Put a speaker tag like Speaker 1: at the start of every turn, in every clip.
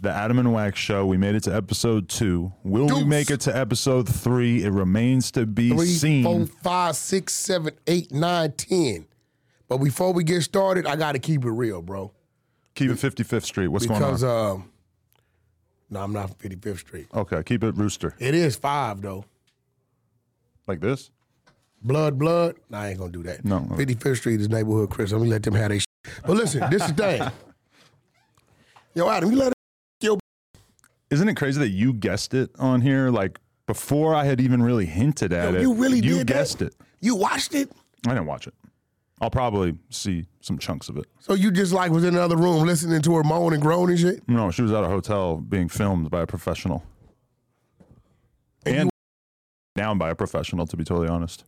Speaker 1: The Adam and Wax Show. We made it to episode two. Will we
Speaker 2: Deuce.
Speaker 1: make it to episode three? It remains to be
Speaker 2: Three,
Speaker 1: seen.
Speaker 2: four, five, six, seven, eight, nine, ten. But before we get started, I got to keep it real, bro.
Speaker 1: Keep it 55th Street. What's
Speaker 2: because,
Speaker 1: going
Speaker 2: um, no, I'm not from 55th Street.
Speaker 1: on? okay, keep it rooster.
Speaker 2: It is five, though.
Speaker 1: Like this?
Speaker 2: Blood, blood. Nah, I ain't going to do that.
Speaker 1: No.
Speaker 2: 55th Street is neighborhood Chris. Let me let them have their sh- But listen, this is the thing. Yo, Adam, you let it,
Speaker 1: Isn't it crazy that you guessed it on here? Like before I had even really hinted at
Speaker 2: Yo,
Speaker 1: it.
Speaker 2: you really
Speaker 1: You
Speaker 2: did that?
Speaker 1: guessed it.
Speaker 2: you watched it?
Speaker 1: I didn't watch it. I'll probably see some chunks of it.
Speaker 2: So you just like was in another room listening to her moan and groan and shit?
Speaker 1: No, she was at a hotel being filmed by a professional. And, down by a professional, to be totally honest.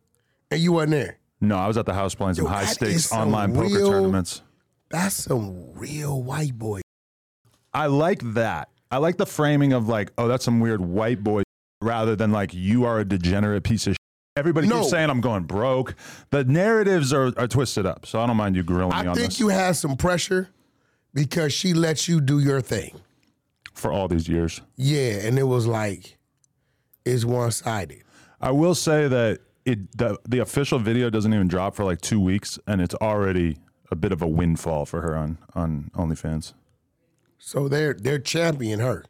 Speaker 2: And you wasn't there.
Speaker 1: No, I was at the house playing some
Speaker 2: Yo,
Speaker 1: high
Speaker 2: that is
Speaker 1: stakes
Speaker 2: some
Speaker 1: online poker
Speaker 2: real-
Speaker 1: tournaments.
Speaker 2: That's some real white boy.
Speaker 1: I like that. I like the framing of like, oh, that's some weird white boy, rather than like you are a degenerate piece of. Shit. Everybody
Speaker 2: No.
Speaker 1: keeps saying I'm going broke. The narratives are, are twisted up, so I don't mind you grilling me
Speaker 2: I
Speaker 1: on
Speaker 2: think
Speaker 1: this
Speaker 2: you had some pressure because she let you do your thing.
Speaker 1: for all these years.
Speaker 2: Yeah, and it was like it's one sided.
Speaker 1: I will say that it the, the official video doesn't even drop for like two weeks, and it's already a bit of a windfall for her on on OnlyFans.
Speaker 2: So they're they're championing her.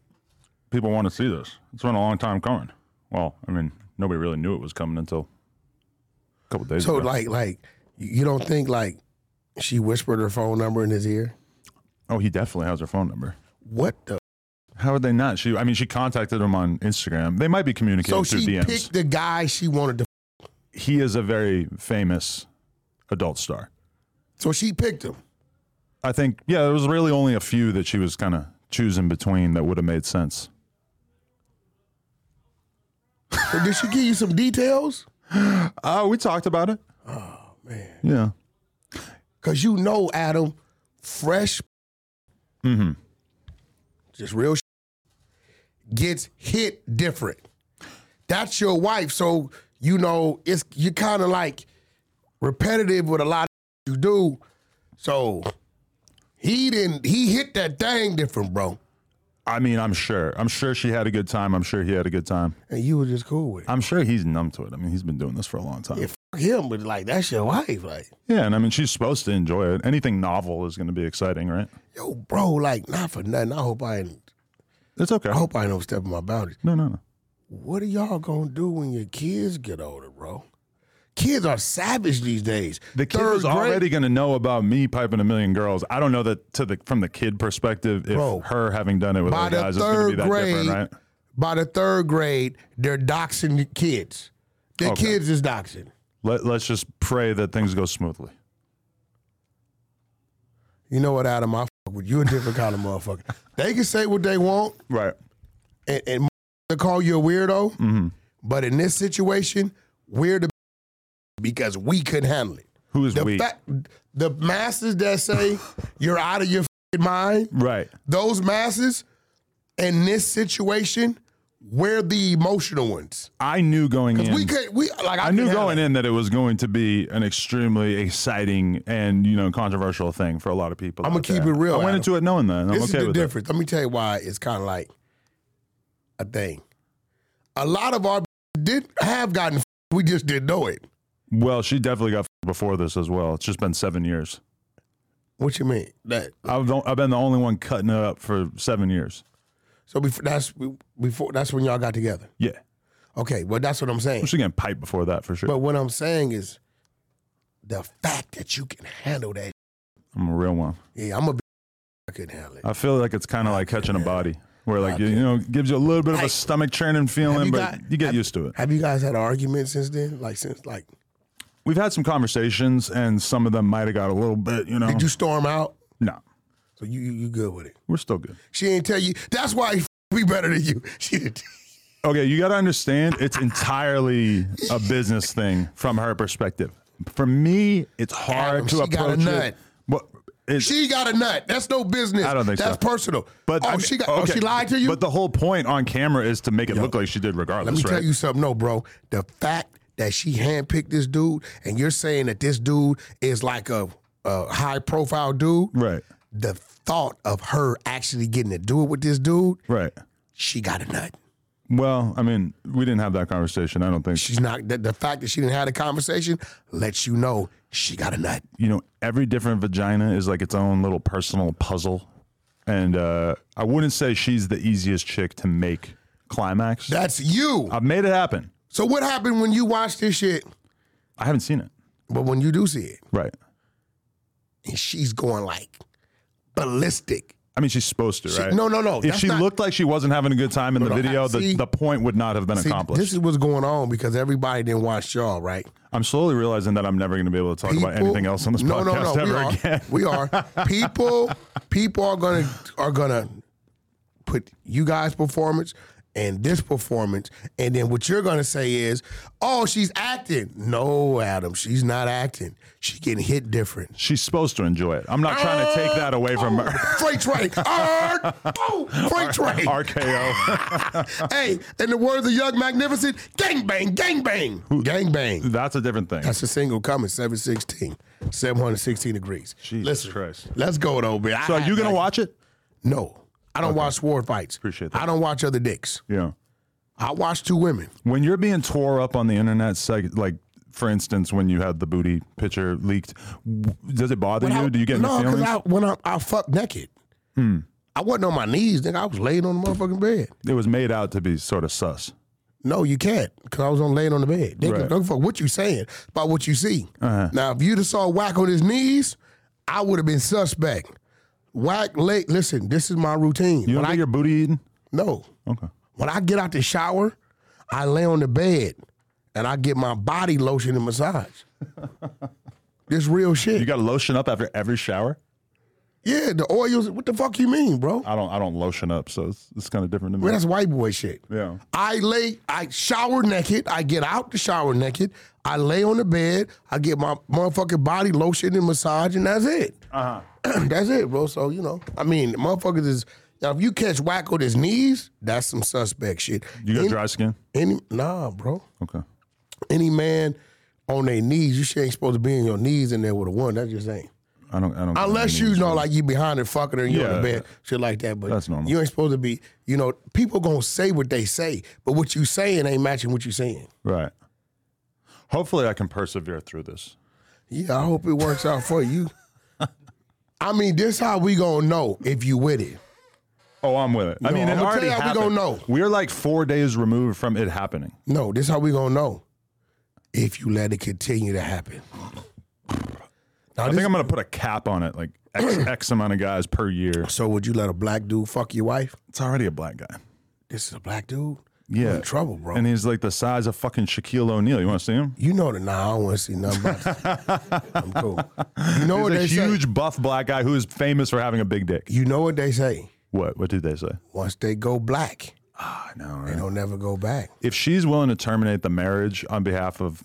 Speaker 1: People want to see this. It's been a long time coming. Well, I mean, nobody really knew it was coming until a couple days
Speaker 2: So
Speaker 1: ago.
Speaker 2: like like you don't think like she whispered her phone number in his ear?
Speaker 1: oh, he definitely has her phone number.
Speaker 2: What the?
Speaker 1: How would they not? She, I mean, she contacted him on Instagram. They might be communicating
Speaker 2: So
Speaker 1: through
Speaker 2: she
Speaker 1: DMs.
Speaker 2: picked the guy she wanted to.
Speaker 1: he is a very famous adult star.
Speaker 2: So she picked him.
Speaker 1: I think, yeah, there was really only a few that she was kind of choosing between that would have made sense.
Speaker 2: So did she give you some details?
Speaker 1: Uh, we talked about it. Oh man. Yeah.
Speaker 2: Cause you know Adam, fresh,
Speaker 1: Mm-hmm.
Speaker 2: just real, sh- gets hit different. That's your wife, so you know it's you're kind of like repetitive with a lot of you do. So he didn't. He hit that thing different, bro.
Speaker 1: I mean, I'm sure. I'm sure she had a good time. I'm sure he had a good time.
Speaker 2: And you were just cool with it.
Speaker 1: I'm sure he's numb to it. I mean, he's been doing this for a long time.
Speaker 2: Yeah, fuck him, but like that's your wife, like.
Speaker 1: Yeah, and I mean, she's supposed to enjoy it. Anything novel is going to be exciting, right?
Speaker 2: Yo, bro, like not for nothing. I hope I, ain't,
Speaker 1: It's okay.
Speaker 2: I hope I ain't overstepping my boundaries.
Speaker 1: No, no, no.
Speaker 2: What are y'all gonna do when your kids get older, bro? Kids are savage these days.
Speaker 1: The kid
Speaker 2: Third
Speaker 1: is
Speaker 2: grade-
Speaker 1: already going to know about me piping a million girls. I don't know that to the from the kid perspective. If
Speaker 2: Bro,
Speaker 1: her having done it with
Speaker 2: by
Speaker 1: other
Speaker 2: the
Speaker 1: guys is going to be
Speaker 2: third
Speaker 1: that different,
Speaker 2: grade-
Speaker 1: right?
Speaker 2: by the third grade, they're doxing the kids. The
Speaker 1: Okay.
Speaker 2: kids is doxing.
Speaker 1: Let, let's just pray that things go smoothly.
Speaker 2: You know what, Adam? I fuck with you a different kind of motherfucker. They can say what they want
Speaker 1: Right.
Speaker 2: and, and they call you a weirdo,
Speaker 1: hmm
Speaker 2: but in this situation, we're the because we couldn't handle it.
Speaker 1: Who is
Speaker 2: The
Speaker 1: weak?
Speaker 2: fact, the masses that say you're out of your fucking mind,
Speaker 1: right.
Speaker 2: those masses in this situation, we're the emotional ones.
Speaker 1: I knew going in.
Speaker 2: Because we could, we like I,
Speaker 1: I knew going in that it was going to be an extremely exciting and you know controversial thing for a lot of people.
Speaker 2: I'm gonna
Speaker 1: out
Speaker 2: keep
Speaker 1: there.
Speaker 2: it real,
Speaker 1: I went
Speaker 2: Adam.
Speaker 1: into it knowing that. and I'm
Speaker 2: This
Speaker 1: okay
Speaker 2: is the
Speaker 1: with it.
Speaker 2: difference. Let me tell you why it's kind of like a thing. A lot of our did have gotten. We just didn't know it.
Speaker 1: Well, she definitely got f- before this as well. It's just been seven years.
Speaker 2: What you mean? That
Speaker 1: I've don't- I've been the only one cutting it up for seven years.
Speaker 2: so before that's before that's when y'all got together.
Speaker 1: Yeah,
Speaker 2: Okay, well that's what I'm saying.
Speaker 1: she getting pipe before that for sure.
Speaker 2: But what I'm saying is the fact that you can handle that.
Speaker 1: I'm a real one.
Speaker 2: Yeah, I'm a. I couldn't handle it.
Speaker 1: I feel like it's kind of like catching a body, where like you, you know gives you a little bit of a
Speaker 2: Like,
Speaker 1: stomach churning feeling,
Speaker 2: you
Speaker 1: but
Speaker 2: got-
Speaker 1: you get
Speaker 2: have-
Speaker 1: used to it.
Speaker 2: Have you guys had an argument since then? Like since like
Speaker 1: Uh-huh. We've had some conversations, and some of them might have got a little bit, you know.
Speaker 2: Did you storm out?
Speaker 1: no,
Speaker 2: So you you, you good with it.
Speaker 1: We're still good.
Speaker 2: She ain't tell you. That's why we better than you. She didn't.
Speaker 1: Okay, you got to understand it's entirely a business thing from her perspective. For me, it's hard
Speaker 2: Adam,
Speaker 1: to
Speaker 2: she
Speaker 1: approach
Speaker 2: got a nut.
Speaker 1: it. But it-
Speaker 2: She got a nut. That's no business.
Speaker 1: I don't think
Speaker 2: That's
Speaker 1: so.
Speaker 2: personal.
Speaker 1: but
Speaker 2: oh,
Speaker 1: I mean,
Speaker 2: she got.
Speaker 1: okay,
Speaker 2: Oh, she lied to you.
Speaker 1: But the whole point on camera is to make it look like she did,
Speaker 2: Let
Speaker 1: regardless.
Speaker 2: me
Speaker 1: right?
Speaker 2: tell you something. No, bro. The fact that she handpicked this dude, and you're saying that this dude is like a, a high profile dude.
Speaker 1: Right.
Speaker 2: The thought of her actually getting to do it with this dude,
Speaker 1: Right.
Speaker 2: she got a nut.
Speaker 1: Well, I mean, we didn't have that conversation. I don't think
Speaker 2: She's not. The, the fact that she didn't have the conversation lets you know she got a nut.
Speaker 1: you know, every different vagina is like its own little personal puzzle. And uh, I wouldn't say she's the easiest chick to make climax.
Speaker 2: That's you.
Speaker 1: I've made it happen.
Speaker 2: So what happened when you watched this shit?
Speaker 1: I haven't seen it.
Speaker 2: But when you do see it,
Speaker 1: Right.
Speaker 2: and she's going like ballistic.
Speaker 1: I mean, she's supposed to,
Speaker 2: She-
Speaker 1: right?
Speaker 2: no, no, no,
Speaker 1: If
Speaker 2: that's
Speaker 1: she
Speaker 2: not-
Speaker 1: looked like she wasn't having a good time in the
Speaker 2: no, I-
Speaker 1: video,
Speaker 2: see-
Speaker 1: the, the point would not have been
Speaker 2: See,
Speaker 1: accomplished.
Speaker 2: this is what's going on because everybody didn't watch y'all, right?
Speaker 1: I'm slowly realizing that I'm never going to be able to talk about
Speaker 2: People-
Speaker 1: anything else on this
Speaker 2: no,
Speaker 1: podcast
Speaker 2: no, no,
Speaker 1: ever
Speaker 2: we are,
Speaker 1: again.
Speaker 2: We are people. People are gonna are gonna put you guys' performance and this performance, and then what you're gonna say is, "Oh, she's acting." No, Adam, she's not acting. She getting hit different.
Speaker 1: She's supposed to enjoy it. I'm not trying to take that away
Speaker 2: Oh
Speaker 1: from her.
Speaker 2: Freight train. Arr! Oh, freight train.
Speaker 1: RKO.
Speaker 2: Hey, in the words of Young Magnificent, gang bang, gang bang, gang bang.
Speaker 1: That's a different thing.
Speaker 2: That's a single coming, 716, 716 degrees.
Speaker 1: Jesus
Speaker 2: Listen,
Speaker 1: Christ.
Speaker 2: let's go though, man.
Speaker 1: so, are you going to watch it?
Speaker 2: No, I don't watch sword fights.
Speaker 1: Appreciate that.
Speaker 2: I don't watch other dicks.
Speaker 1: Yeah.
Speaker 2: I watch two women.
Speaker 1: when you're being tore up on the internet, seg- like for instance, when you had the booty picture leaked, w- does it bother you?
Speaker 2: I-
Speaker 1: Do you get in
Speaker 2: no,
Speaker 1: the feelings? Hmm.
Speaker 2: I when I, I fuck naked. I wasn't on my knees, nigga. I was laying on the motherfucking bed.
Speaker 1: it was made out to be sort of sus.
Speaker 2: No, you can't, because I was on laying on the bed. They
Speaker 1: Right. Uh-huh.
Speaker 2: don't give a fuck what you saying about what you see. Now, if you'd have saw Whack on his knees, I would have been suspect. Whack late. Listen, this is my routine.
Speaker 1: You
Speaker 2: When
Speaker 1: don't
Speaker 2: I,
Speaker 1: get your booty eaten?
Speaker 2: no,
Speaker 1: Okay.
Speaker 2: when I get out the shower, I lay on the bed and I get my body lotion and massage. this real shit.
Speaker 1: You got to lotion up after every shower.
Speaker 2: yeah, the oils. What the fuck you mean, bro?
Speaker 1: I don't. I don't lotion up, so it's, it's kind of different to me.
Speaker 2: Man, that's white boy shit.
Speaker 1: Yeah.
Speaker 2: I lay, I shower naked. I get out the shower naked. I lay on the bed. I get my motherfucking body lotion and massage, and that's it. Uh huh. that's it, bro. So you know, I mean, motherfuckers is now if you catch whack on his knees, that's some suspect shit.
Speaker 1: You got
Speaker 2: any,
Speaker 1: dry skin?
Speaker 2: any nah, bro.
Speaker 1: Okay.
Speaker 2: Any man on their knees, you shit ain't supposed to be in your knees in there with a one. That just ain't.
Speaker 1: I don't. I don't.
Speaker 2: Unless you know, like you behind her fucking her, and you in
Speaker 1: Yeah.
Speaker 2: the bed, shit like that. But
Speaker 1: That's normal.
Speaker 2: You ain't supposed to be. You know, people gonna say what they say, but what you saying ain't matching what you saying.
Speaker 1: Right. Hopefully, I can persevere through this.
Speaker 2: Yeah, I hope it works out for you. I mean, this how we gonna know if you with it.
Speaker 1: Oh, I'm with it. I
Speaker 2: No,
Speaker 1: mean, it
Speaker 2: I'ma tell
Speaker 1: already
Speaker 2: you how we
Speaker 1: happened.
Speaker 2: gonna know.
Speaker 1: We're like four days removed from it happening.
Speaker 2: No, this how we gonna know if you let it continue to happen. Now,
Speaker 1: I
Speaker 2: this,
Speaker 1: think I'm gonna put a cap on it, like X, X amount of guys per year.
Speaker 2: so would you let a black dude fuck your wife?
Speaker 1: It's already a black guy.
Speaker 2: This is a black dude.
Speaker 1: Yeah.
Speaker 2: you in trouble, bro.
Speaker 1: And he's like the size of fucking Shaquille O'Neal. You want to see him?
Speaker 2: you know that. Nah, I don't want to see nothing. About this. I'm cool. You know what
Speaker 1: He's a
Speaker 2: they say.
Speaker 1: huge buff black guy who is famous for having a big dick.
Speaker 2: You know what they say?
Speaker 1: What? What did they say?
Speaker 2: Once they go black,
Speaker 1: I know.
Speaker 2: they don't never go back.
Speaker 1: If she's willing to terminate the marriage on behalf of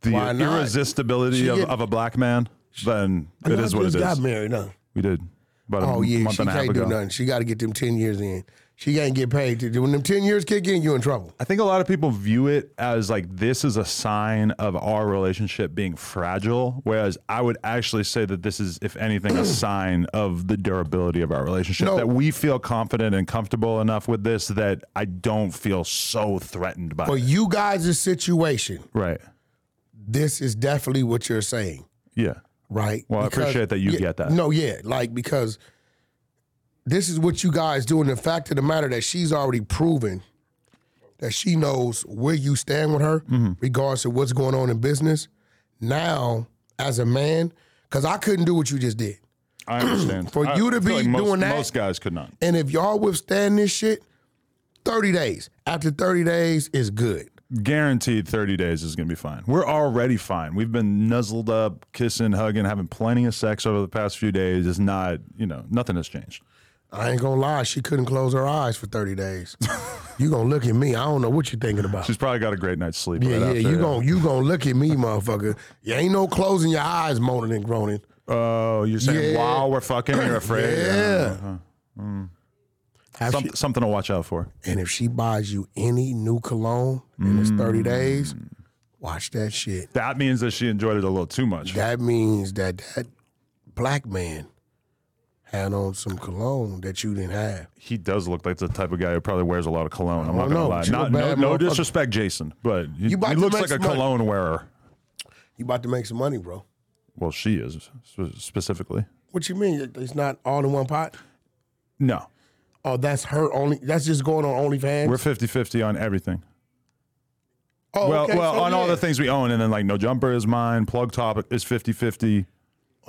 Speaker 1: the
Speaker 2: Why not?
Speaker 1: irresistibility
Speaker 2: She
Speaker 1: of,
Speaker 2: get-
Speaker 1: of a black man, then it
Speaker 2: Y'all
Speaker 1: is what it
Speaker 2: just
Speaker 1: is.
Speaker 2: got married, huh?
Speaker 1: We did about a
Speaker 2: Oh yeah,
Speaker 1: month
Speaker 2: she
Speaker 1: and a half
Speaker 2: can't do
Speaker 1: ago.
Speaker 2: nothing. She got to get them ten years in. She can't get paid. To do. When them ten years kick in, you in trouble.
Speaker 1: I think a lot of people view it as like this is a sign of our relationship being fragile, whereas I would actually say that this is, if anything, a sign of the durability of our relationship.
Speaker 2: No.
Speaker 1: That we feel confident and comfortable enough with this that I don't feel so threatened by
Speaker 2: For
Speaker 1: it.
Speaker 2: you guys' situation,
Speaker 1: Right.
Speaker 2: this is definitely what you're saying,
Speaker 1: Yeah.
Speaker 2: right?
Speaker 1: Well, I appreciate that you
Speaker 2: yeah,
Speaker 1: get that.
Speaker 2: No, yeah, like because this is what you guys do, and the fact of the matter that she's already proven that she knows where you stand with her,
Speaker 1: Mm-hmm.
Speaker 2: regards to what's going on in business. Now, as a man, because I couldn't do what you just did.
Speaker 1: I understand.
Speaker 2: For
Speaker 1: I
Speaker 2: you to
Speaker 1: feel
Speaker 2: be
Speaker 1: like most,
Speaker 2: doing that-
Speaker 1: Most guys could not.
Speaker 2: And if y'all withstand this shit, 30 days. After 30 days is good.
Speaker 1: guaranteed 30 days is going to be fine. We're already fine. We've been nuzzled up, kissing, hugging, having plenty of sex over the past few days. It's not, you know, nothing has changed.
Speaker 2: I ain't gonna lie, she couldn't close her eyes for 30 days. you gonna look at me. I don't know what you're thinking about.
Speaker 1: She's probably got a great night's sleep.
Speaker 2: yeah,
Speaker 1: right
Speaker 2: yeah,
Speaker 1: after,
Speaker 2: you gonna you gonna look at me, motherfucker. You ain't no closing your eyes, moaning and groaning.
Speaker 1: Oh, you're saying
Speaker 2: Yeah.
Speaker 1: while we're fucking, you're afraid.
Speaker 2: Yeah.
Speaker 1: Uh,
Speaker 2: Have
Speaker 1: some-
Speaker 2: she-
Speaker 1: something to watch out for.
Speaker 2: and if she buys you any new cologne in this
Speaker 1: Mm.
Speaker 2: 30 days, watch that shit.
Speaker 1: That means that she enjoyed it a little too much.
Speaker 2: That means that that black man had on some cologne that you didn't have.
Speaker 1: He does look like the type of guy who probably wears a lot of cologne. I'm not
Speaker 2: don't
Speaker 1: gonna
Speaker 2: know,
Speaker 1: lie.
Speaker 2: but you a
Speaker 1: Not, no,
Speaker 2: bad
Speaker 1: no
Speaker 2: motherfucker.
Speaker 1: disrespect, Jason, but he,
Speaker 2: You about
Speaker 1: he
Speaker 2: to
Speaker 1: looks
Speaker 2: make
Speaker 1: like a
Speaker 2: some money.
Speaker 1: cologne wearer.
Speaker 2: You about to make some money, bro.
Speaker 1: Well, she is sp- specifically.
Speaker 2: What you mean? It- It's not all in one pot?
Speaker 1: No,
Speaker 2: Oh, that's her only. That's just going on OnlyFans.
Speaker 1: we're 50 50 on everything.
Speaker 2: oh,
Speaker 1: well,
Speaker 2: okay,
Speaker 1: well,
Speaker 2: so
Speaker 1: on all
Speaker 2: yeah.
Speaker 1: the things we own, and then like no jumper is mine, plug top is 50 50,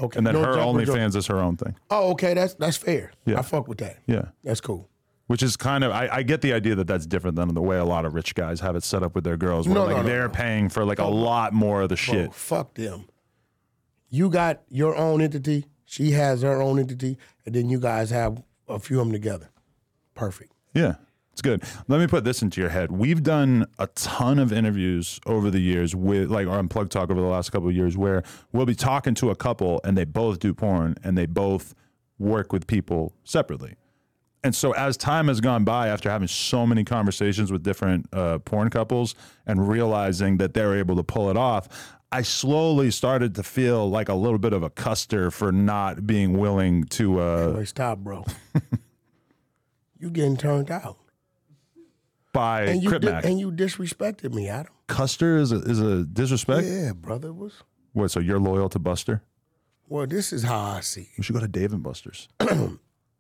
Speaker 2: Okay,
Speaker 1: and then
Speaker 2: no
Speaker 1: her
Speaker 2: jumper,
Speaker 1: OnlyFans
Speaker 2: jumper.
Speaker 1: is her own thing.
Speaker 2: Oh, okay, that's that's fair.
Speaker 1: Yeah.
Speaker 2: I fuck with that.
Speaker 1: Yeah.
Speaker 2: That's cool.
Speaker 1: Which is kind of, I, I get the idea that that's different than the way a lot of rich guys have it set up with their girls, where
Speaker 2: No,
Speaker 1: like
Speaker 2: no, no,
Speaker 1: they're paying for like a lot more of the
Speaker 2: Bro,
Speaker 1: shit.
Speaker 2: Oh, fuck them. You got your own entity. She has her own entity, and then you guys have a few of them together. Perfect.
Speaker 1: Yeah, it's good. Let me put this into your head. We've done a ton of interviews over the years with like our unplugged talk over the last couple of years where we'll be talking to a couple and they both do porn and they both work with people separately. And so as time has gone by after having so many conversations with different uh, porn couples and realizing that they're able to pull it off, I slowly started to feel like a little bit of a custer for not being willing to uh,
Speaker 2: Wait, stop, bro. you getting turned out,
Speaker 1: buy
Speaker 2: and you
Speaker 1: Crip
Speaker 2: di-
Speaker 1: Mac.
Speaker 2: and you disrespected me, Adam.
Speaker 1: Custer is a, is a disrespect.
Speaker 2: Yeah, brother was.
Speaker 1: What? So you're loyal to Buster?
Speaker 2: Well, this is how I see. it.
Speaker 1: We should go to Dave and Buster's.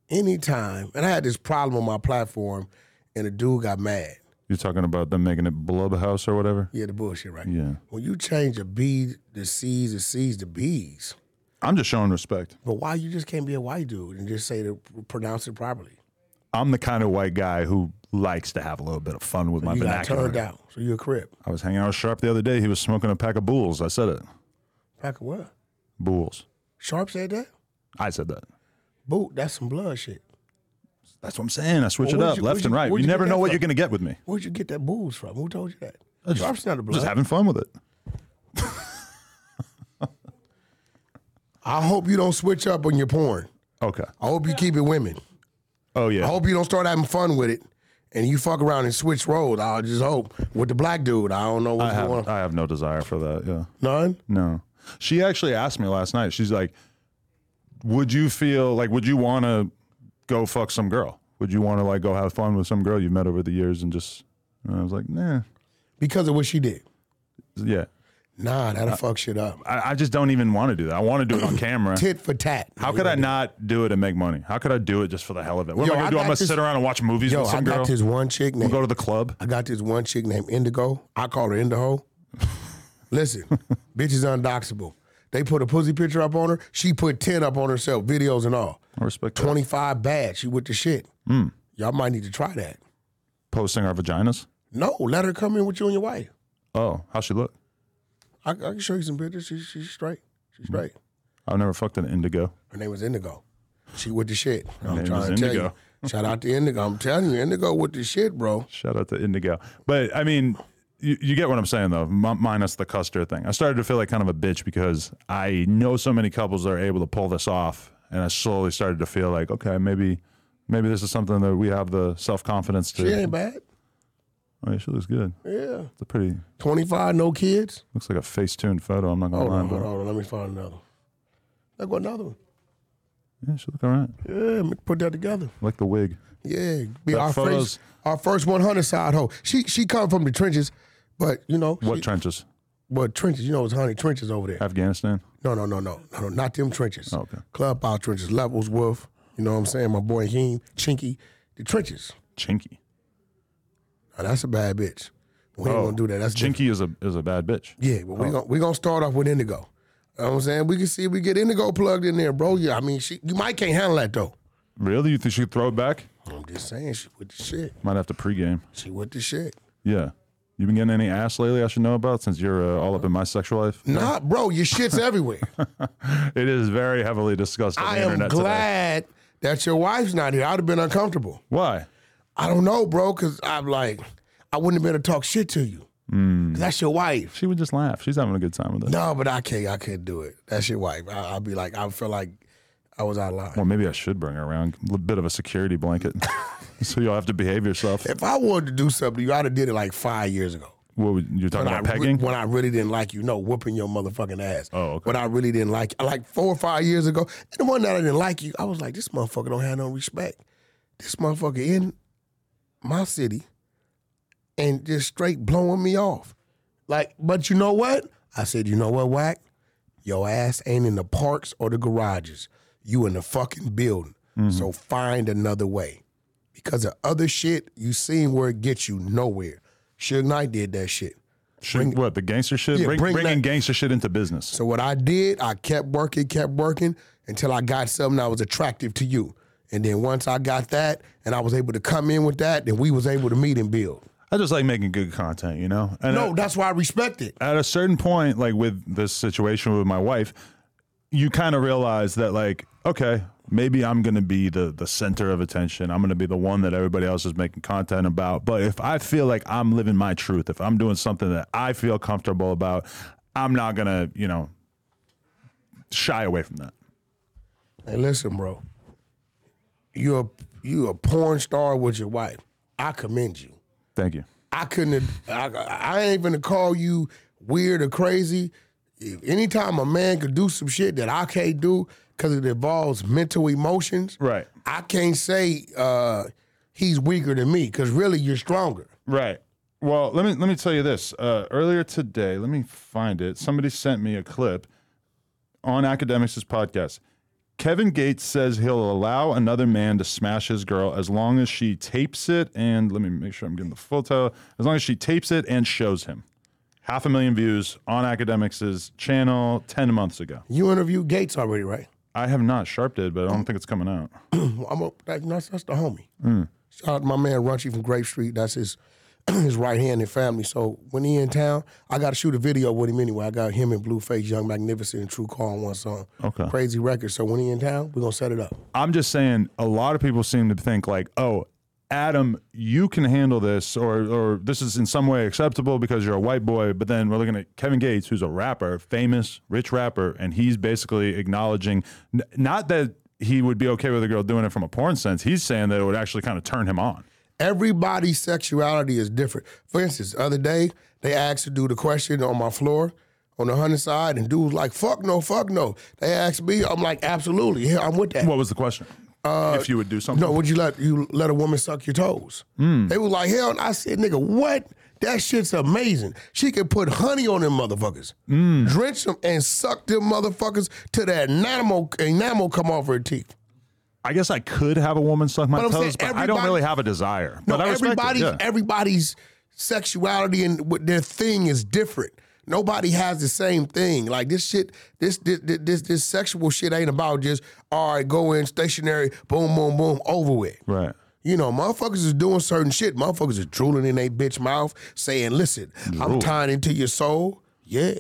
Speaker 2: Anytime, and I had this problem on my platform, and a dude got mad.
Speaker 1: You're talking about them making it Blub House or whatever.
Speaker 2: Yeah, the bullshit, right?
Speaker 1: Yeah,
Speaker 2: When you change a B to C's, the C's to B's,
Speaker 1: I'm just showing respect.
Speaker 2: but why you just can't be a white dude and just say to pronounce it properly?
Speaker 1: I'm the kind of white guy who likes to have a little bit of fun with my
Speaker 2: you got turned
Speaker 1: vernacular.
Speaker 2: out, so you're a crip.
Speaker 1: I was hanging out with Sharp the other day. He was smoking a pack of Bulls. I said it.
Speaker 2: Pack of what?
Speaker 1: Bulls.
Speaker 2: Sharp said that.
Speaker 1: I said that.
Speaker 2: Boot, that's some blood shit.
Speaker 1: That's what I'm saying. I switch
Speaker 2: Well,
Speaker 1: it
Speaker 2: where'd
Speaker 1: up
Speaker 2: you-
Speaker 1: left
Speaker 2: where'd
Speaker 1: and
Speaker 2: you-
Speaker 1: right. You,
Speaker 2: where'd you
Speaker 1: never
Speaker 2: get
Speaker 1: know
Speaker 2: that
Speaker 1: what you're
Speaker 2: from?
Speaker 1: going to get with me.
Speaker 2: Where'd you get that booze from? Who told you that? Sharp's not a
Speaker 1: Just
Speaker 2: blood.
Speaker 1: having fun with it.
Speaker 2: I hope you don't switch up on your porn.
Speaker 1: Okay.
Speaker 2: I hope you keep it women.
Speaker 1: Oh yeah.
Speaker 2: I hope you don't start having fun with it and you fuck around and switch roles. I just hope with the black dude. I don't
Speaker 1: I
Speaker 2: know what's going
Speaker 1: have,
Speaker 2: on.
Speaker 1: I have no desire for that. Yeah.
Speaker 2: None?
Speaker 1: No. She actually asked me last night. She's like, "Would you feel like would you want to go fuck some girl? Would you want to like go have fun with some girl you've met over the years and just?" And I was like, "Nah,
Speaker 2: Because of what she did.
Speaker 1: yeah.
Speaker 2: Nah, that'll fuck shit up.
Speaker 1: I, I just don't even want to do that. I want to do it on camera."
Speaker 2: Tit for tat.
Speaker 1: How could I not do it and make money? How could I do it just for the hell of it? What
Speaker 2: Yo,
Speaker 1: am I gonna
Speaker 2: I
Speaker 1: do? I'm
Speaker 2: got
Speaker 1: gonna
Speaker 2: this-
Speaker 1: sit around and watch movies
Speaker 2: Yo,
Speaker 1: with
Speaker 2: I
Speaker 1: some girl.
Speaker 2: got this one chick
Speaker 1: We'll
Speaker 2: named
Speaker 1: go to the club.
Speaker 2: I got this one chick named Indigo. I call her Indigo. Listen, bitch is undoxable. They put a pussy picture up on her. She put 10 up on herself, videos and all.
Speaker 1: I respect that.
Speaker 2: 25 bad. She with the shit.
Speaker 1: Hmm.
Speaker 2: Y'all might need to try that.
Speaker 1: posting our vaginas.
Speaker 2: No, let her come in with you and your wife.
Speaker 1: Oh, how she look?
Speaker 2: I, I can show you some pictures. She, she's straight. She's
Speaker 1: Hmm.
Speaker 2: straight.
Speaker 1: I've never fucked an indigo.
Speaker 2: Her name was Indigo. She with the shit. I'm
Speaker 1: name
Speaker 2: trying to
Speaker 1: is
Speaker 2: tell
Speaker 1: Indigo.
Speaker 2: you. Shout out to Indigo. I'm telling you, Indigo with the shit, bro.
Speaker 1: Shout out to Indigo. But I mean, you, you get what I'm saying though, m- minus the Custer thing. I started to feel like kind of a bitch because I know so many couples that are able to pull this off, and I slowly started to feel like, okay, maybe, maybe this is something that we have the self confidence to.
Speaker 2: She ain't bad.
Speaker 1: Oh, yeah, she looks good.
Speaker 2: Yeah.
Speaker 1: It's a pretty
Speaker 2: 25, no kids.
Speaker 1: looks like a face tuned photo. I'm not gonna
Speaker 2: Hold
Speaker 1: lie,
Speaker 2: on, hold
Speaker 1: but
Speaker 2: on, Let me find another. one. Let go another one.
Speaker 1: yeah, she look all right.
Speaker 2: Yeah, m- put that together.
Speaker 1: I like the wig.
Speaker 2: Yeah, be
Speaker 1: That
Speaker 2: our
Speaker 1: photos-
Speaker 2: first, our first 100 side hoe. She she come from the trenches, but you know
Speaker 1: What
Speaker 2: she-
Speaker 1: trenches?
Speaker 2: but trenches, you know, it's honey trenches over there.
Speaker 1: Afghanistan.
Speaker 2: No, no, no, no, no, no, not them trenches.
Speaker 1: Oh, Okay.
Speaker 2: Club out trenches, levels wolf. You know what I'm saying? My boy Heem, Chinky, the trenches.
Speaker 1: Chinky.
Speaker 2: Now, that's a bad bitch. We ain't gonna do that. That's
Speaker 1: Oh. Chinky Oh. is a is a bad bitch.
Speaker 2: Yeah, but we gon' we gonna start off with Indigo. You know what I'm saying we can see if we get Indigo plugged in there, bro. Yeah, I mean, she you might can't handle that though.
Speaker 1: Really? You think she could throw it back?
Speaker 2: I'm just saying, she with the shit.
Speaker 1: Might have to pregame.
Speaker 2: She with the shit.
Speaker 1: Yeah. You been getting any ass lately? I should know about since you're uh, all up in my sexual life.
Speaker 2: Nah, bro, your shit's everywhere.
Speaker 1: it is very heavily discussed on
Speaker 2: I
Speaker 1: the
Speaker 2: am
Speaker 1: internet today.
Speaker 2: glad that your wife's not here. I'd have been uncomfortable.
Speaker 1: Why?
Speaker 2: I don't know, bro, because I'm like, I wouldn't have been able to talk shit to you.
Speaker 1: Mm.
Speaker 2: 'Cause That's your wife.
Speaker 1: She would just laugh. She's having a good time with us.
Speaker 2: No, but I can't. I couldn't do it. That's your wife. I, I'd be like, I feel like I was out of line.
Speaker 1: Well, maybe I should bring her around. A bit of a security blanket, so you'll have to behave yourself.
Speaker 2: If I wanted to do something, to you I'd have did it like five years ago.
Speaker 1: What would, you're talking
Speaker 2: When I,
Speaker 1: about
Speaker 2: re-
Speaker 1: pegging?
Speaker 2: when I really didn't like you, no, whooping your motherfucking ass.
Speaker 1: Oh, okay.
Speaker 2: When I really didn't like you, like four or five years ago, and the one that I didn't like you, I was like, this motherfucker don't have no respect. This motherfucker in my city and just straight blowing me off. Like, but you know what? I said, you know what, Whack? Your ass ain't in the parks or the garages. You in the fucking building.
Speaker 1: Mm-hmm.
Speaker 2: So find another way. Because the other shit you seen where it gets you nowhere. Suge Knight did that shit.
Speaker 1: Should- what the gangster shit?
Speaker 2: Yeah,
Speaker 1: bring,
Speaker 2: bring
Speaker 1: bringing
Speaker 2: that-
Speaker 1: gangster shit into business.
Speaker 2: So what I did, I kept working, kept working until I got something that was attractive to you. And then once I got that and I was able to come in with that, then we was able to meet and build.
Speaker 1: I just like making good content, you know. And uh,
Speaker 2: No, that's why I respect it.
Speaker 1: at a certain point, like with this situation with my wife, you kind of realize that, like, okay, maybe I'm going to be the the center of attention. I'm going to be the one that everybody else is making content about. But if I feel like I'm living my truth, if I'm doing something that I feel comfortable about, I'm not going to, you know, shy away from that.
Speaker 2: Hey, listen, bro. You a you a porn star with your wife. I commend you.
Speaker 1: Thank you.
Speaker 2: I couldn't. Have, I, I ain't even gonna call you weird or crazy. If- Anytime a man could do some shit that I can't do because it involves mental emotions,
Speaker 1: Right.
Speaker 2: I can't say uh, he's weaker than me because really you're stronger.
Speaker 1: Right. Well, let me let me tell you this. Uh, earlier today, let me find it. Somebody sent me a clip on Academics' podcast. Kevin Gates says he'll allow another man to smash his girl as long as she tapes it and let me make sure I'm getting the photo. As long as she tapes it and shows him. Half a million views on Academics' channel ten months ago.
Speaker 2: You interviewed Gates already, right?
Speaker 1: I have not sharped it, but I don't think it's coming out.
Speaker 2: I'm a, that, that's, that's the homie. Shout out to my man Runchy from Grape Street. That's his his right hand and family. So when he in town, I got to shoot a video with him anyway. I got him in Blueface, Young Magnificent, and True Call on one song.
Speaker 1: Okay.
Speaker 2: Crazy record. So when he in town, we're gonna set it up.
Speaker 1: I'm just saying a lot of people seem to think like, oh, Adam, you can handle this, or or this is in some way acceptable because you're a white boy. But then we're looking at Kevin Gates, who's a rapper, famous, rich rapper, and he's basically acknowledging n- not that he would be okay with a girl doing it from a porn sense. He's saying that it would actually kind of turn him on.
Speaker 2: Everybody's sexuality is different. For instance, the other day they asked to do the question on my floor on the hunting side, and dude was like, "Fuck no, fuck no." They asked me, I'm like, "Absolutely, yeah, I'm with that."
Speaker 1: What was the question? if you would do something,
Speaker 2: Uh, No, would you let you let a woman suck your toes?
Speaker 1: Hmm.
Speaker 2: They was like, hell, I said, nigga, what? That shit's amazing. She can put honey on them motherfuckers,
Speaker 1: Hmm.
Speaker 2: drench them, and suck them motherfuckers to that enamel enamel come off her teeth.
Speaker 1: I guess I could have a woman suck my
Speaker 2: But I'm saying
Speaker 1: toes, but I don't
Speaker 2: everybody-
Speaker 1: really have a desire.
Speaker 2: No,
Speaker 1: but I respect it,
Speaker 2: everybody's e-
Speaker 1: yeah.
Speaker 2: everybody's sexuality and what their thing is different. Nobody has the same thing. Like this shit, this this this, this sexual shit ain't about just all right, go in stationary, boom, boom, boom, over with.
Speaker 1: right.
Speaker 2: You know, motherfuckers is doing certain shit. Motherfuckers is drooling in their bitch mouth, saying, "Listen, I'm tying into your soul." Yeah,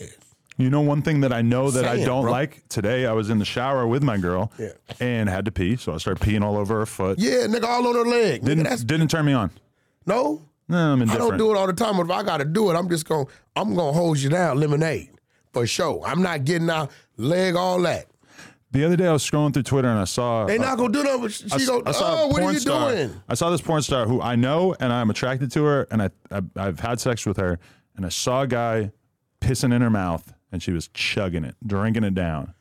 Speaker 1: You know, one thing that I know that I
Speaker 2: Say it,
Speaker 1: don't
Speaker 2: bro.
Speaker 1: like today, I was in the shower with my girl
Speaker 2: Yeah.
Speaker 1: and had to pee. So I started peeing all over her foot.
Speaker 2: yeah, nigga, all on her leg. Nigga,
Speaker 1: didn't,
Speaker 2: that's
Speaker 1: didn't turn me on.
Speaker 2: no.
Speaker 1: No, I'm
Speaker 2: I
Speaker 1: indifferent.
Speaker 2: don't do it all the time, but if I gotta do it, I'm just gonna I'm gonna hold you down, lemonade for sure. I'm not getting out leg all that.
Speaker 1: The other day, I was scrolling through Twitter and I saw.
Speaker 2: They
Speaker 1: uh,
Speaker 2: not gonna do nothing. But she
Speaker 1: I s-
Speaker 2: go,
Speaker 1: I saw a
Speaker 2: oh, what are
Speaker 1: porn
Speaker 2: you
Speaker 1: star.
Speaker 2: doing?
Speaker 1: I saw this porn star who I know and I'm attracted to her and I, I I've had sex with her and I saw a guy pissing in her mouth and she was chugging it, drinking it down.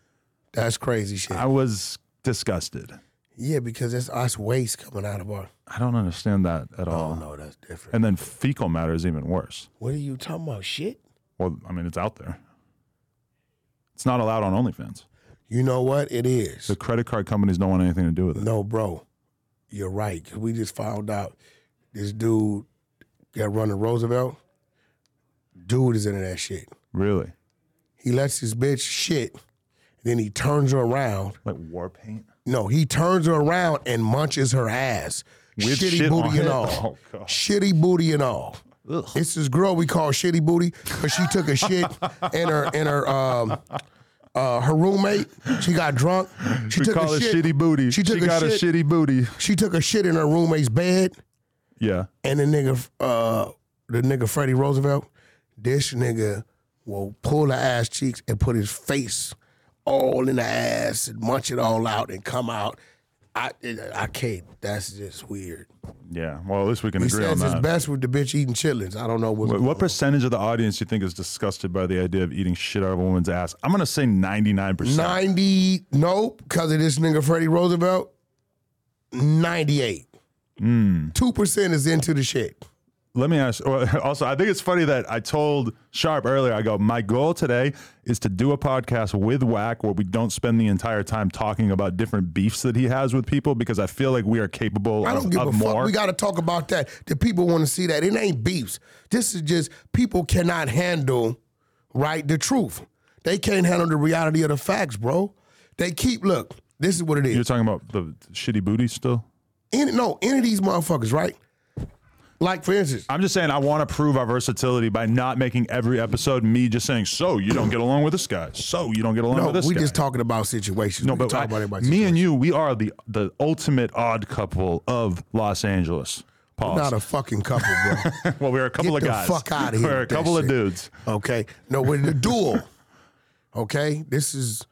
Speaker 2: That's crazy shit.
Speaker 1: I was disgusted.
Speaker 2: yeah, because that's us waste coming out of our.
Speaker 1: I don't understand that at all.
Speaker 2: Oh no, that's different.
Speaker 1: And then fecal matter is even worse.
Speaker 2: What are you talking about? Shit.
Speaker 1: Well, I mean, it's out there. It's not allowed on OnlyFans.
Speaker 2: You know what? It is.
Speaker 1: The credit card companies don't want anything to do with it.
Speaker 2: No, bro, you're right. 'Cause we just found out this dude that run the Roosevelt, dude is into that shit.
Speaker 1: Really?
Speaker 2: He lets his bitch shit, then he turns her around.
Speaker 1: Like war paint?
Speaker 2: No, he turns her around and munches her ass.
Speaker 1: With
Speaker 2: Shitty
Speaker 1: shit on
Speaker 2: booty and
Speaker 1: it?
Speaker 2: all.
Speaker 1: Oh, God.
Speaker 2: Shitty booty and all. It's this girl we call Shitty Booty because she took a shit and her and her um, uh, her roommate. She got drunk. She
Speaker 1: we
Speaker 2: took
Speaker 1: call
Speaker 2: a
Speaker 1: it
Speaker 2: shit.
Speaker 1: shitty booty.
Speaker 2: She took a
Speaker 1: got
Speaker 2: shit.
Speaker 1: a shitty booty.
Speaker 2: She took a shit in her roommate's bed,
Speaker 1: Yeah.
Speaker 2: and the nigga, uh, the nigga Freddie Roosevelt, this nigga will pull her ass cheeks and put his face all in the ass and munch it all out and come out. I I can't. That's just weird.
Speaker 1: Yeah. Well, at least we can
Speaker 2: He
Speaker 1: agree on
Speaker 2: says it's
Speaker 1: that.
Speaker 2: best with the bitch eating chitlins. I don't know what.
Speaker 1: What percentage of the audience do you think is disgusted by the idea of eating shit out of a woman's ass? I'm gonna say 99. percent
Speaker 2: 90, nope, because of this nigga Freddie Roosevelt, 98.
Speaker 1: Hmm.
Speaker 2: 2% is into the shit.
Speaker 1: Let me ask. Well, also, I think it's funny that I told Sharp earlier. I go, my goal today is to do a podcast with Whack where we don't spend the entire time talking about different beefs that he has with people because I feel like we are capable
Speaker 2: I
Speaker 1: of,
Speaker 2: don't give
Speaker 1: of
Speaker 2: a
Speaker 1: more.
Speaker 2: fuck. We got to talk about that. The people want to see that. It ain't beefs. This is just people cannot handle, right, the truth. They can't handle the reality of the facts, bro. They keep, look, this is what it
Speaker 1: You're
Speaker 2: is.
Speaker 1: talking about the shitty booty still.
Speaker 2: Any, no, any of these motherfuckers, right? Like, for instance,
Speaker 1: I'm just saying I want to prove our versatility by not making every episode me just saying, "So you don't get along with this guy. So you don't get along
Speaker 2: no,
Speaker 1: with this
Speaker 2: we
Speaker 1: guy."
Speaker 2: just talking about situations.
Speaker 1: no,
Speaker 2: we
Speaker 1: but
Speaker 2: talk
Speaker 1: I-
Speaker 2: about everybody's
Speaker 1: me and you, we are the the ultimate odd couple of Los Angeles. Pause.
Speaker 2: not a fucking couple, bro.
Speaker 1: well, we're a couple
Speaker 2: Get
Speaker 1: of
Speaker 2: the
Speaker 1: guys.
Speaker 2: fuck outta here
Speaker 1: We're a
Speaker 2: with that
Speaker 1: couple of
Speaker 2: shit.
Speaker 1: dudes.
Speaker 2: Okay. No, we're in the duel. Okay. This is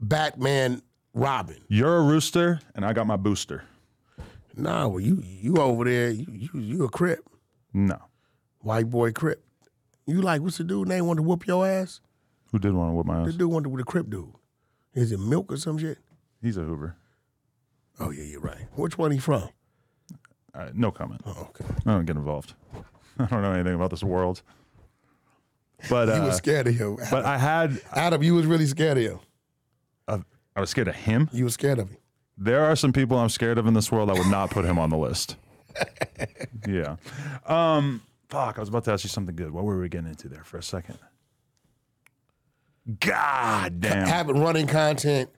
Speaker 2: Batman Robin.
Speaker 1: You're a rooster, and I got my booster.
Speaker 2: Nah, well, you you over there, you you, you a crip.
Speaker 1: No,
Speaker 2: White boy crip. You like what's the dude name wanted to whoop your ass?
Speaker 1: who did want to whip my
Speaker 2: The
Speaker 1: ass?
Speaker 2: dude wanted with the crip dude. Is it milk or some shit?
Speaker 1: He's a Hoover.
Speaker 2: Oh yeah, you're right. Which one he from?
Speaker 1: All right, Uh, no comment.
Speaker 2: Oh, okay.
Speaker 1: I don't get involved. I don't know anything about this world. But
Speaker 2: you
Speaker 1: uh,
Speaker 2: was scared of him.
Speaker 1: but I had
Speaker 2: Adam, you was really scared of him.
Speaker 1: I I was scared of him.
Speaker 2: You was scared of him.
Speaker 1: There are some people I'm scared of in this world. I would not put him on the list. yeah. Um, fuck, I was about to ask you something good. What were we getting into there for a second? God damn.
Speaker 2: Having running content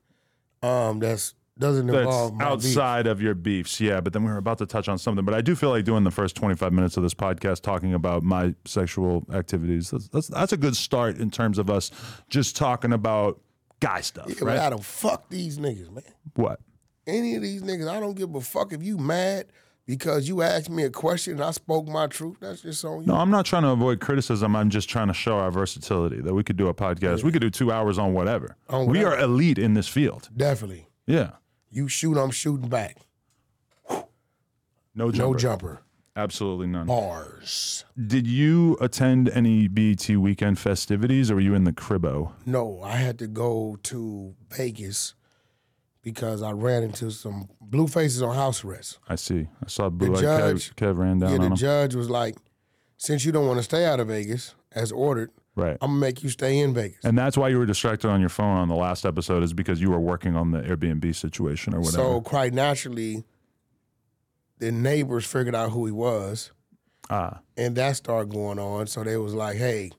Speaker 2: um that's doesn't
Speaker 1: That's
Speaker 2: involve my beef.
Speaker 1: outside of your beefs. Yeah, but then we were about to touch on something. But I do feel like doing the first 25 minutes of this podcast talking about my sexual activities. That's, that's, that's a good start in terms of us just talking about guy stuff,
Speaker 2: Yeah, but
Speaker 1: right?
Speaker 2: Adam, fuck these niggas, man.
Speaker 1: What?
Speaker 2: any of these niggas, I don't give a fuck if you mad because you asked me a question and I spoke my truth. That's just on you.
Speaker 1: No, I'm not trying to avoid criticism. I'm just trying to show our versatility that we could do a podcast. We could do two hours on whatever.
Speaker 2: On
Speaker 1: We
Speaker 2: whatever.
Speaker 1: are elite in this field.
Speaker 2: Definitely.
Speaker 1: Yeah.
Speaker 2: You shoot, I'm shooting back.
Speaker 1: No
Speaker 2: No
Speaker 1: jumper.
Speaker 2: jumper.
Speaker 1: Absolutely none.
Speaker 2: Bars.
Speaker 1: Did you attend any BET weekend festivities or were you in the cribbo?
Speaker 2: No, I had to go to Vegas because I ran into some blue faces on house arrest.
Speaker 1: I see. I saw Blue Eyed
Speaker 2: judge-
Speaker 1: Kev, Kev ran down
Speaker 2: yeah, the
Speaker 1: on him.
Speaker 2: judge was like, since you don't want to stay out of Vegas as ordered,
Speaker 1: right.
Speaker 2: I'm going to make you stay in Vegas.
Speaker 1: and that's why you were distracted on your phone on the last episode is because you were working on the Airbnb situation or whatever.
Speaker 2: So, quite naturally, the neighbors figured out who he was.
Speaker 1: ah,
Speaker 2: and that started going on. So they was like, "Hey,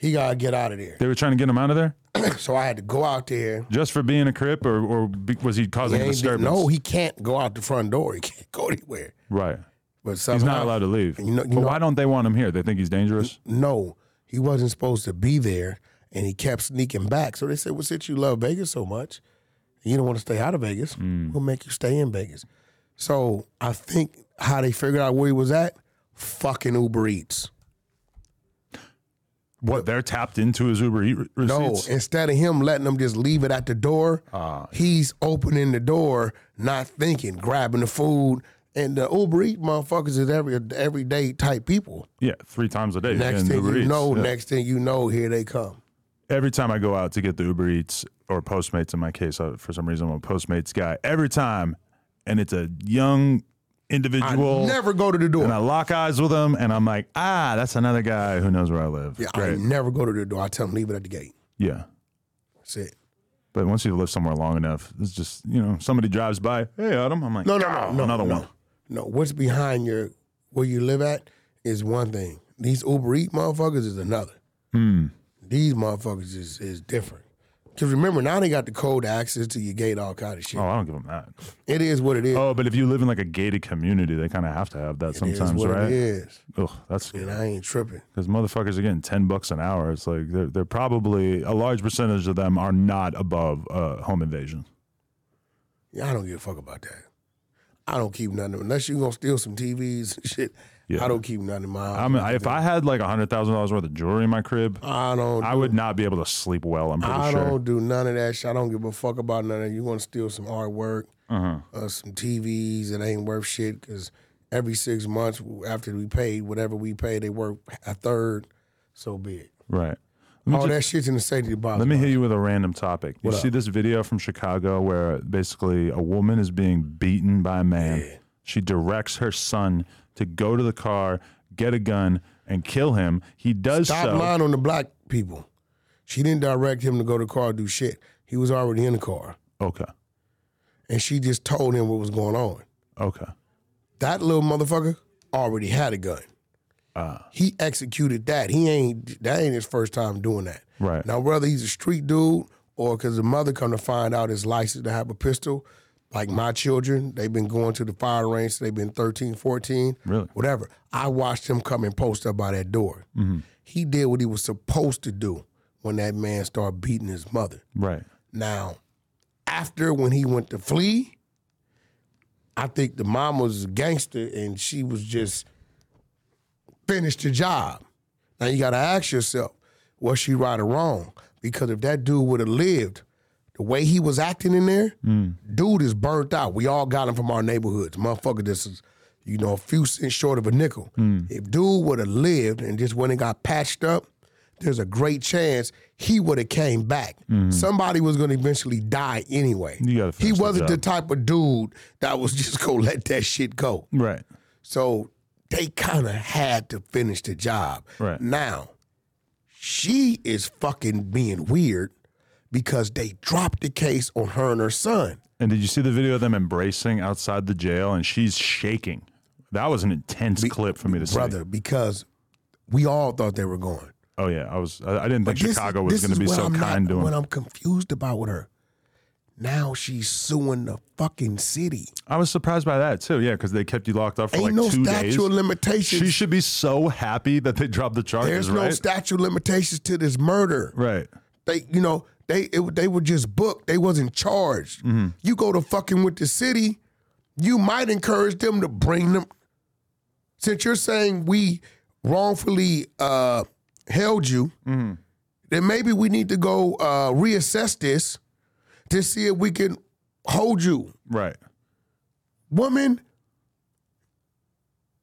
Speaker 2: he gotta get out of there."
Speaker 1: they were trying to get him out of there
Speaker 2: so I had to go out there.
Speaker 1: just for being a crip or, or be, was he
Speaker 2: He
Speaker 1: causing a
Speaker 2: ain't-
Speaker 1: disturbance?
Speaker 2: no, he can't go out the front door. He can't go anywhere.
Speaker 1: Right.
Speaker 2: But
Speaker 1: He's
Speaker 2: somehow,
Speaker 1: not allowed to leave.
Speaker 2: You know- you
Speaker 1: but
Speaker 2: know-
Speaker 1: why don't they want him here? They think he's dangerous.
Speaker 2: No, he wasn't supposed to be there, and he kept sneaking back. So they said, "Well, since you love Vegas so much, and you don't want to stay out of Vegas.
Speaker 1: Mm.
Speaker 2: We'll make you stay in Vegas." So I think how they figured out where he was at, fucking Uber Eats.
Speaker 1: What they're tapped into his Uber Eats
Speaker 2: No,
Speaker 1: receipts.
Speaker 2: instead of him letting them just leave it at the door,
Speaker 1: Ah.
Speaker 2: he's opening the door, not thinking, grabbing the food. And the Uber Eat motherfuckers is every everyday type people.
Speaker 1: yeah, three times a day.
Speaker 2: Next
Speaker 1: in
Speaker 2: thing
Speaker 1: Uber
Speaker 2: you
Speaker 1: Eats.
Speaker 2: know,
Speaker 1: Yeah.
Speaker 2: next thing you know, here they come.
Speaker 1: every time I go out to get the Uber Eats or Postmates, in my case, I, for some reason I'm a Postmates guy. Every time, and it's a young
Speaker 2: I
Speaker 1: individual,
Speaker 2: never go to the door.
Speaker 1: and I lock eyes with him, and I'm like, ah, that's another guy who knows where I live.
Speaker 2: yeah, I
Speaker 1: Great.
Speaker 2: never go to the door. I tell them leave it at the gate.
Speaker 1: yeah.
Speaker 2: That's it.
Speaker 1: But once you live somewhere long enough, it's just you know somebody drives by. Hey, Adam. I'm like,
Speaker 2: No, no,
Speaker 1: "Ah,
Speaker 2: no, no
Speaker 1: another
Speaker 2: no.
Speaker 1: one.
Speaker 2: No, what's behind your where you live at is one thing.
Speaker 1: Hmm.
Speaker 2: These Uber Eat motherfuckers is another. These motherfuckers is is different. Because remember, now they got the code to access to your gate, all kind of shit.
Speaker 1: Oh, I don't give them that.
Speaker 2: It is what it is.
Speaker 1: Oh, but if you live in like a gated community, they kind of have to have that
Speaker 2: It is
Speaker 1: sometimes,
Speaker 2: what
Speaker 1: right?
Speaker 2: it is.
Speaker 1: Ugh, that's
Speaker 2: And I ain't tripping.
Speaker 1: because motherfuckers are getting ten bucks an hour. It's like they're they're probably a large percentage of them are not above uh, home invasion.
Speaker 2: Yeah, I don't give a fuck about that. I don't keep nothing unless you gonna steal some TVs and shit.
Speaker 1: Yeah.
Speaker 2: I don't keep nothing in my house.
Speaker 1: I mean, I- if I had like hundred thousand dollars worth of jewelry in my crib,
Speaker 2: I don't.
Speaker 1: I would not be able to sleep well. I'm pretty
Speaker 2: I
Speaker 1: sure.
Speaker 2: don't do none of that shit. I don't give a fuck about none of that. You want to steal some artwork,
Speaker 1: Uh-huh.
Speaker 2: uh, some TVs that ain't worth shit because every six months after we pay whatever we pay, they work a third. So be it.
Speaker 1: Right. Let me
Speaker 2: All
Speaker 1: ju-
Speaker 2: that shit's in the safety box.
Speaker 1: Let me
Speaker 2: bro.
Speaker 1: hit you with a random topic. You see this video from Chicago where basically a woman is being beaten by a man. She directs her son to go to the car, get a gun, and kill him. He does
Speaker 2: Stop
Speaker 1: so.
Speaker 2: lying on the black people. She didn't direct him to go to the car and do shit. He was already in the car,
Speaker 1: Okay.
Speaker 2: and she just told him what was going on.
Speaker 1: Okay.
Speaker 2: That little motherfucker already had a gun.
Speaker 1: Uh.
Speaker 2: he executed that. He ain't that ain't his first time doing that.
Speaker 1: Right.
Speaker 2: Now whether he's a street dude or because the mother come to find out is licensed to have a pistol, like my children, they've been going to the fire range. since They've been 13, 14,
Speaker 1: Really?
Speaker 2: whatever. I watched him come and post up by that door. He did what he was supposed to do when that man started beating his mother.
Speaker 1: Right.
Speaker 2: Now, after when he went to flee, I think the mom was a gangster and she was just finished the job. Now you gotta ask yourself, was she right or wrong? Because if that dude would have lived the way he was acting in there,
Speaker 1: Mm.
Speaker 2: dude is burnt out. We all got him from our neighborhoods. Motherfucker, this is, you know, a few cents short of a nickel.
Speaker 1: Mm.
Speaker 2: If dude would have lived and just went and got patched up, there's a great chance he would have came back. Somebody was gonna eventually die anyway.
Speaker 1: Mm. You gotta
Speaker 2: he
Speaker 1: finish the
Speaker 2: wasn't the
Speaker 1: job.
Speaker 2: type of dude that was just gonna let that shit go.
Speaker 1: Right.
Speaker 2: So they kind of had to finish the job.
Speaker 1: Right.
Speaker 2: Now, she is fucking being weird because they dropped the case on her and her son.
Speaker 1: And did you see the video of them embracing outside the jail and she's shaking? That was an intense clip for me to see.
Speaker 2: Brother, because we all thought they were going.
Speaker 1: Oh yeah, I was. I, I didn't think
Speaker 2: This is-
Speaker 1: Chicago was
Speaker 2: this
Speaker 1: going to
Speaker 2: is
Speaker 1: be
Speaker 2: what
Speaker 1: so
Speaker 2: I'm not-
Speaker 1: kind to him.
Speaker 2: What I'm confused about with her. Now she's suing the fucking city.
Speaker 1: I was surprised by that too. Yeah, because they kept you locked up for
Speaker 2: Ain't
Speaker 1: like
Speaker 2: no
Speaker 1: two
Speaker 2: statute
Speaker 1: days.
Speaker 2: of limitations.
Speaker 1: She should be so happy that they dropped the charges,
Speaker 2: There's no
Speaker 1: right?
Speaker 2: statute of limitations to this murder.
Speaker 1: right.
Speaker 2: they you know they it, they were just booked they wasn't charged you go to fucking with the city you might encourage them to bring them since you're saying we wrongfully uh held you then maybe we need to go uh reassess this to see if we can hold you
Speaker 1: Right.
Speaker 2: woman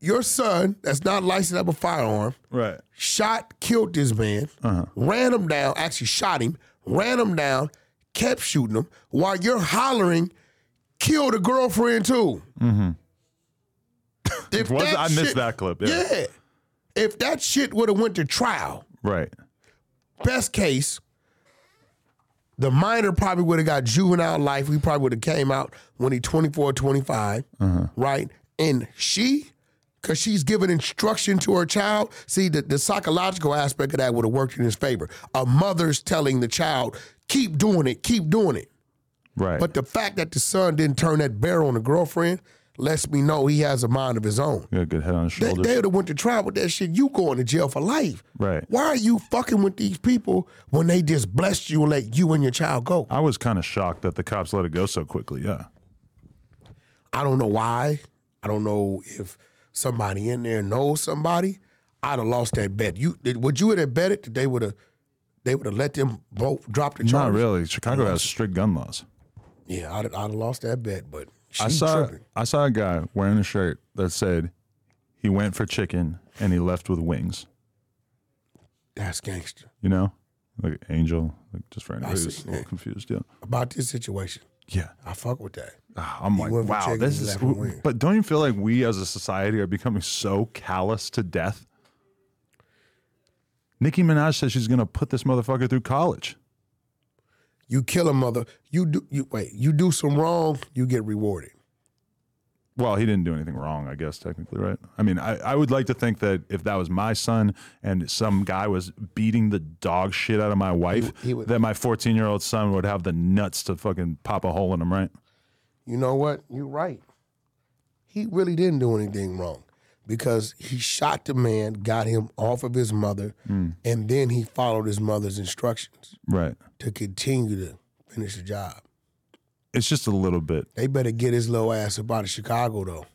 Speaker 2: your son that's not licensed to have a firearm
Speaker 1: Right.
Speaker 2: shot, killed this man,
Speaker 1: Uh-huh.
Speaker 2: ran him down, actually shot him, ran him down, kept shooting him while you're hollering, killed a girlfriend too. if
Speaker 1: Mm-hmm. Was-
Speaker 2: that
Speaker 1: I missed
Speaker 2: shit-
Speaker 1: that clip. Yeah.
Speaker 2: Yeah. If that shit would have went to trial,
Speaker 1: Right.
Speaker 2: best case, the minor probably would have got juvenile life. We probably would have came out when he 24, 25, right? And she, because she's giving instruction to her child, see, the, the psychological aspect of that would have worked in his favor. A mother's telling the child, keep doing it, keep doing it.
Speaker 1: Right.
Speaker 2: But the fact that the son didn't turn that bear on the girlfriend lets me know he has a mind of his own.
Speaker 1: you got a good head on his
Speaker 2: They,
Speaker 1: shoulders.
Speaker 2: they would have went to trial with that shit. You going to jail for life.
Speaker 1: right.
Speaker 2: Why are you fucking with these people when they just blessed you and let you and your child go?
Speaker 1: I was kind of shocked that the cops let it go so quickly. Yeah.
Speaker 2: I don't know why. I don't know if somebody in there knows somebody. I'd have lost that bet. You did- would you would have bet it that they would have they would have let them both drop the
Speaker 1: Not
Speaker 2: charge?
Speaker 1: really. Chicago has strict gun laws.
Speaker 2: Yeah, I'd, I'd have lost that bet. But she
Speaker 1: I saw
Speaker 2: tripping.
Speaker 1: I saw a guy wearing a shirt that said he went for chicken and he left with wings.
Speaker 2: That's gangster.
Speaker 1: You know, like angel, like just for anybody
Speaker 2: see,
Speaker 1: who's a little
Speaker 2: yeah.
Speaker 1: confused. Yeah.
Speaker 2: About this situation,
Speaker 1: Yeah.
Speaker 2: I fuck with that.
Speaker 1: Ah, I'm like,
Speaker 2: went for
Speaker 1: wow,
Speaker 2: chicken,
Speaker 1: this
Speaker 2: he
Speaker 1: is.
Speaker 2: left with wings.
Speaker 1: But don't you feel like we as a society are becoming so callous to death? Nicki Minaj says she's going to put this motherfucker through college.
Speaker 2: You kill a mother. You do. You wait. You do some wrong. You get rewarded.
Speaker 1: well, he didn't do anything wrong, I guess, technically, right? I mean, I, I would like to think that if that was my son and some guy was beating the dog shit out of my wife,
Speaker 2: he would-
Speaker 1: that my 14 year old son would have the nuts to fucking pop a hole in him, right?
Speaker 2: You know what? You're right. He really didn't do anything wrong because he shot the man, got him off of his mother, and then he followed his mother's instructions
Speaker 1: Right.
Speaker 2: to continue to finish the job.
Speaker 1: It's just a little bit
Speaker 2: They better get his little ass up out of Chicago, though.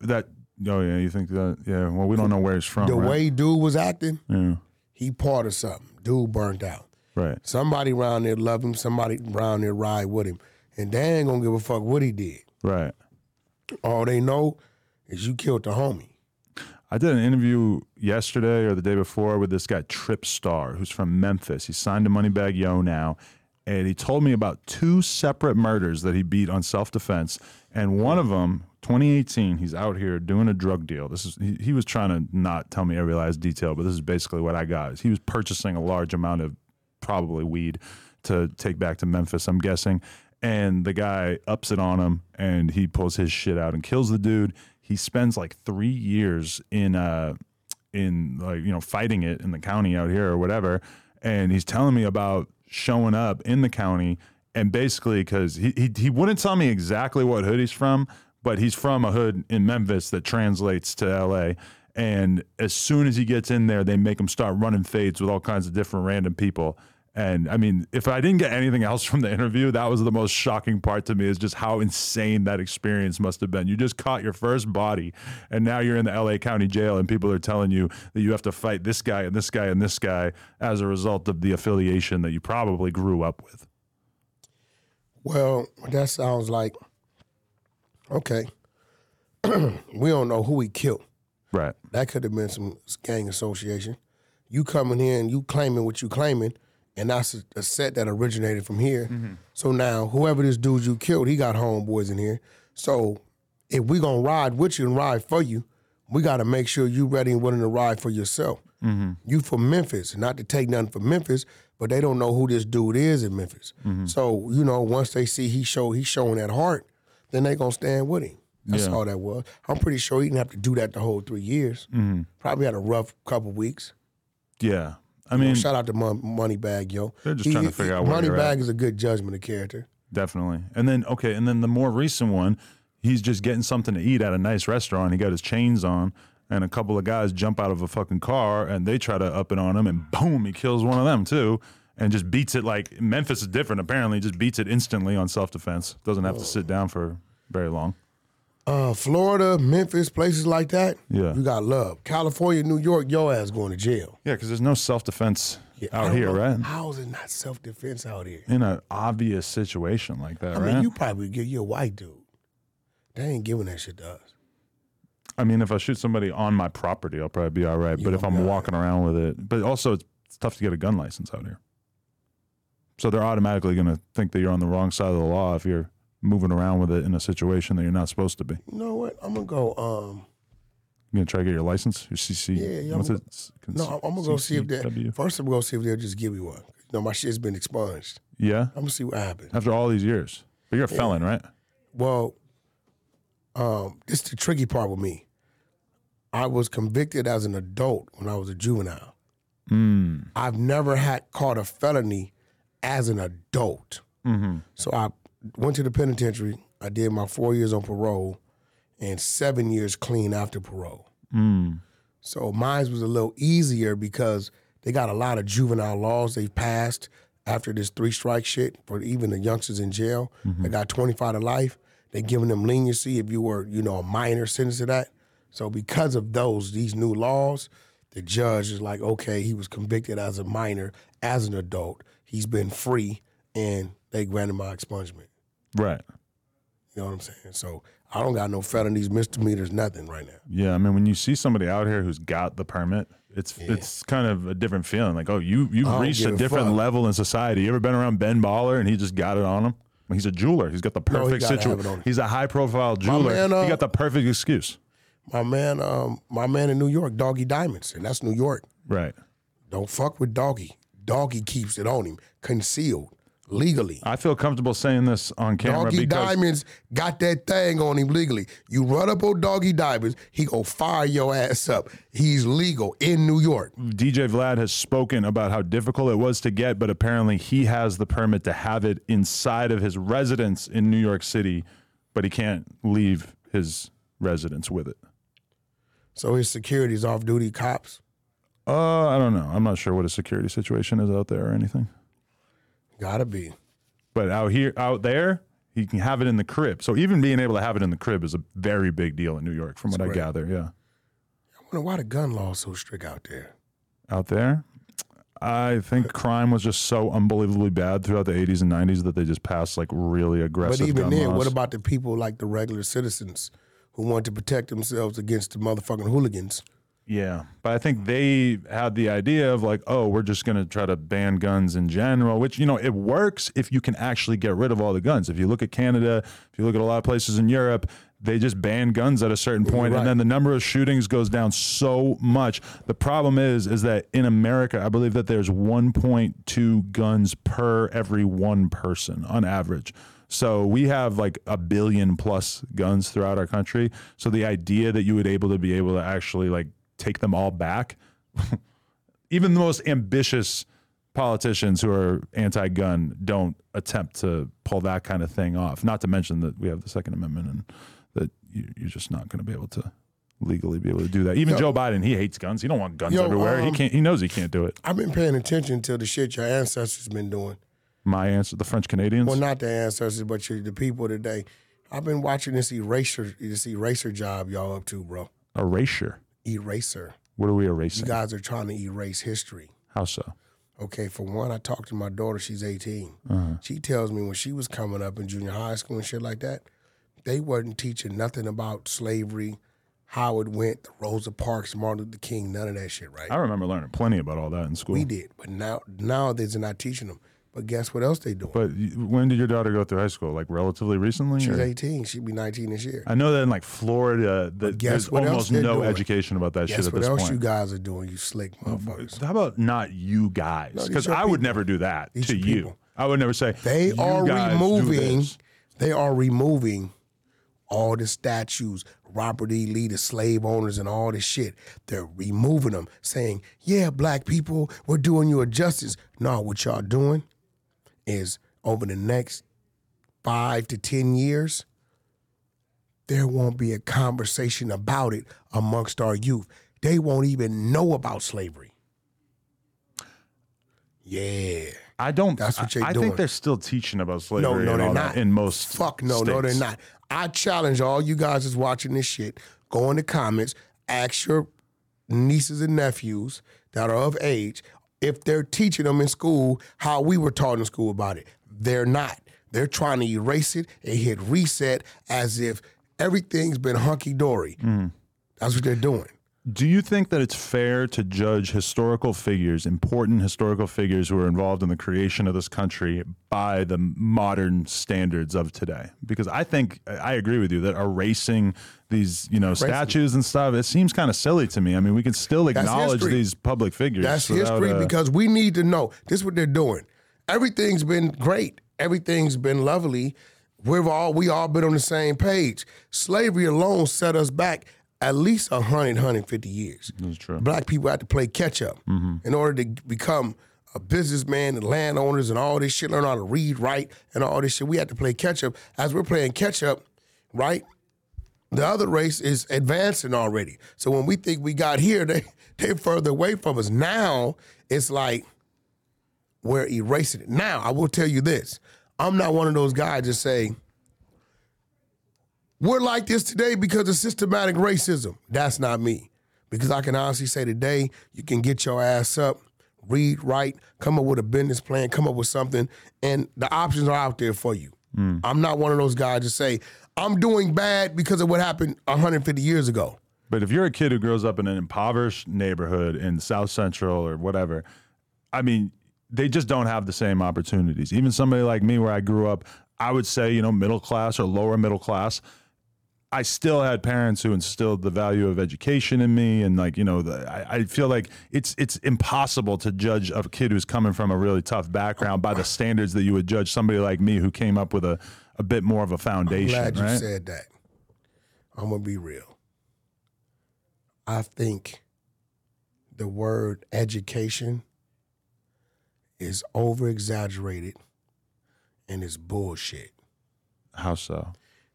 Speaker 1: that. Oh yeah, you think that? Yeah. Well, we don't know where he's from.
Speaker 2: The
Speaker 1: right?
Speaker 2: way dude was acting,
Speaker 1: Yeah.
Speaker 2: he part of something. Dude burnt out.
Speaker 1: Right.
Speaker 2: Somebody around there love him. Somebody around there ride with him. And they ain't gonna give a fuck what he did.
Speaker 1: Right.
Speaker 2: All they know is you killed the homie.
Speaker 1: I did an interview yesterday or the day before with this guy Trip Star, who's from Memphis. He signed to Moneybag Yo now, and he told me about two separate murders that he beat on self-defense. And one of them, 2018, he's out here doing a drug deal. This is he, he was trying to not tell me every last detail, but this is basically what I got. is He was purchasing a large amount of probably weed to take back to Memphis, I'm guessing. And the guy ups it on him and he pulls his shit out and kills the dude. He spends like three years in uh in like, you know, fighting it in the county out here or whatever. And he's telling me about showing up in the county and basically because he, he he wouldn't tell me exactly what hood he's from, but he's from a hood in Memphis that translates to LA. And as soon as he gets in there, they make him start running fades with all kinds of different random people. And I mean, if I didn't get anything else from the interview, that was the most shocking part to me is just how insane that experience must have been. You just caught your first body, and now you're in the LA County jail, and people are telling you that you have to fight this guy and this guy and this guy as a result of the affiliation that you probably grew up with.
Speaker 2: Well, that sounds like okay. we don't know who he killed.
Speaker 1: Right.
Speaker 2: That could have been some gang association. You coming here and you claiming what you claiming, and that's a, a set that originated from here. So now, whoever this dude you killed, he got homeboys in here. So if we gonna ride with you and ride for you, we gotta make sure you ready and willing to ride for yourself. You from Memphis, not to take nothing from Memphis, but they don't know who this dude is in Memphis.
Speaker 1: Mm-hmm.
Speaker 2: So you know, once they see he show he's showing that heart, then they gonna stand with him. That's
Speaker 1: Yeah.
Speaker 2: all that was. I'm pretty sure he didn't have to do that the whole three years.
Speaker 1: Mm-hmm.
Speaker 2: Probably had a rough couple weeks.
Speaker 1: Yeah. I mean,
Speaker 2: Shout out to Mon- Moneybag, yo.
Speaker 1: They're just trying to figure out where you're at.
Speaker 2: Moneybag is a good judgment of character.
Speaker 1: Definitely. And then okay, and then the more recent one, he's just getting something to eat at a nice restaurant. He got his chains on, and a couple of guys jump out of a fucking car and they try to up it on him and boom, he kills one of them too. And just beats it like Memphis is different, apparently, just beats it instantly on self defense. Doesn't have to sit down for very long.
Speaker 2: Uh, Florida, Memphis, places like that.
Speaker 1: Yeah.
Speaker 2: you got love. California, New York, your ass going to jail
Speaker 1: Yeah, because there's no self defense
Speaker 2: I
Speaker 1: out
Speaker 2: don't
Speaker 1: here,
Speaker 2: know,
Speaker 1: right?
Speaker 2: How is it not self defense out here?
Speaker 1: In an obvious situation like that,
Speaker 2: I
Speaker 1: right?
Speaker 2: mean, you probably get you a white dude. They ain't giving that shit to us.
Speaker 1: I mean, if I shoot somebody on my property, I'll probably be all right. But if I'm walking around with it, but also it's, it's tough to get a gun license out here. So they're automatically going to think that you're on the wrong side of the law if you're moving around with it in a situation that you're not supposed to be.
Speaker 2: You know what? I'm gonna go. Um,
Speaker 1: You're going to try to get your license, your CC.
Speaker 2: Yeah, yeah,
Speaker 1: What's
Speaker 2: I'm-
Speaker 1: it? S- con-
Speaker 2: no, I'm gonna go see if they.
Speaker 1: CCW?
Speaker 2: First, I'm gonna see if they'll just give me one. You know, my shit's been expunged.
Speaker 1: Yeah,
Speaker 2: I'm gonna see what happens.
Speaker 1: after all these years, but you're a felon, right?
Speaker 2: Well, um, this is the tricky part with me. I was convicted as an adult when I was a juvenile.
Speaker 1: Mm,
Speaker 2: I've never had caught a felony as an adult.
Speaker 1: mm-hmm,
Speaker 2: So I went to the penitentiary. I did my four years on parole and seven years clean after parole.
Speaker 1: mm-hmm.
Speaker 2: So mine was a little easier because they got a lot of juvenile laws they passed after this three strike shit for even the youngsters in jail. They got 25 to life. They giving them leniency if you were, you know, a minor sentence to that. So because of those, these new laws, the judge is like, okay, he was convicted as a minor, as an adult. He's been free and they granted my expungement.
Speaker 1: Right.
Speaker 2: You know what I'm saying? So I don't got no felonies, misdemeanors, nothing right now.
Speaker 1: Yeah, I mean, when you see somebody out here who's got the permit, it's it's kind of a different feeling. Like, oh, you you
Speaker 2: don't
Speaker 1: have reached
Speaker 2: give
Speaker 1: a
Speaker 2: a
Speaker 1: different
Speaker 2: fuck.
Speaker 1: level in society. You ever been around Ben Baller and he just got it on him? He's a jeweler. He's got the perfect
Speaker 2: gotta have it on
Speaker 1: situation.
Speaker 2: him.
Speaker 1: He's a high profile jeweler.
Speaker 2: man, uh,
Speaker 1: he got the perfect excuse.
Speaker 2: my man, um, my man in New York, Doggy Diamonds, and that's New York.
Speaker 1: Right.
Speaker 2: Don't fuck with Doggy. Doggy keeps it on him, concealed. legally.
Speaker 1: I feel comfortable saying this on camera
Speaker 2: Doggy
Speaker 1: because
Speaker 2: Diamonds got that thing on him legally. You run up on Doggy Diamonds, he go fire your ass up. He's legal in New York.
Speaker 1: DJ Vlad has spoken about how difficult it was to get, but apparently he has the permit to have it inside of his residence in New York City, but he can't leave his residence with it.
Speaker 2: So his security's off duty cops.
Speaker 1: Uh, I don't know. I'm not sure what his security situation is out there or anything.
Speaker 2: Gotta be.
Speaker 1: But out here, out there, he can have it in the crib. So even being able to have it in the crib is a very big deal in New York, from what I gather. Yeah,
Speaker 2: I wonder why the gun law is so strict out there.
Speaker 1: out there, I think crime was just so unbelievably bad throughout the 80s and 90s that they just passed like really
Speaker 2: But
Speaker 1: aggressive.
Speaker 2: even
Speaker 1: gun
Speaker 2: then,
Speaker 1: laws.
Speaker 2: what about the people like the regular citizens who want to protect themselves against the motherfucking hooligans?
Speaker 1: Yeah, but I think they had the idea of like, oh, we're just going to try to ban guns in general, which you know it works if you can actually get rid of all the guns. If you look at Canada, if you look at a lot of places in Europe, they just ban guns at a certain point, and then the number of shootings goes down so much. The problem is, is that in America, I believe that there's 1.2 guns per every one person on average. So we have like a billion plus guns throughout our country. So the idea that you would able to be able to actually like take them all back, even the most ambitious politicians who are anti-gun don't attempt to pull that kind of thing off. Not to mention that we have the Second Amendment and that you, you're just not going to be able to legally be able to do that. Even Joe Biden, he hates guns. He don't want guns
Speaker 2: Yo,
Speaker 1: everywhere. he
Speaker 2: um,
Speaker 1: can't. He knows he can't do it.
Speaker 2: I've been paying attention to the shit your ancestors been doing.
Speaker 1: My answer: the French Canadians.
Speaker 2: Well, not the ancestors, but your, the people today. I've been watching this eraser, this eraser job y'all up to, bro.
Speaker 1: Erasure.
Speaker 2: Eraser.
Speaker 1: What are we
Speaker 2: You
Speaker 1: erasing?
Speaker 2: guys are trying to erase history.
Speaker 1: How so?
Speaker 2: Okay, for one, I talked to my daughter. She's 18. She tells me when she was coming up in junior high school and shit like that, they wasn't teaching nothing about slavery, how it went, the Rosa Parks, Martin Luther King, none of that shit, right?
Speaker 1: I remember learning plenty about all that in school.
Speaker 2: We did, but now nowadays they're not teaching them. But guess what else they doing?
Speaker 1: But y- when did your daughter go through high school? Like relatively recently?
Speaker 2: She's
Speaker 1: or-
Speaker 2: 18. She'll be 19 this year.
Speaker 1: I know that in like Florida, the,
Speaker 2: guess
Speaker 1: there's
Speaker 2: what else
Speaker 1: almost
Speaker 2: they're
Speaker 1: no
Speaker 2: doing?
Speaker 1: education about that shit
Speaker 2: Guess
Speaker 1: at
Speaker 2: what
Speaker 1: this
Speaker 2: else
Speaker 1: point.
Speaker 2: you guys are doing, you slick motherfuckers?
Speaker 1: How about not you guys?
Speaker 2: these
Speaker 1: Because
Speaker 2: your
Speaker 1: I would
Speaker 2: people.
Speaker 1: never do that
Speaker 2: These
Speaker 1: to
Speaker 2: your
Speaker 1: you.
Speaker 2: people.
Speaker 1: I would never say
Speaker 2: They
Speaker 1: "You
Speaker 2: are
Speaker 1: guys do
Speaker 2: removing.
Speaker 1: this."
Speaker 2: They are removing all the statues, Robert E. Lee, the slave owners, and all this shit. They're removing them, saying, "Yeah, black people, we're doing you a justice." No, what y'all doing is over the next five to ten years, there won't be a conversation about it amongst our youth. They won't even know about slavery. Yeah.
Speaker 1: I don't.
Speaker 2: That's what
Speaker 1: I,
Speaker 2: you're
Speaker 1: I
Speaker 2: doing.
Speaker 1: think they're still teaching about slavery.
Speaker 2: No, no,
Speaker 1: and
Speaker 2: they're
Speaker 1: all
Speaker 2: not.
Speaker 1: That in most.
Speaker 2: Fuck no, no, they're
Speaker 1: states.
Speaker 2: not. I challenge all you guys that's watching this shit. Go in the comments, ask your nieces and nephews that are of age if they're teaching them in school how we were taught in school about it. They're not. They're trying to erase it and hit reset as if everything's been hunky dory.
Speaker 1: Mm.
Speaker 2: That's what they're doing.
Speaker 1: Do you think that it's fair to judge historical figures, important historical figures who are involved in the creation of this country, by the modern standards of today? Because I think I agree with you that erasing these, you know, statues and stuff, it seems kind of silly to me. I mean, we can still acknowledge
Speaker 2: history.
Speaker 1: these public figures.
Speaker 2: That's
Speaker 1: without,
Speaker 2: history
Speaker 1: uh,
Speaker 2: because we need to know. This is what they're doing. Everything's been great. Everything's been lovely. We've all we all been on the same page. Slavery alone set us back at least 100, 150 years.
Speaker 1: That's true. Mm-hmm.
Speaker 2: Black people had to play catch up in order to become a businessman and landowners and all this shit, learn how to read, write, and all this shit. We had to play catch up. As we're playing catch up, right? The other race is advancing already. So when we think we got here, they they further away from us. Now it's like we're erasing it. Now I will tell you this: I'm not one of those guys that say we're like this today because of systematic racism. That's not me, because I can honestly say today you can get your ass up, read, write, come up with a business plan, come up with something, and the options are out there for you. I'm not one of those guys that say I'm doing bad because of what happened 150 years ago.
Speaker 1: But if you're a kid who grows up in an impoverished neighborhood in South Central or whatever, I mean, they just don't have the same opportunities. Even somebody like me, where I grew up, I would say, you know, middle class or lower middle class. I still had parents who instilled the value of education in me, and like you know, the, I, I feel like it's it's impossible to judge a kid who's coming from a really tough background by the standards that you would judge somebody like me who came up with a a bit more of a foundation.
Speaker 2: Glad you
Speaker 1: right?
Speaker 2: said that. I'm gonna be real. I think the word education is over exaggerated and it's bullshit
Speaker 1: How so?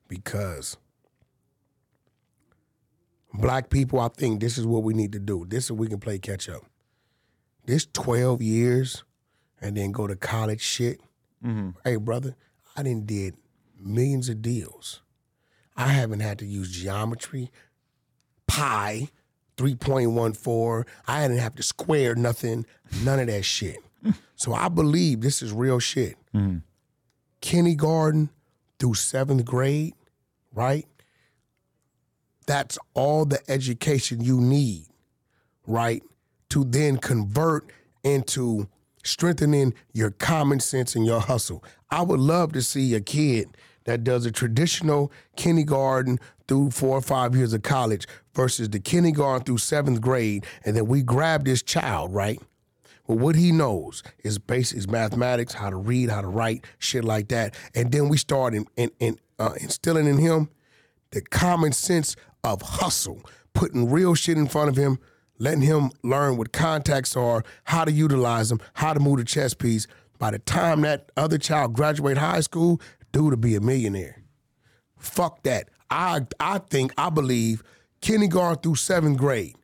Speaker 2: because black people, I think this is what we need to do. This is we can play catch up. This 12 years and then go to college shit. Hey, brother, I didn't did millions of deals. I haven't had to use geometry, pi, 3.14. I didn't have to square nothing, none of that shit. so I believe this is real shit. Kindergarten through seventh grade, right? That's all the education you need, right? To then convert into strengthening your common sense and your hustle. I would love to see a kid that does a traditional kindergarten through four or five years of college versus the kindergarten through seventh grade, and then we grab this child, right? But what he knows is basics, mathematics, how to read, how to write, shit like that. And then we start in, in, in, uh, instilling in him the common sense of hustle, putting real shit in front of him, letting him learn what contacts are, how to utilize them, how to move the chess piece. By the time that other child graduate high school, dude will be a millionaire. Fuck that. I I think I believe kindergarten through seventh grade.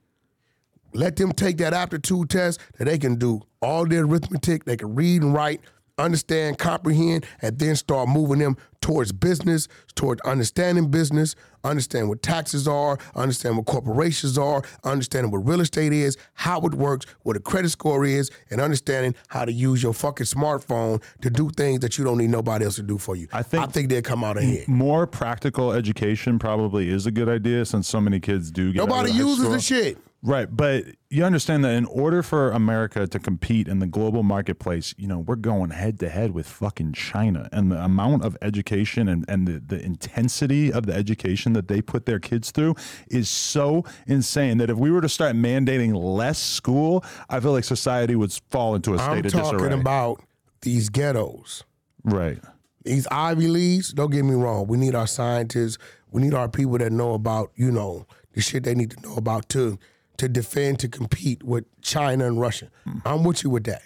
Speaker 2: Let them take that aptitude test that they can do all their arithmetic, they can read and write, understand, comprehend, and then start moving them towards business, towards understanding business, understand what taxes are, understand what corporations are, understanding what real estate is, how it works, what a credit score is, and understanding how to use your fucking smartphone to do things that you don't need nobody else to do for you.
Speaker 1: I think-
Speaker 2: I think they'll come out ahead.
Speaker 1: More practical education probably is a good idea since so many kids do get out
Speaker 2: Nobody
Speaker 1: of high
Speaker 2: uses
Speaker 1: school.
Speaker 2: the shit.
Speaker 1: Right, but you understand that in order for America to compete in the global marketplace, you know, we're going head to head with fucking China. And the amount of education and, and the, the intensity of the education that they put their kids through is so insane that if we were to start mandating less school, I feel like society would fall into a state
Speaker 2: I'm
Speaker 1: of
Speaker 2: talking
Speaker 1: disarray.
Speaker 2: about these ghettos.
Speaker 1: right.
Speaker 2: these Ivy Leagues, don't get me wrong, we need our scientists, we need our people that know about, you know, the shit they need to know about to to defend, to compete with China and Russia. I'm with you with that.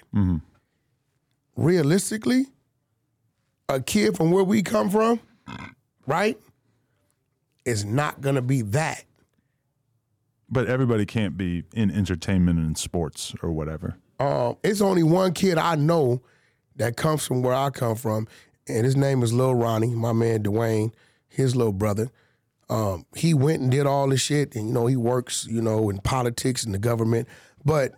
Speaker 2: Realistically, a kid from where we come from, right, is not gonna be that.
Speaker 1: But everybody can't be in entertainment and sports or whatever.
Speaker 2: Um, it's only one kid I know that comes from where I come from, and his name is Lil Ronnie, my man Dwayne, his little brother. Um, he went and did all this shit, and you know he works, you know, in politics and the government. But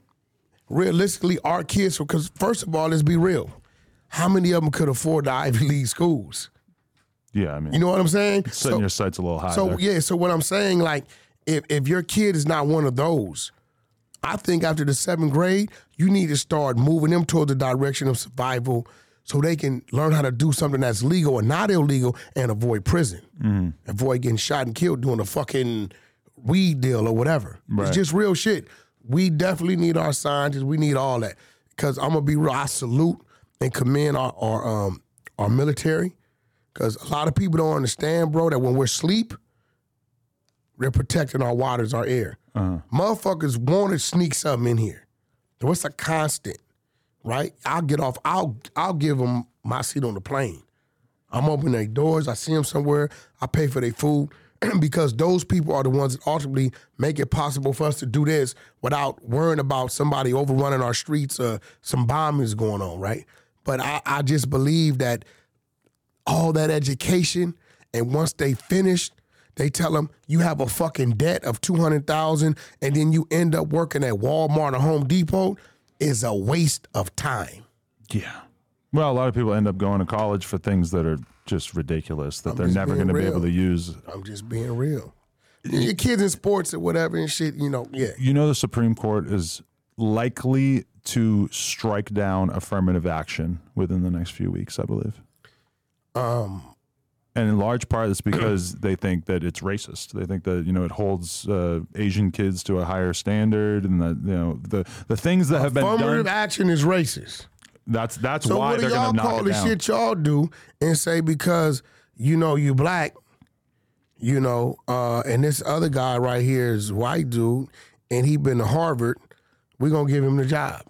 Speaker 2: realistically, our kids, because first of all, let's be real, how many of them could afford the Ivy League schools?
Speaker 1: Yeah, I mean,
Speaker 2: You know what I'm saying?
Speaker 1: setting
Speaker 2: So-
Speaker 1: your sights a little high.
Speaker 2: so
Speaker 1: there.
Speaker 2: yeah, so what I'm saying, like, if if your kid is not one of those, I think after the seventh grade, you need to start moving them toward the direction of survival, so they can learn how to do something that's legal and not illegal, and avoid prison, avoid getting shot and killed doing a fucking weed deal or whatever. It's just real shit. We definitely need our scientists. We need all that because I'm gonna be real. I salute and commend our our um our military. Because a lot of people don't understand, bro, that when we're asleep, they're protecting our waters, our air. Motherfuckers want to sneak something in here. What's a constant, right? I'll get off. I'll I'll give them my seat on the plane. I'm opening their doors. I see them somewhere. I pay for their food because those people are the ones that ultimately make it possible for us to do this without worrying about somebody overrunning our streets or some bombings going on, right? But I, I just believe that all that education, and once they finish, they tell them you have a fucking debt of two hundred thousand, and then you end up working at Walmart or Home Depot is a waste of time.
Speaker 1: Yeah. Well, a lot of people end up going to college for things that are just ridiculous that they're
Speaker 2: just
Speaker 1: never going
Speaker 2: being
Speaker 1: to be
Speaker 2: real.
Speaker 1: able to use.
Speaker 2: I'm just being real. Your kids in sports or whatever and shit, you know, yeah.
Speaker 1: You know, the Supreme Court is likely to strike
Speaker 2: Um,
Speaker 1: down affirmative action within the next few weeks, I believe. and in large part it's because they think that it's racist. They think that you know it holds uh, Asian kids to a higher standard, and that you know the the things that have been
Speaker 2: Affirmative
Speaker 1: done.
Speaker 2: action is racist.
Speaker 1: That's that's
Speaker 2: So
Speaker 1: why
Speaker 2: what do
Speaker 1: they're
Speaker 2: y'all
Speaker 1: going to knock
Speaker 2: call
Speaker 1: it
Speaker 2: the
Speaker 1: down.
Speaker 2: shit y'all do and say because you know you black, you know, uh, and this other guy right here is white dude, and he been to Harvard. We gonna give him the job.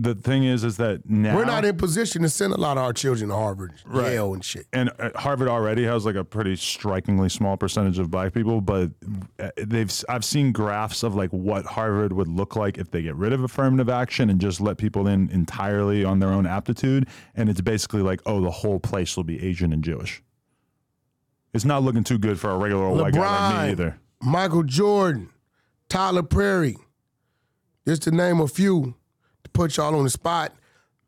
Speaker 1: The thing is, is that now
Speaker 2: We're not in position to send a lot of our children to Harvard, Yale, and shit.
Speaker 1: and uh, Harvard already has like a pretty strikingly small percentage of black people, but uh, they've I've seen graphs of like what Harvard would look like if they get rid of affirmative action and just let people in entirely on their own aptitude, and it's basically like oh the whole place will be Asian and Jewish. It's not looking too good for a regular old white guy like
Speaker 2: LeBron.
Speaker 1: me either.
Speaker 2: Michael Jordan, Tyler Perry, just to name a few, to put y'all on the spot.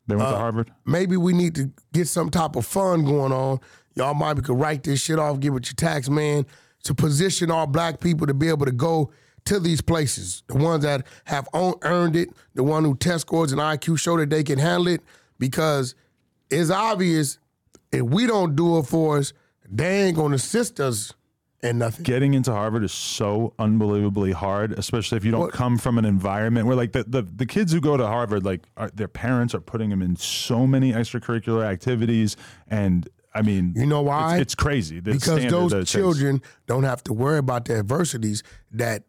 Speaker 1: They went to Harvard.
Speaker 2: maybe we need to get some type of fund going on. Y'all might could write this shit off, give it your tax man to position our black people to be able to go to these places. The ones that have own, earned it, the one who test scores and IQ show that they can handle it, because it's obvious if we don't do it for us, they ain't gonna assist us in nothing.
Speaker 1: Getting into Harvard is so unbelievably hard, especially if you don't come from an environment where, like, the, the, the kids who go to Harvard, like, are, their parents are putting them in so many extracurricular activities. And I mean,
Speaker 2: You know why?
Speaker 1: It's, it's crazy. The
Speaker 2: because
Speaker 1: standard that it
Speaker 2: those
Speaker 1: takes.
Speaker 2: children don't have to worry about the adversities that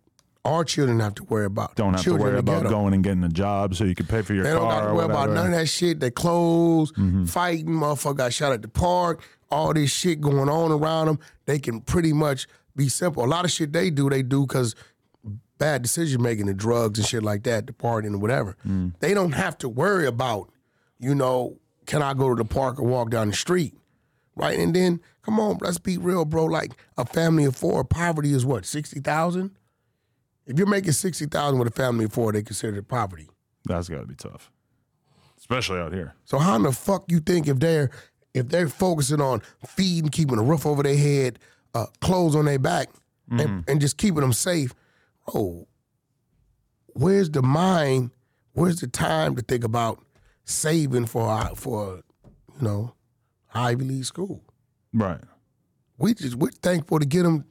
Speaker 2: our children have to worry about.
Speaker 1: don't have to
Speaker 2: Children
Speaker 1: worry
Speaker 2: in the
Speaker 1: about
Speaker 2: ghetto.
Speaker 1: going and getting a job so you can pay for your
Speaker 2: They
Speaker 1: car.
Speaker 2: don't got to
Speaker 1: or
Speaker 2: worry about
Speaker 1: whatever. Mm-hmm.
Speaker 2: none of that shit. They clothes, fighting, motherfucker got shot at the park, all this shit going on around them. They can pretty much be simple. A lot of shit they do, they do because bad decision making, the drugs and shit like that, the partying and whatever.
Speaker 1: Mm.
Speaker 2: They don't have to worry about, you know, can I go to the park or walk down the street? Right? And then, come on, let's be real, bro. Like a family of four, poverty is what, 60,000? If you're making 60,000 with a family of four, they consider it poverty.
Speaker 1: That's got to be tough, especially out here.
Speaker 2: So how in the fuck you think if they're if they're focusing on feeding, keeping a roof over their head, uh, clothes on their back, and, and just keeping them safe? Oh, where's the mind? Where's the time to think about saving for our- for you know Ivy League school?
Speaker 1: Right.
Speaker 2: We just we're thankful to get them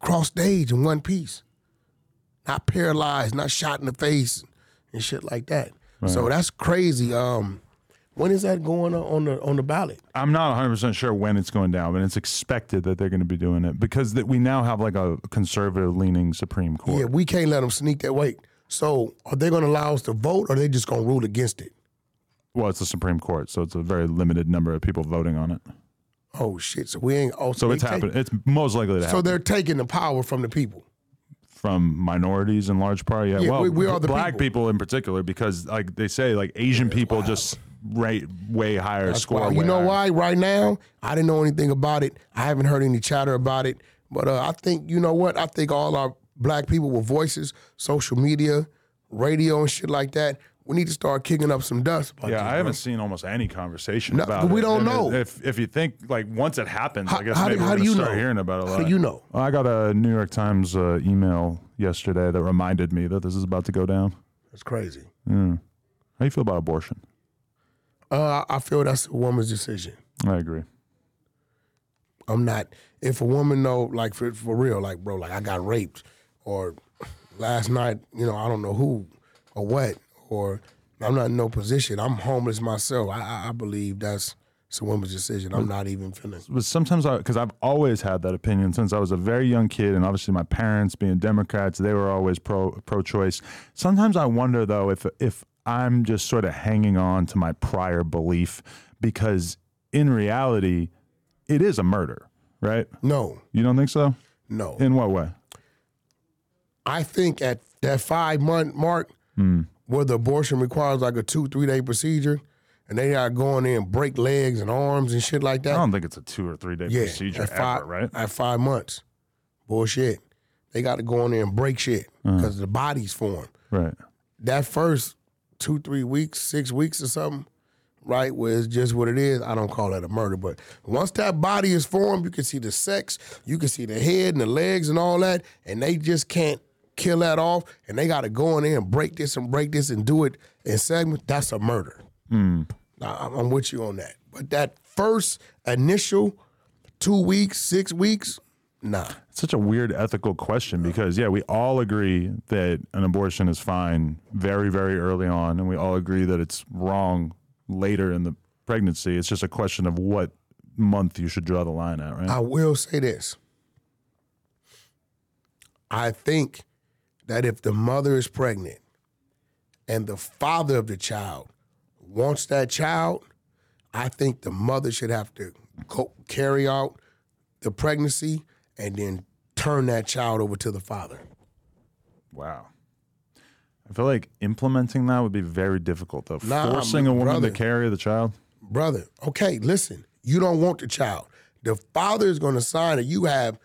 Speaker 2: cross stage in one piece, not paralyzed, not shot in the face, and shit like that. So that's crazy. Um, when is that going on on the on the ballot?
Speaker 1: I'm not 100% sure when it's going down, but it's expected that they're going to be doing it because that we now have like a conservative leaning Supreme Court.
Speaker 2: Yeah, we can't let them sneak that way. So are they going to allow us to vote, or they just going to rule against it?
Speaker 1: Well, it's the Supreme Court, so it's a very limited number of people voting on it.
Speaker 2: Oh shit! So we ain't. Oh,
Speaker 1: So
Speaker 2: they
Speaker 1: it's
Speaker 2: take-
Speaker 1: happening. It's most likely to
Speaker 2: So
Speaker 1: happen
Speaker 2: they're taking the power from the people.
Speaker 1: from minorities in large part. Yeah,
Speaker 2: Yeah,
Speaker 1: well,
Speaker 2: we- we are the
Speaker 1: black people.
Speaker 2: people.
Speaker 1: in particular, because like they say, like Asian people just rate way higher score.
Speaker 2: Wow, you
Speaker 1: way
Speaker 2: know
Speaker 1: higher.
Speaker 2: why? Right now, I didn't know anything about it. I haven't heard any chatter about it. But uh, I think you know what? I think all our black people with voices, social media, radio, and shit like that, we need to start kicking up some dust. about
Speaker 1: Yeah,
Speaker 2: this,
Speaker 1: I
Speaker 2: bro.
Speaker 1: haven't seen almost any conversation
Speaker 2: No,
Speaker 1: about
Speaker 2: but we
Speaker 1: it.
Speaker 2: don't
Speaker 1: And
Speaker 2: know.
Speaker 1: If if you think like once it happens,
Speaker 2: How-
Speaker 1: I guess
Speaker 2: how do-
Speaker 1: maybe we're
Speaker 2: how do
Speaker 1: gonna
Speaker 2: you
Speaker 1: start
Speaker 2: know?
Speaker 1: hearing about it. A
Speaker 2: How
Speaker 1: lot.
Speaker 2: do you know?
Speaker 1: I got a New York Times uh, email yesterday that reminded me that this is about to go down.
Speaker 2: That's crazy.
Speaker 1: How do you feel about abortion?
Speaker 2: Uh, I feel that's a woman's decision.
Speaker 1: I agree.
Speaker 2: I'm not. If a woman know, like for for real, like bro, like I got raped, or last night, you know, I don't know who or what, or I'm not in no position. I'm homeless myself. I I, I believe that's it's a woman's decision. I'm not even feeling.
Speaker 1: but sometimes I because I've always had that opinion since I was a very young kid, and obviously my parents being Democrats, they were always pro pro choice. Sometimes I wonder though if if I'm just sort of hanging on to my prior belief because in reality, it is a murder, right?
Speaker 2: No,
Speaker 1: You don't think so?
Speaker 2: no.
Speaker 1: In what way?
Speaker 2: I think at that five month mark, where the abortion requires like a two three day procedure, and they are going in and break legs and arms and shit like
Speaker 1: I
Speaker 2: that.
Speaker 1: don't think it's a two or three day
Speaker 2: Uh, yeah,
Speaker 1: procedure
Speaker 2: at five,
Speaker 1: ever, right?
Speaker 2: At five months, bullshit. They got to go in there and break shit
Speaker 1: Mm.
Speaker 2: because the body's formed.
Speaker 1: right.
Speaker 2: That first two, three weeks, six weeks or something, right? Where it's just what it is. I don't call that a murder, but once that body is formed, you can see the sex, you can see the head and the legs and all that, and they just can't kill that off. And they got to go in there and break this and break this and do it in segments. That's a murder. Now, I'm I'm with you on that. But that first initial two weeks, six weeks? Nah.
Speaker 1: It's such a weird ethical question because yeah, we all agree that an abortion is fine very very early on, and we all agree that it's wrong later in the pregnancy. It's just a question of what month you should draw the line at, right?
Speaker 2: I will say this. I think that if the mother is pregnant and the father of the child wants that child, I think the mother should have to go carry out the pregnancy and then turn that child over to the father.
Speaker 1: Wow. I feel like implementing that would be very difficult though.
Speaker 2: Nah,
Speaker 1: Forcing a woman
Speaker 2: brother.
Speaker 1: to carry the child.
Speaker 2: Brother, okay, listen, you don't want the child. The father is going to sign it. You have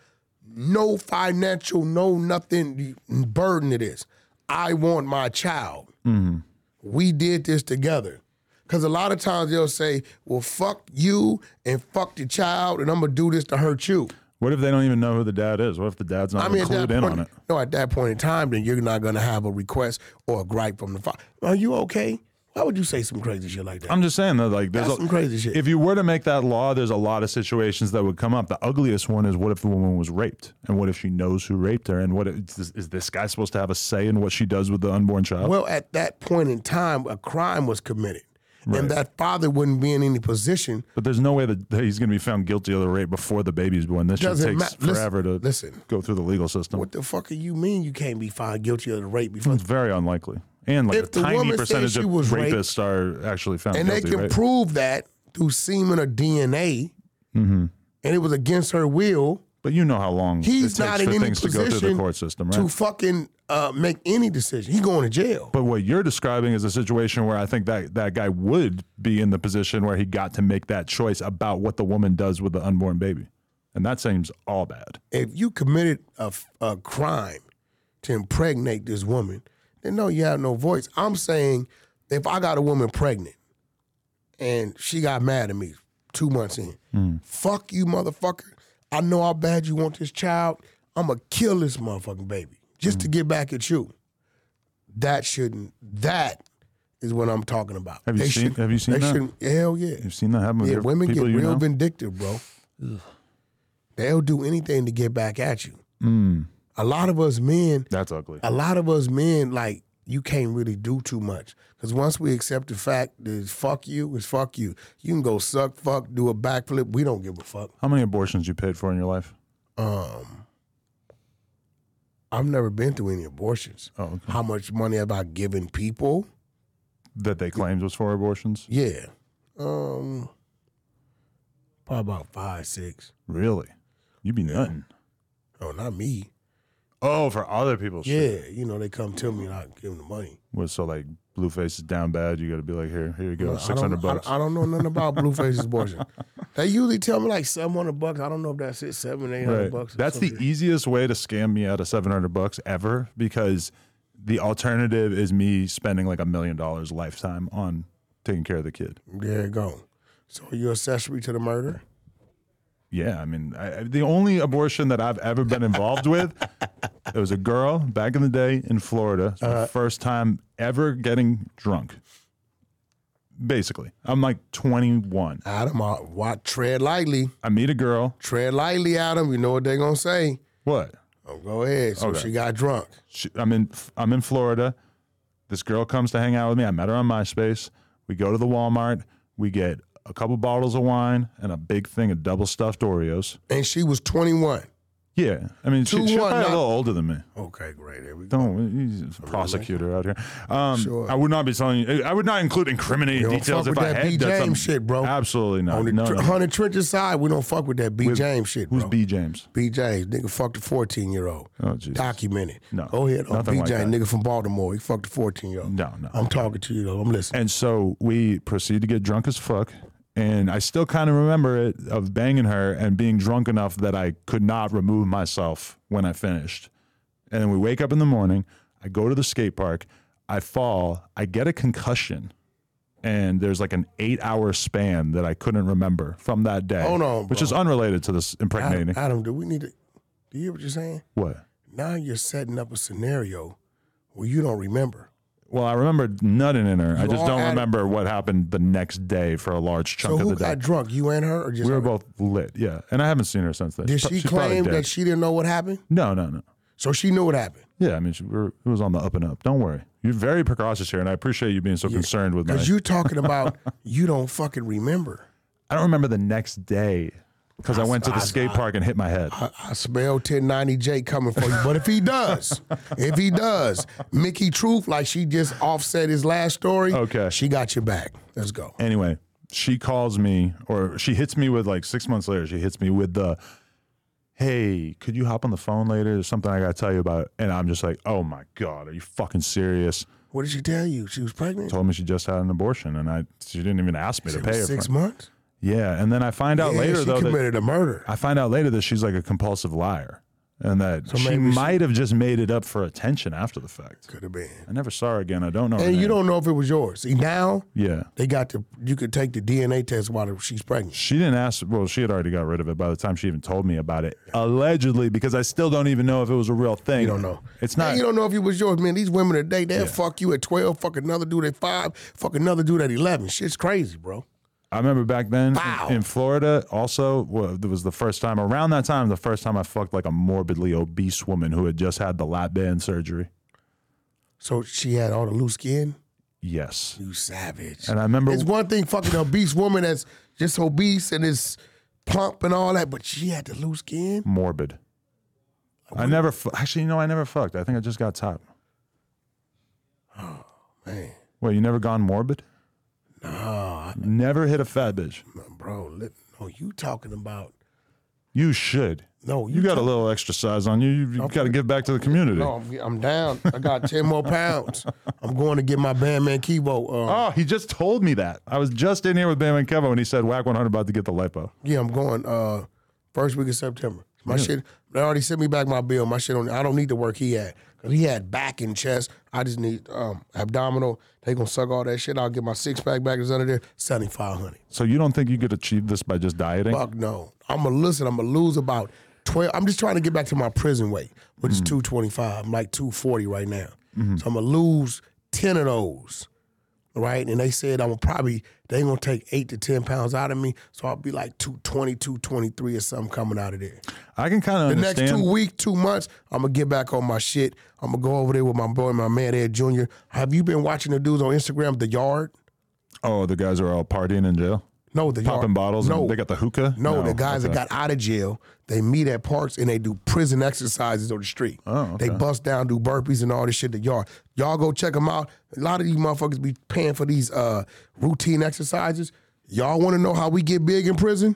Speaker 2: no financial, no nothing burden to this. I want my child.
Speaker 1: Mm-hmm.
Speaker 2: We did this together. Because a lot of times they'll say, well, fuck you and fuck the child, and I'm going to do this to hurt you.
Speaker 1: What if they don't even know who the dad is? What if the dad's not
Speaker 2: I mean, at that
Speaker 1: clued in
Speaker 2: point,
Speaker 1: on it?
Speaker 2: no, at that point in time, then you're not going to have a request or a gripe from the father. Are you okay? Why would you say some crazy shit like that?
Speaker 1: I'm just saying that like there's
Speaker 2: That's
Speaker 1: a,
Speaker 2: some crazy shit.
Speaker 1: If you were to make that law, there's a lot of situations that would come up. The ugliest one is what if the woman was raped, and what if she knows who raped her, and what if, is, is this guy supposed to have a say in what she does with the unborn child?
Speaker 2: Well, at that point in time, a crime was committed, and that father wouldn't be in any position.
Speaker 1: but there's no way that that he's going to be found guilty of the rape before the baby's born. This just
Speaker 2: Doesn't
Speaker 1: takes
Speaker 2: matter.
Speaker 1: forever to
Speaker 2: listen.
Speaker 1: go through the legal system.
Speaker 2: What the fuck do you mean you can't be found guilty of the rape before?
Speaker 1: It's very unlikely, and like
Speaker 2: If
Speaker 1: a
Speaker 2: the woman
Speaker 1: tiny
Speaker 2: said
Speaker 1: percentage
Speaker 2: she
Speaker 1: of
Speaker 2: was raped-
Speaker 1: rapists are actually found
Speaker 2: and they
Speaker 1: guilty.
Speaker 2: can
Speaker 1: right?
Speaker 2: prove that through semen or DNA,
Speaker 1: Mm-hmm.
Speaker 2: and it was against her will.
Speaker 1: but you know how long
Speaker 2: He's
Speaker 1: it takes
Speaker 2: not
Speaker 1: for
Speaker 2: in any
Speaker 1: things to go through the
Speaker 2: position
Speaker 1: court system, right?
Speaker 2: to fucking uh, make any decision. He going to jail.
Speaker 1: But what you're describing is a situation where I think that that guy would be in the position where he got to make that choice about what the woman does with the unborn baby. And that seems all bad.
Speaker 2: if you committed a, f- a crime to impregnate this woman, then no, you have no voice. I'm saying if I got a woman pregnant and she got mad at me two months in,
Speaker 1: Hmm.
Speaker 2: fuck you, motherfucker. I know how bad you want this child. I'm going to kill this motherfucking baby just
Speaker 1: Hmm.
Speaker 2: to get back at you. That shouldn't, that is what I'm talking about.
Speaker 1: Have you seen-
Speaker 2: shouldn't-
Speaker 1: have you seen
Speaker 2: they
Speaker 1: that?
Speaker 2: shouldn't- Hell yeah.
Speaker 1: You've seen that happen with
Speaker 2: Yeah,
Speaker 1: your
Speaker 2: women get
Speaker 1: people you
Speaker 2: real
Speaker 1: know?
Speaker 2: vindictive, bro. They'll do anything to get back at you. A lot of us men,
Speaker 1: Hmm, That's ugly.
Speaker 2: a lot of us men, like you can't really do too much because once we accept the fact that fuck you is fuck you, you can go suck, fuck, do a backflip. We don't give a fuck.
Speaker 1: How many abortions you paid for in your life?
Speaker 2: Um, I've never been through any abortions.
Speaker 1: Oh, okay.
Speaker 2: How much money have I given people?
Speaker 1: That they claimed was for abortions?
Speaker 2: Yeah, um, probably about five, six.
Speaker 1: Really? You'd be nothing.
Speaker 2: Oh, not me.
Speaker 1: Oh, for other people's shit.
Speaker 2: Yeah, you know, they come to me and I give them the money.
Speaker 1: What, so like Blueface is down bad, you gotta be like, here, here you
Speaker 2: I
Speaker 1: go,
Speaker 2: don't-
Speaker 1: six hundred bucks.
Speaker 2: I, I don't know nothing about Blueface's abortion. They usually tell me like seven hundred bucks. I don't know if that's it, seven, eight hundred
Speaker 1: Right.
Speaker 2: bucks. or
Speaker 1: That's the
Speaker 2: something.
Speaker 1: easiest way to scam me out of 700 bucks ever because the alternative is me spending like a million dollars lifetime on taking care of the kid.
Speaker 2: there you go. So you're accessory to the murder?
Speaker 1: Yeah, I mean, I, I- the only abortion that I've ever been involved with, it was a girl back in the day in Florida. It's my
Speaker 2: Uh-huh.
Speaker 1: first time ever getting drunk. Basically, I'm like 21.
Speaker 2: Adam, I, why tread lightly.
Speaker 1: I meet a girl.
Speaker 2: Tread lightly, Adam. You know what they're gonna say.
Speaker 1: What?
Speaker 2: Oh, go ahead. So
Speaker 1: Okay.
Speaker 2: she got drunk.
Speaker 1: she, I'm in I'm in Florida. This girl comes to hang out with me. I met her on MySpace. We go to the Walmart. We get a couple bottles of wine and a big thing of double stuffed Oreos.
Speaker 2: And she was twenty one.
Speaker 1: Yeah, I mean, she,
Speaker 2: Two
Speaker 1: she's
Speaker 2: one,
Speaker 1: probably a
Speaker 2: huh?
Speaker 1: little older than me.
Speaker 2: Okay, great. There we go.
Speaker 1: Don't he's a prosecutor out here. Um,
Speaker 2: Sure.
Speaker 1: I would not be telling you. I would not include incriminating
Speaker 2: You don't
Speaker 1: details if
Speaker 2: fuck with
Speaker 1: I
Speaker 2: that
Speaker 1: had
Speaker 2: B.
Speaker 1: done
Speaker 2: James
Speaker 1: something.
Speaker 2: shit, bro.
Speaker 1: Absolutely not.
Speaker 2: On the
Speaker 1: No,
Speaker 2: tr-
Speaker 1: no.
Speaker 2: Hunter Trench's side, we don't fuck with that B. James shit.
Speaker 1: Who's
Speaker 2: bro.
Speaker 1: B James?
Speaker 2: BJ, nigga fucked a 14 year old.
Speaker 1: Oh, Jesus.
Speaker 2: Documented.
Speaker 1: No,
Speaker 2: Go ahead. Oh,
Speaker 1: nothing
Speaker 2: BJ,
Speaker 1: like that.
Speaker 2: nigga from Baltimore. He fucked a 14 year old.
Speaker 1: No, no.
Speaker 2: I'm talking to you, though. I'm listening.
Speaker 1: And so we proceed to get drunk as fuck. And I still kind of remember it of banging her and being drunk enough that I could not remove myself when I finished. And then we wake up in the morning. I go to the skate park. I fall. I get a concussion. And there's like an eight hour span that I couldn't remember from that day.
Speaker 2: Hold on,
Speaker 1: Which
Speaker 2: Oh, bro.
Speaker 1: is unrelated to this
Speaker 2: Adam,
Speaker 1: impregnating.
Speaker 2: Adam, do we need to. Do you hear what you're saying?
Speaker 1: what?
Speaker 2: Now you're setting up a scenario where you don't remember.
Speaker 1: Well, I remember nutting in her. I just
Speaker 2: all
Speaker 1: don't
Speaker 2: had-
Speaker 1: remember what happened the next day for a large
Speaker 2: So
Speaker 1: chunk
Speaker 2: who
Speaker 1: of the day.
Speaker 2: got drunk? You and her, or just
Speaker 1: we were
Speaker 2: her?
Speaker 1: both lit, yeah. And I haven't seen her since then.
Speaker 2: Did
Speaker 1: She's pro-
Speaker 2: she
Speaker 1: she's probably
Speaker 2: claim
Speaker 1: dead.
Speaker 2: that she didn't know what happened?
Speaker 1: No, no, no.
Speaker 2: So she knew what happened
Speaker 1: Yeah, I mean, she, we're, it was on the up and up. Don't worry. You're very precautious here, and I appreciate you being so concerned with me.
Speaker 2: because you talking about you don't fucking remember.
Speaker 1: I don't remember the next day because I, went to the skate park and hit my head.
Speaker 2: I, I smell 1090 J coming for you. But if he does, if he does, Mickey Truth, like she just offset his last story.
Speaker 1: Okay.
Speaker 2: She got your back. Let's go.
Speaker 1: anyway, she calls me or she hits me with like six months later, she hits me with the hey, could you hop on the phone later? There's something I gotta tell you about. And I'm just like, oh my God, are you fucking serious?
Speaker 2: What did she tell you? She was pregnant?
Speaker 1: Told me she just had an abortion and I she didn't even ask me to pay her.
Speaker 2: Six
Speaker 1: for it.
Speaker 2: months?
Speaker 1: Yeah. And then I find out
Speaker 2: Yeah,
Speaker 1: later
Speaker 2: she
Speaker 1: though that
Speaker 2: committed a murder.
Speaker 1: I find out later that she's like a compulsive liar. And that she
Speaker 2: maybe she-
Speaker 1: might have just made it up for attention after the fact.
Speaker 2: Could have been.
Speaker 1: I never saw her again. I don't know. her
Speaker 2: And you
Speaker 1: name.
Speaker 2: don't know if it was yours. See, now
Speaker 1: Yeah.
Speaker 2: they got the, you could take the DNA test while she's pregnant.
Speaker 1: She didn't ask. Well, she had already got rid of it by the time she even told me about it. Allegedly, because I still don't even know if it was a real thing. You
Speaker 2: don't know.
Speaker 1: It's
Speaker 2: And
Speaker 1: not.
Speaker 2: you don't know if it was yours, man. These women today, they'll fuck you at 12, fuck another dude at 5, fuck another dude at 11. Shit's crazy, bro.
Speaker 1: I remember back then
Speaker 2: Wow.
Speaker 1: in, in Florida. Also, well, it was the first time around that time. The first time I fucked like a morbidly obese woman who had just had the lap band surgery.
Speaker 2: So she had all the loose skin.
Speaker 1: Yes,
Speaker 2: You savage.
Speaker 1: and I remember.
Speaker 2: It's one thing fucking an obese woman that's just obese and is plump and all that, but she had the loose skin.
Speaker 1: morbid. I never fu- actually. You know, I never fucked. I think I just got top.
Speaker 2: Man,
Speaker 1: Wait, you never gone morbid? No. Never hit a fat bitch.
Speaker 2: bro, let, no, you talking about
Speaker 1: You should.
Speaker 2: no, you,
Speaker 1: You got a
Speaker 2: talk-
Speaker 1: little extra size on you. You've, got to give back to the community.
Speaker 2: No, I'm, I'm down. I got ten more pounds. I'm going to get my bandman Kibo. Um,
Speaker 1: Oh, he just told me that. I was just in here with Bam and Kevo, and he said, "Whack 100 about to get the lipo."
Speaker 2: yeah, I'm going uh, first week of September. My shit. They already sent me back my bill. My shit on. I don't need the work he had. 'Cause he had back and chest. I just need um, abdominal. They gonna suck all that shit. I'll get my six pack back. It's under there. Seventy five hundred.
Speaker 1: So you don't think you could achieve this by just dieting?
Speaker 2: Fuck no. I'm gonna listen. I'm gonna lose about twelve. I'm just trying to get back to my prison weight, which
Speaker 1: Mm-hmm.
Speaker 2: is two twenty five. I'm like two forty right now. So I'm gonna lose ten of those, right? And they said I'm gonna probably they gonna take eight to ten pounds out of me, so I'll be like 220, 223 or something coming out of there.
Speaker 1: I can kind of
Speaker 2: The next
Speaker 1: understand.
Speaker 2: two week, two months, I'm gonna get back on my shit. I'm gonna go over there with my boy, my man Ed Jr. Have you been watching the dudes on Instagram, The Yard?
Speaker 1: oh, the guys are all partying in jail,
Speaker 2: No, the
Speaker 1: popping
Speaker 2: Yard.
Speaker 1: bottles.
Speaker 2: No.
Speaker 1: and they got the hookah.
Speaker 2: No, the guys that got out of jail, they meet at parks and they do prison exercises on the street.
Speaker 1: Oh, okay.
Speaker 2: They bust down, do burpees and all this shit. The yard, y'all go check them out. A lot of these motherfuckers be paying for these uh, routine exercises. Y'all want to know how we get big in prison?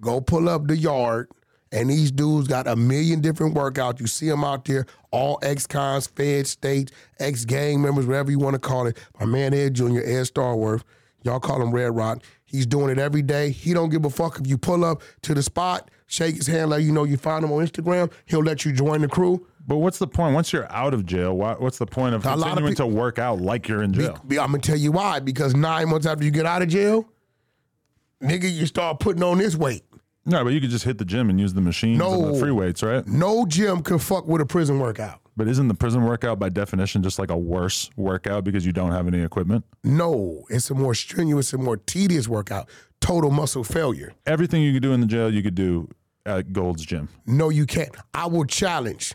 Speaker 2: Go pull up the yard, and these dudes got a million different workouts. You see them out there, all ex-cons, fed states, ex-gang members, whatever you want to call it. My man Ed Jr., Ed Starworth, y'all call him Red Rock. He's doing it every day. He don't give a fuck if you pull up to the spot, shake his hand, let you know you found him on Instagram. He'll let you join the crew.
Speaker 1: But what's the point? Once you're out of jail, why, what's the point of
Speaker 2: lot of
Speaker 1: continuing
Speaker 2: peop-
Speaker 1: to work out like you're in jail?
Speaker 2: I'm gonna tell you why. Because nine months after you get out of jail, nigga, you start putting on this weight.
Speaker 1: no, but you could just hit the gym and use the machines and the
Speaker 2: No.
Speaker 1: free weights, right?
Speaker 2: No gym can fuck with a prison workout.
Speaker 1: But isn't the prison workout by definition just like a worse workout because you don't have any equipment?
Speaker 2: No, it's a more strenuous and more tedious workout. Total muscle failure.
Speaker 1: Everything you could do in the jail, you could do at Gold's Gym.
Speaker 2: No, you can't. I will challenge.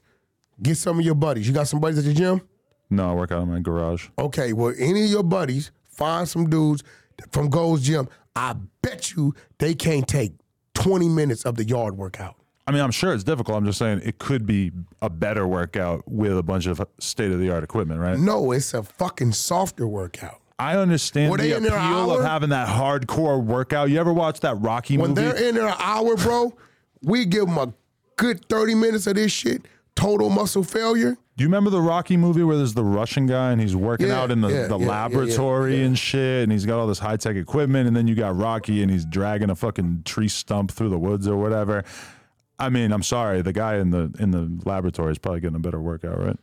Speaker 2: Get some of your buddies. You got some buddies at the gym?
Speaker 1: No, I work out in my garage.
Speaker 2: Okay, well, any of your buddies, find some dudes from Gold's Gym. I bet you they can't take 20 minutes of the yard workout.
Speaker 1: I mean, I'm sure it's difficult. I'm just saying it could be a better workout with a bunch of state of the art equipment, right?
Speaker 2: No, it's a fucking softer workout.
Speaker 1: I understand
Speaker 2: Were they
Speaker 1: the
Speaker 2: in there an
Speaker 1: appeal of
Speaker 2: hour?
Speaker 1: having that hardcore workout. You ever watch that Rocky
Speaker 2: When
Speaker 1: movie?
Speaker 2: they're in there an hour, bro, we give them a good 30 minutes of this shit. Total muscle failure.
Speaker 1: Do you remember the Rocky movie where there's the Russian guy and he's working
Speaker 2: Yeah,
Speaker 1: out in the,
Speaker 2: yeah,
Speaker 1: the
Speaker 2: yeah, yeah, yeah,
Speaker 1: laboratory and shit, and he's got all this high tech equipment, and then you got Rocky and he's dragging a fucking tree stump through the woods or whatever. I mean, I'm sorry, the guy in the in the laboratory is probably getting a better workout, right?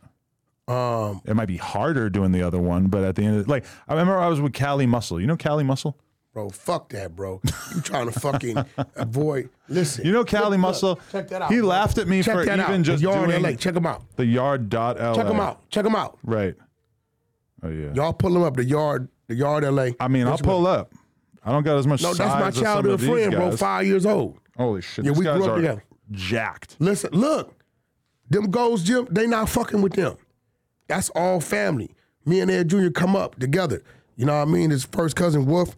Speaker 2: Um,
Speaker 1: It might be harder doing the other one, but at the end, of like I remember I was with Callie Muscle. You know Callie Muscle?
Speaker 2: bro, fuck that, bro. You trying to fucking avoid. Listen.
Speaker 1: You know Callie Muscle?
Speaker 2: check that out,
Speaker 1: He
Speaker 2: bro.
Speaker 1: laughed at me
Speaker 2: check
Speaker 1: for
Speaker 2: that
Speaker 1: even
Speaker 2: out.
Speaker 1: just
Speaker 2: the yard
Speaker 1: doing
Speaker 2: LA. Check them out.
Speaker 1: the yard dot
Speaker 2: Check them out. Check them out.
Speaker 1: Right. Oh yeah.
Speaker 2: Y'all pull them up the yard, the yard LA.
Speaker 1: I mean, I'll
Speaker 2: What you want?
Speaker 1: pull up. I don't got as much.
Speaker 2: No, that's my
Speaker 1: size as some of
Speaker 2: childhood
Speaker 1: these
Speaker 2: friend, bro.
Speaker 1: guys.
Speaker 2: Five years old.
Speaker 1: Holy shit!
Speaker 2: Yeah,
Speaker 1: these
Speaker 2: we
Speaker 1: guys
Speaker 2: grew up
Speaker 1: are
Speaker 2: together.
Speaker 1: Jacked.
Speaker 2: Listen, look, them goals, Jim, they not fucking with them. That's all family. Me and Ed Jr. come up together. You know what I mean? His first cousin, Wolf,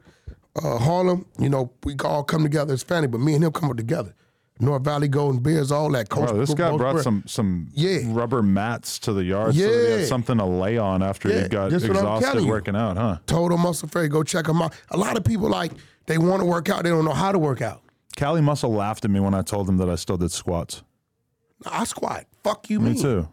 Speaker 2: uh, Harlem, you know, we all come together as family, but me and him come up together. North Valley Golden Bears, all that. Coach
Speaker 1: Bro, this guy
Speaker 2: Coach
Speaker 1: brought
Speaker 2: Brown.
Speaker 1: some some
Speaker 2: Yeah.
Speaker 1: rubber mats to the yard so that he
Speaker 2: Yeah.
Speaker 1: had something to lay on after
Speaker 2: Yeah,
Speaker 1: he got
Speaker 2: that's what I'm telling
Speaker 1: exhausted
Speaker 2: you.
Speaker 1: working out, huh?
Speaker 2: Total Muscle Ferry, go check them out. A lot of people, like, they want to work out, they don't know how to work out.
Speaker 1: Callie Muscle laughed at me when I told him that I still did squats.
Speaker 2: I squat. Fuck you,
Speaker 1: Me
Speaker 2: mean.
Speaker 1: too.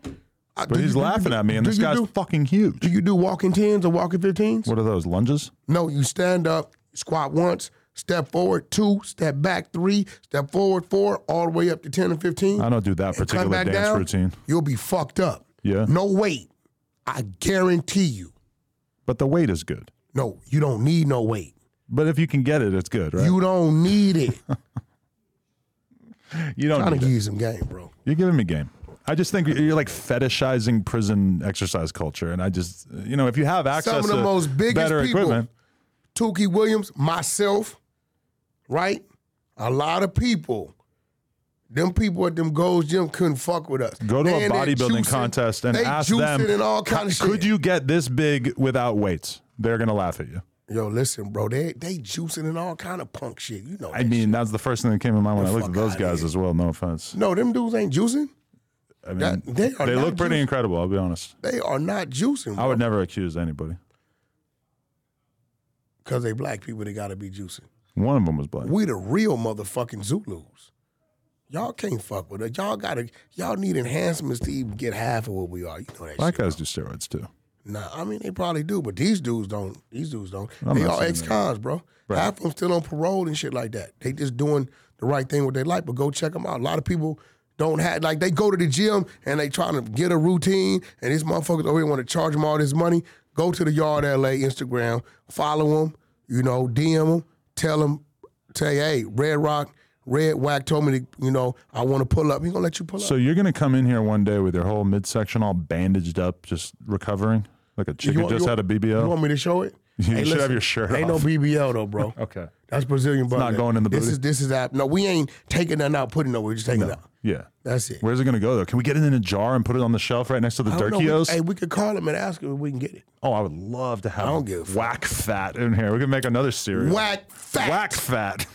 Speaker 2: I-
Speaker 1: But
Speaker 2: Mm. do
Speaker 1: he's
Speaker 2: you- do you
Speaker 1: laughing
Speaker 2: do-
Speaker 1: at me, and
Speaker 2: do
Speaker 1: this
Speaker 2: you
Speaker 1: guy's
Speaker 2: do-
Speaker 1: fucking huge.
Speaker 2: Do you do walking 10s or walking 15s?
Speaker 1: What are those lunges?
Speaker 2: No, you stand up, squat once, step forward two, step back three, step forward four, all the way up to 10 and 15.
Speaker 1: I don't do that
Speaker 2: And come
Speaker 1: particular
Speaker 2: back
Speaker 1: dance
Speaker 2: down,
Speaker 1: routine.
Speaker 2: You'll be fucked up.
Speaker 1: Yeah.
Speaker 2: No weight. I guarantee you.
Speaker 1: But the weight is good.
Speaker 2: No, you don't need no weight.
Speaker 1: But if you can get it, it's good, right? You,
Speaker 2: You don't need it.
Speaker 1: don't.
Speaker 2: trying to
Speaker 1: Need it.
Speaker 2: give you some game, bro.
Speaker 1: You're giving me game. I just think you're like fetishizing prison exercise culture, and I just, you know, if you have access
Speaker 2: Some of the
Speaker 1: to
Speaker 2: most biggest
Speaker 1: better
Speaker 2: people.
Speaker 1: equipment,
Speaker 2: Tukey Williams, myself, right? A lot of people. Them people at them goals gym couldn't fuck with us.
Speaker 1: go to
Speaker 2: They
Speaker 1: a
Speaker 2: in there
Speaker 1: bodybuilding
Speaker 2: juicing-
Speaker 1: contest and
Speaker 2: they
Speaker 1: ask
Speaker 2: juicing
Speaker 1: them,
Speaker 2: and all kind of shit.
Speaker 1: could you get this big without weights? They're gonna laugh at you.
Speaker 2: Yo, listen, bro. They they juicing and all kind of punk shit. You know.
Speaker 1: I
Speaker 2: that
Speaker 1: mean,
Speaker 2: shit.
Speaker 1: that's the first thing that came to mind when I looked at
Speaker 2: fuck
Speaker 1: those
Speaker 2: outta
Speaker 1: guys
Speaker 2: here.
Speaker 1: as well. No offense.
Speaker 2: no, them dudes ain't juicing.
Speaker 1: I mean,
Speaker 2: That- they are
Speaker 1: they
Speaker 2: not
Speaker 1: look pretty
Speaker 2: juicing.
Speaker 1: incredible. I'll be honest.
Speaker 2: They are not juicing.
Speaker 1: I would never accuse anybody.
Speaker 2: because they black people. They gotta be juicing.
Speaker 1: One of them was black.
Speaker 2: We the real motherfucking Zulus. Y'all can't fuck with us. Y'all gotta. Y'all need enhancements to even get half of what we are. You know that
Speaker 1: Black
Speaker 2: shit.
Speaker 1: guys do steroids too.
Speaker 2: Nah, I mean they probably do, but these dudes don't. These dudes don't.
Speaker 1: I'm
Speaker 2: they
Speaker 1: not
Speaker 2: all
Speaker 1: saying
Speaker 2: ex cons, bro. Half of them still on parole and shit like that. They just doing the right thing with their life. But go check them out. A lot of people don't have like they go to the gym and they trying to get a routine, and these motherfuckers over here want to charge them all this money. Go to the Yard LA Instagram, follow them. You know, DM them, tell them, say, hey, Red Rock, Red Whack told me to, you know, I want to pull up. He gonna let you pull
Speaker 1: So
Speaker 2: up.
Speaker 1: you're gonna come in here one day with your whole midsection all bandaged up, just recovering, like a chick
Speaker 2: You
Speaker 1: who
Speaker 2: want-
Speaker 1: just
Speaker 2: you
Speaker 1: had a BBL.
Speaker 2: You want me to show it?
Speaker 1: You should have your shirt
Speaker 2: Ain't
Speaker 1: off.
Speaker 2: no BBL though, bro.
Speaker 1: okay.
Speaker 2: That's Brazilian butt.
Speaker 1: not going in the
Speaker 2: this
Speaker 1: booty.
Speaker 2: Is, this is app. No, we ain't taking nothing out, putting it nowhere. We're just taking it out.
Speaker 1: Yeah.
Speaker 2: That's it.
Speaker 1: Where's it gonna go though? Can we get it in a jar and put it on the shelf right next to the
Speaker 2: I don't know, we-
Speaker 1: Durkios?
Speaker 2: Hey, we could call him and ask him if we can get it.
Speaker 1: oh, I would love to have
Speaker 2: don't give a fuck.
Speaker 1: whack fat in here. We can make another cereal.
Speaker 2: Whack fat.
Speaker 1: Whack fat.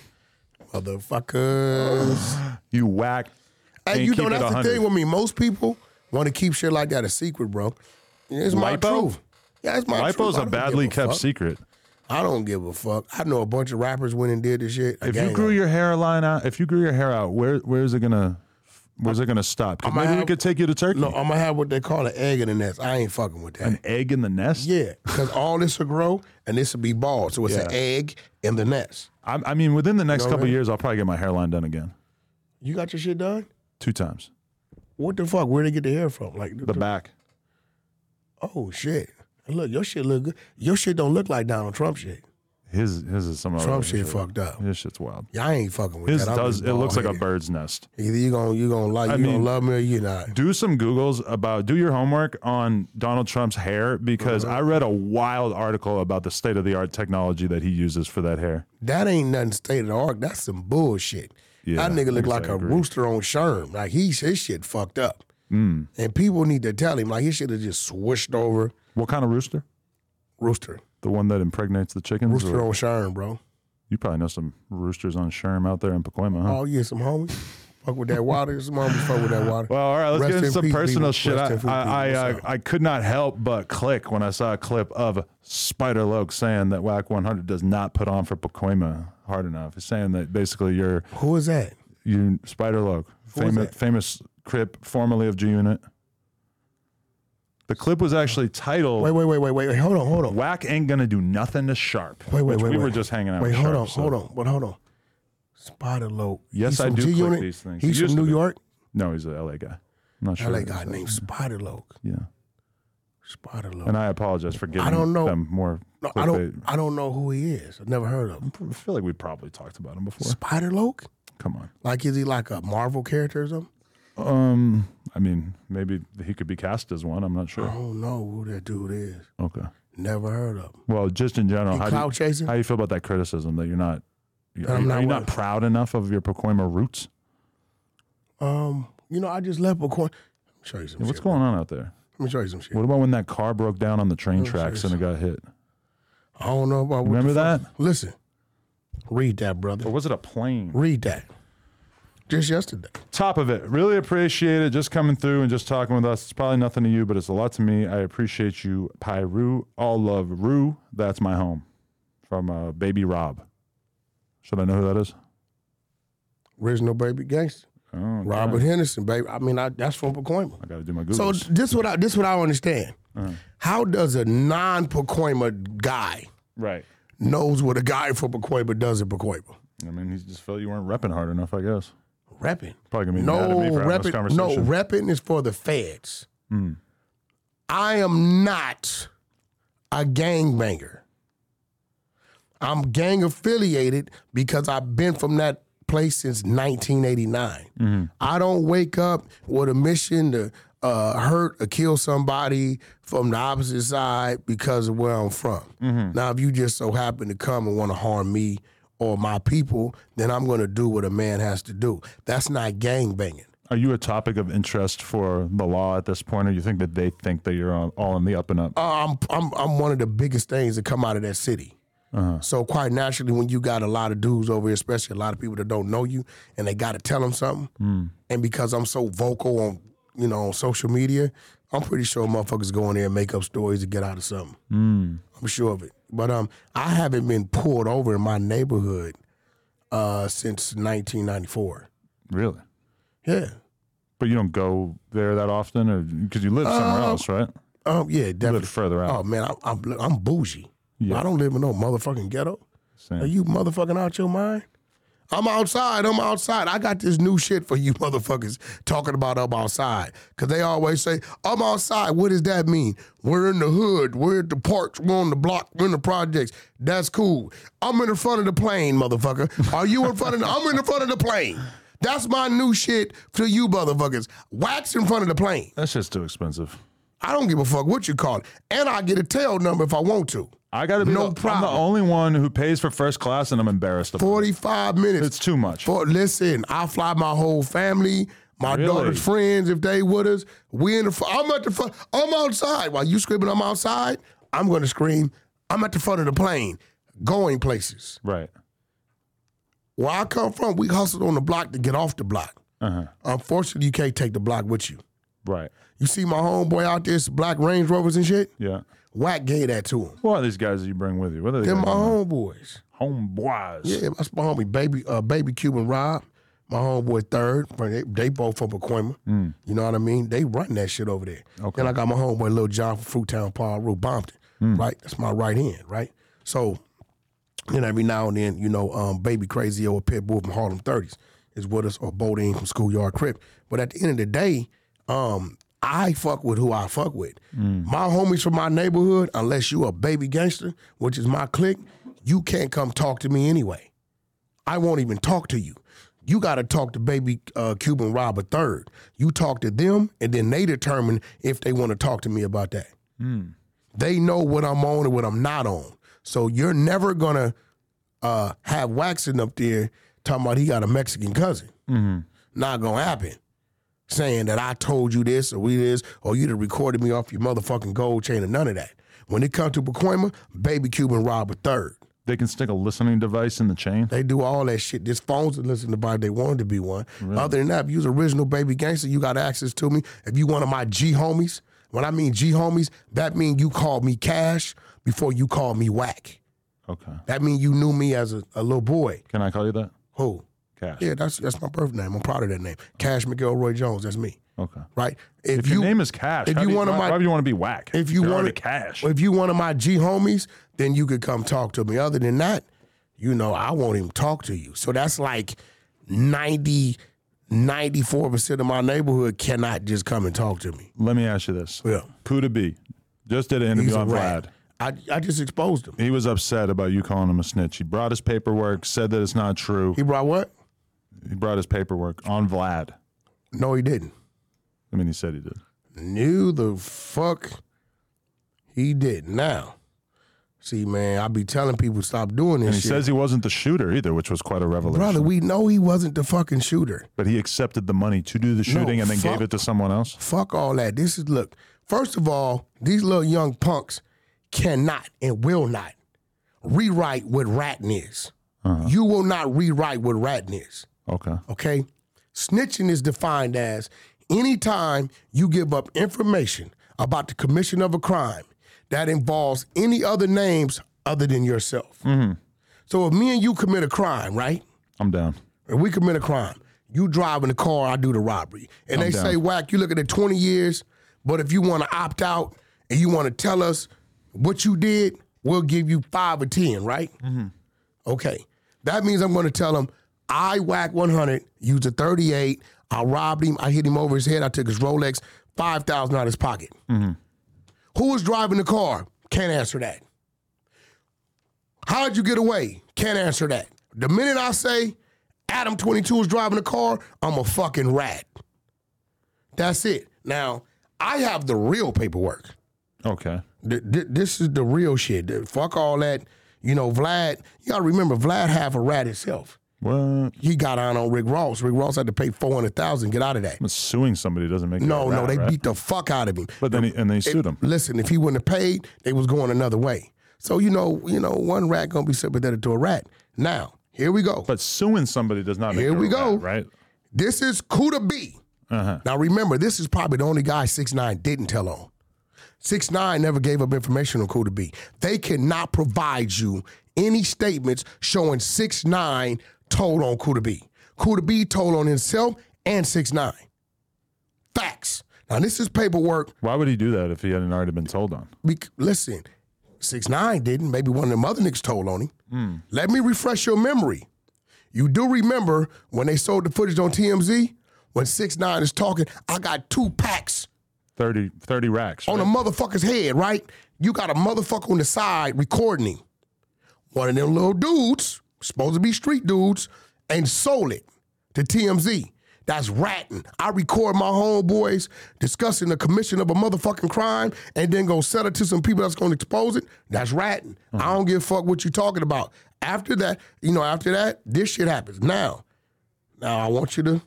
Speaker 2: Motherfuckers.
Speaker 1: You whack.
Speaker 2: hey,
Speaker 1: can't
Speaker 2: you
Speaker 1: keep
Speaker 2: know,
Speaker 1: it
Speaker 2: that's the
Speaker 1: 100.
Speaker 2: thing with me. Most people want to keep shit like that a secret, bro. It's my
Speaker 1: Lipo?
Speaker 2: truth. Yeah, it's my truth.
Speaker 1: Lipo's
Speaker 2: I
Speaker 1: a
Speaker 2: don't
Speaker 1: badly
Speaker 2: give
Speaker 1: kept
Speaker 2: fuck.
Speaker 1: secret.
Speaker 2: I don't give a fuck. I know a bunch of rappers went and did this shit.
Speaker 1: If you grew your hairline out, if you grew your hair out, where where is it gonna where's it gonna stop? 'Cause
Speaker 2: I'ma
Speaker 1: Maybe we
Speaker 2: have-
Speaker 1: could take you to Turkey.
Speaker 2: No, I'm going to have what they call an egg in the nest. I ain't fucking with that.
Speaker 1: An egg in the nest.
Speaker 2: yeah, because all this will grow and this will be bald. So it's an
Speaker 1: Yeah.
Speaker 2: egg in the nest.
Speaker 1: I, I mean, within the next
Speaker 2: No,
Speaker 1: couple
Speaker 2: man.
Speaker 1: years, I'll probably get my hairline done again,
Speaker 2: You got your shit done?
Speaker 1: two times.
Speaker 2: What the fuck? Where they get the hair from? Like,
Speaker 1: The back.
Speaker 2: oh shit! And look, your shit look good. Your shit don't look like Donald Trump shit.
Speaker 1: His his is some other
Speaker 2: Trump shit fucked up.
Speaker 1: His shit's wild.
Speaker 2: Y'all ain't fucking with
Speaker 1: Oh, His
Speaker 2: that. I'm
Speaker 1: does.
Speaker 2: just
Speaker 1: It looks like a
Speaker 2: bald-headed.
Speaker 1: bird's nest.
Speaker 2: Either you gonna you gonna like
Speaker 1: I
Speaker 2: you
Speaker 1: mean-
Speaker 2: gonna love me or you not.
Speaker 1: Do some Googles about, do your homework on Donald Trump's hair because
Speaker 2: Uh-huh.
Speaker 1: I read a wild article about the state of the art technology that he uses for that hair.
Speaker 2: That ain't nothing state of the art. That's some bullshit.
Speaker 1: Yeah,
Speaker 2: that nigga look
Speaker 1: I
Speaker 2: like a
Speaker 1: agree.
Speaker 2: rooster on sherm. Like he's his shit fucked up.
Speaker 1: Hmm.
Speaker 2: And people need to tell him like his shit is just swooshed over
Speaker 1: What kind of rooster?
Speaker 2: rooster.
Speaker 1: The one that impregnates the chickens?
Speaker 2: Rooster
Speaker 1: Or-
Speaker 2: on sherm, bro.
Speaker 1: You probably know some roosters on Sherm out there in Pacoima, huh?
Speaker 2: Oh yeah, some homies. Fuck with that water. Some homies fuck with that water.
Speaker 1: Well, all right, let's
Speaker 2: Rest
Speaker 1: get into
Speaker 2: in
Speaker 1: some
Speaker 2: peace,
Speaker 1: personal
Speaker 2: people.
Speaker 1: shit.
Speaker 2: Rest
Speaker 1: I,
Speaker 2: in peace,
Speaker 1: I, I,
Speaker 2: people.
Speaker 1: uh,
Speaker 2: What's up?
Speaker 1: I could not help but click when I saw a clip of Spider Loke saying that WAC 100 does not put on for Pacoima hard enough. He's saying that basically you're,
Speaker 2: Who is that?
Speaker 1: you Spider Loke,
Speaker 2: was
Speaker 1: famous,
Speaker 2: that?
Speaker 1: famous Crip, formerly of G Unit. The clip was actually titled
Speaker 2: Wait, wait, wait, wait, wait. wait. Hold on, hold on.
Speaker 1: Whack Ain't Gonna Do Nothing to Sharp.
Speaker 2: Wait, wait,
Speaker 1: which
Speaker 2: wait.
Speaker 1: We
Speaker 2: wait.
Speaker 1: were just hanging out
Speaker 2: Wait,
Speaker 1: with
Speaker 2: hold
Speaker 1: Sharp,
Speaker 2: on,
Speaker 1: so-
Speaker 2: hold on, but hold on. Spider Loke.
Speaker 1: Yes,
Speaker 2: he's
Speaker 1: I
Speaker 2: from
Speaker 1: do click
Speaker 2: G-Unit?
Speaker 1: these things.
Speaker 2: He's
Speaker 1: Used
Speaker 2: from
Speaker 1: to
Speaker 2: New
Speaker 1: be.
Speaker 2: York.
Speaker 1: No, he's a LA guy. I'm not sure.
Speaker 2: LA
Speaker 1: if
Speaker 2: guy
Speaker 1: it's-
Speaker 2: named Spider Loke.
Speaker 1: Yeah.
Speaker 2: Spider Loke.
Speaker 1: And I apologize for giving
Speaker 2: don't know.
Speaker 1: them more.
Speaker 2: No, I don't.
Speaker 1: clickbait.
Speaker 2: I don't know who he is. I've never heard of him.
Speaker 1: I feel like we probably talked about him before.
Speaker 2: Spider Loke.
Speaker 1: Come on.
Speaker 2: Like, is he like a Marvel character or something?
Speaker 1: Um, I mean, maybe he could be cast as one. I'm not
Speaker 2: I
Speaker 1: sure.
Speaker 2: don't know who that dude is.
Speaker 1: Okay.
Speaker 2: Never heard of him.
Speaker 1: Well, just in general,
Speaker 2: Oh. You
Speaker 1: how
Speaker 2: clout
Speaker 1: do you,
Speaker 2: chasing?
Speaker 1: how do you feel about that criticism that you're not? Are,
Speaker 2: I'm
Speaker 1: you-
Speaker 2: not
Speaker 1: are you
Speaker 2: what?
Speaker 1: not proud enough of your Pacoima roots?
Speaker 2: Um, you know, I just left a coin. Let me show you some
Speaker 1: What's
Speaker 2: shit.
Speaker 1: going on out there?
Speaker 2: Let me show you some shit.
Speaker 1: What about when that car broke down on the train tracks and it got hit?
Speaker 2: I don't know about what
Speaker 1: Remember
Speaker 2: the
Speaker 1: that?
Speaker 2: fuck- Listen, read that,
Speaker 1: Or
Speaker 2: brother.
Speaker 1: was it a plane?
Speaker 2: Read that. Just yesterday.
Speaker 1: top of it. Really appreciate it just coming through and just talking with us. It's probably nothing to you, but it's a lot to me. I appreciate you, Pyru. All love, Rue. That's my home from uh, Baby Rob. Should I know who that is?
Speaker 2: Original baby gangster.
Speaker 1: Oh, okay.
Speaker 2: Robert Henderson, baby. I mean, I, that's from Pacoima.
Speaker 1: I got to do my
Speaker 2: So
Speaker 1: Googles.
Speaker 2: this what I this what I understand.
Speaker 1: Uh-huh.
Speaker 2: How does a non Pacoima guy
Speaker 1: right.
Speaker 2: knows what a guy from Pacoima does in Pacoima?
Speaker 1: I mean, he just felt you weren't repping hard enough, I guess.
Speaker 2: Repping.
Speaker 1: Probably going to be mad at
Speaker 2: No
Speaker 1: me for having this
Speaker 2: repping. No
Speaker 1: conversation. Hmm.
Speaker 2: repping is for the feds. I am not a gangbanger. I'm gang affiliated because I've been from that place since 1989. I don't wake up with a mission to uh, hurt or kill somebody from the opposite side because of where I'm from. Now, if you just so happen to come and want to harm me or my people, then I'm going to do what a man has to do. That's not gang banging.
Speaker 1: Are you a topic of interest for the law at this point, or you think that they think that you're all, all in the up and up?
Speaker 2: Uh, I'm I'm I'm one of the biggest things that come out of that city.
Speaker 1: Uh-huh.
Speaker 2: So quite naturally, when you got a lot of dudes over here, especially a lot of people that don't know you, and they got to tell them something,
Speaker 1: Hmm.
Speaker 2: and because I'm so vocal on you know on social media, I'm pretty sure motherfuckers go in there and make up stories to get out of something.
Speaker 1: Hmm.
Speaker 2: I'm sure of it. But um, I haven't been pulled over in my neighborhood uh, since 1994.
Speaker 1: Really?
Speaker 2: Yeah.
Speaker 1: But you don't go there that often, or because you live somewhere
Speaker 2: Uh,
Speaker 1: else, right?
Speaker 2: Um. Yeah.
Speaker 1: You
Speaker 2: Definitely.
Speaker 1: live further out.
Speaker 2: Oh man, I'm I'm, I'm bougie. I don't live in no motherfucking ghetto.
Speaker 1: Same.
Speaker 2: Are you motherfucking out your mind? I'm outside. I'm outside. I got this new shit for you motherfuckers talking about up outside. Cause they always say, I'm outside. What does that mean? We're in the hood. We're at the parks. We're on the block. We're in the projects. That's cool. I'm in the front of the plane, motherfucker. Are you in front of the I'm in the front of the plane. That's my new shit to you motherfuckers. Wax in front of the plane.
Speaker 1: That's just too expensive.
Speaker 2: I don't give a fuck what you call it. And I get a tail number if I want to.
Speaker 1: I got to be
Speaker 2: No
Speaker 1: the,
Speaker 2: problem.
Speaker 1: I'm the only one who pays for first class, and I'm embarrassed about
Speaker 2: 45 minutes.
Speaker 1: it. It's too much.
Speaker 2: For listen, I fly my whole family, my
Speaker 1: Really?
Speaker 2: daughter's friends if they with us. We in the front. I'm at the front. I'm outside. While you screaming, I'm outside. I'm gonna scream. I'm at the front of the plane, going places.
Speaker 1: Right.
Speaker 2: Where I come from, we hustled on the block to get off the block.
Speaker 1: Uh-huh.
Speaker 2: Unfortunately, you can't take the block with you.
Speaker 1: Right.
Speaker 2: You see my homeboy out there, it's black Range Rovers and shit.
Speaker 1: Yeah.
Speaker 2: Whack gave that to him.
Speaker 1: What are these guys that you bring with you? What are they?
Speaker 2: They're my
Speaker 1: home
Speaker 2: homeboys.
Speaker 1: homeboys.
Speaker 2: Yeah, that's my homie, baby, uh, baby Cuban Rob, my homeboy Third. from- They, they both from Pacoima. You know what I mean? They run that shit over there.
Speaker 1: Okay.
Speaker 2: Then I got my homeboy Lil John from Fruittown, Paul Rue Bompton. Right, that's my right hand. Right, so then every now and then, you know, um, baby Crazy or Pitbull from Harlem 30s is with us, or Bodine from Schoolyard Crip. But at the end of the day, um, I fuck with who I fuck with. My homies from my neighborhood, unless you a baby gangster, which is my clique, you can't come talk to me anyway. I won't even talk to you. You got to talk to baby uh, Cuban Rob a third. You talk to them, and then they determine if they want to talk to me about that.
Speaker 1: Hmm,
Speaker 2: They know what I'm on and what I'm not on. So you're never gonna uh, have waxing up there talking about he got a Mexican cousin.
Speaker 1: mm-hmm.
Speaker 2: Not gonna happen. Saying that I told you this or we this or you'd have recorded me off your motherfucking gold chain or none of that. When it comes to Pacoima, baby Cuban Rob a third.
Speaker 1: They can stick a listening device in the chain.
Speaker 2: They do all that shit. This phones and listen to body. They wanted to be one. Other than that, if you's original baby gangster, you got access to me. If you one of my G homies, when I mean G homies, that mean you called me cash before you called me whack.
Speaker 1: Okay.
Speaker 2: That mean you knew me as a, a little boy.
Speaker 1: Can I call you that?
Speaker 2: Who?
Speaker 1: Cash.
Speaker 2: Yeah, that's that's my birth name. I'm proud of that name. Cash McElroy Jones. That's me.
Speaker 1: Okay.
Speaker 2: Right? If,
Speaker 1: If your name is Cash,
Speaker 2: if
Speaker 1: how
Speaker 2: you
Speaker 1: do
Speaker 2: one of
Speaker 1: why,
Speaker 2: my-
Speaker 1: why do you want to be whack?
Speaker 2: if you
Speaker 1: You're
Speaker 2: want
Speaker 1: already
Speaker 2: to
Speaker 1: cash,
Speaker 2: if you one of my G homies, then you could come talk to me. Other than that, you know, I won't even talk to you. So that's like 90, 94% of my neighborhood cannot just come and talk to me.
Speaker 1: let me ask you this.
Speaker 2: Yeah.
Speaker 1: Cuda B just did an
Speaker 2: He's
Speaker 1: interview
Speaker 2: a
Speaker 1: on
Speaker 2: rat.
Speaker 1: Vlad.
Speaker 2: I, I just exposed him.
Speaker 1: He was upset about you calling him a snitch. He brought his paperwork, said that it's not true.
Speaker 2: He brought what?
Speaker 1: He brought his paperwork on Vlad.
Speaker 2: No, he didn't.
Speaker 1: I mean, he said he did.
Speaker 2: Knew the fuck he did. Now, see, man, I be telling people stop doing this
Speaker 1: And he
Speaker 2: shit.
Speaker 1: says he wasn't the shooter either, which was quite a revelation.
Speaker 2: Brother, we know he wasn't the fucking shooter.
Speaker 1: but he accepted the money to do the shooting and then
Speaker 2: fuck.
Speaker 1: gave it to someone else.
Speaker 2: Fuck all that. This is look. First of all, these little young punks cannot and will not rewrite what ratting is. You will not rewrite what ratting is.
Speaker 1: Okay.
Speaker 2: Okay, snitching is defined as any time you give up information about the commission of a crime that involves any other names other than yourself. So if me and you commit a crime, right?
Speaker 1: I'm down.
Speaker 2: and we commit a crime. You driving the car, I do the robbery. And they say, whack, you looking at 20 years, but if you want to opt out and you want to tell us what you did, we'll give you five or 10, right? Okay. That means I'm going to tell them, I whack 100, used a 38, I robbed him, I hit him over his head, I took his Rolex, 5,000 out of his pocket. Who was driving the car? Can't answer that. How'd you get away? Can't answer that. The minute I say Adam 22 is driving the car, I'm a fucking rat. That's it. Now, I have the real paperwork.
Speaker 1: Okay.
Speaker 2: Th- th- this is the real shit. Th- Fuck all that. You know, Vlad, you gotta remember, Vlad half a rat himself.
Speaker 1: What?
Speaker 2: He got on on Rick Ross. Rick Ross had to pay 400000 Get out of that.
Speaker 1: But suing somebody doesn't make you
Speaker 2: No,
Speaker 1: a
Speaker 2: no,
Speaker 1: rat,
Speaker 2: they
Speaker 1: right?
Speaker 2: beat the fuck out of him.
Speaker 1: But then he, and they sued him.
Speaker 2: Listen, if he wouldn't have paid, they was going another way. So, you know, you know, one rat gonna be sympathetic to a rat. Now, here we go.
Speaker 1: But suing somebody does not make
Speaker 2: Here
Speaker 1: you a
Speaker 2: we go.
Speaker 1: rat, right?
Speaker 2: This is Kuda B.
Speaker 1: Uh-huh.
Speaker 2: Now remember, this is probably the only guy six nine didn't tell on. Six nine never gave up information on Kuda B. They cannot provide you any statements showing six nine told on Kuda B. Kuda B told on himself and six nine. Facts. Now this is paperwork.
Speaker 1: Why would he do that if he hadn't already been told on?
Speaker 2: We, listen, six nine didn't. Maybe one of them other niggas told on him. Let me refresh your memory. You do remember when they sold the footage on TMZ when six nine is talking. I got two packs
Speaker 1: 30, 30 racks.
Speaker 2: on a
Speaker 1: right?
Speaker 2: motherfucker's head, right? You got a motherfucker on the side recording him. One of them little dudes, supposed to be street dudes, and sold it to TMZ. That's ratting. I record my homeboys discussing the commission of a motherfucking crime and then go sell it to some people that's gonna expose it. That's ratting. I don't give a fuck what you talking about. After that, you know, after that, this shit happens. Now, now I want you to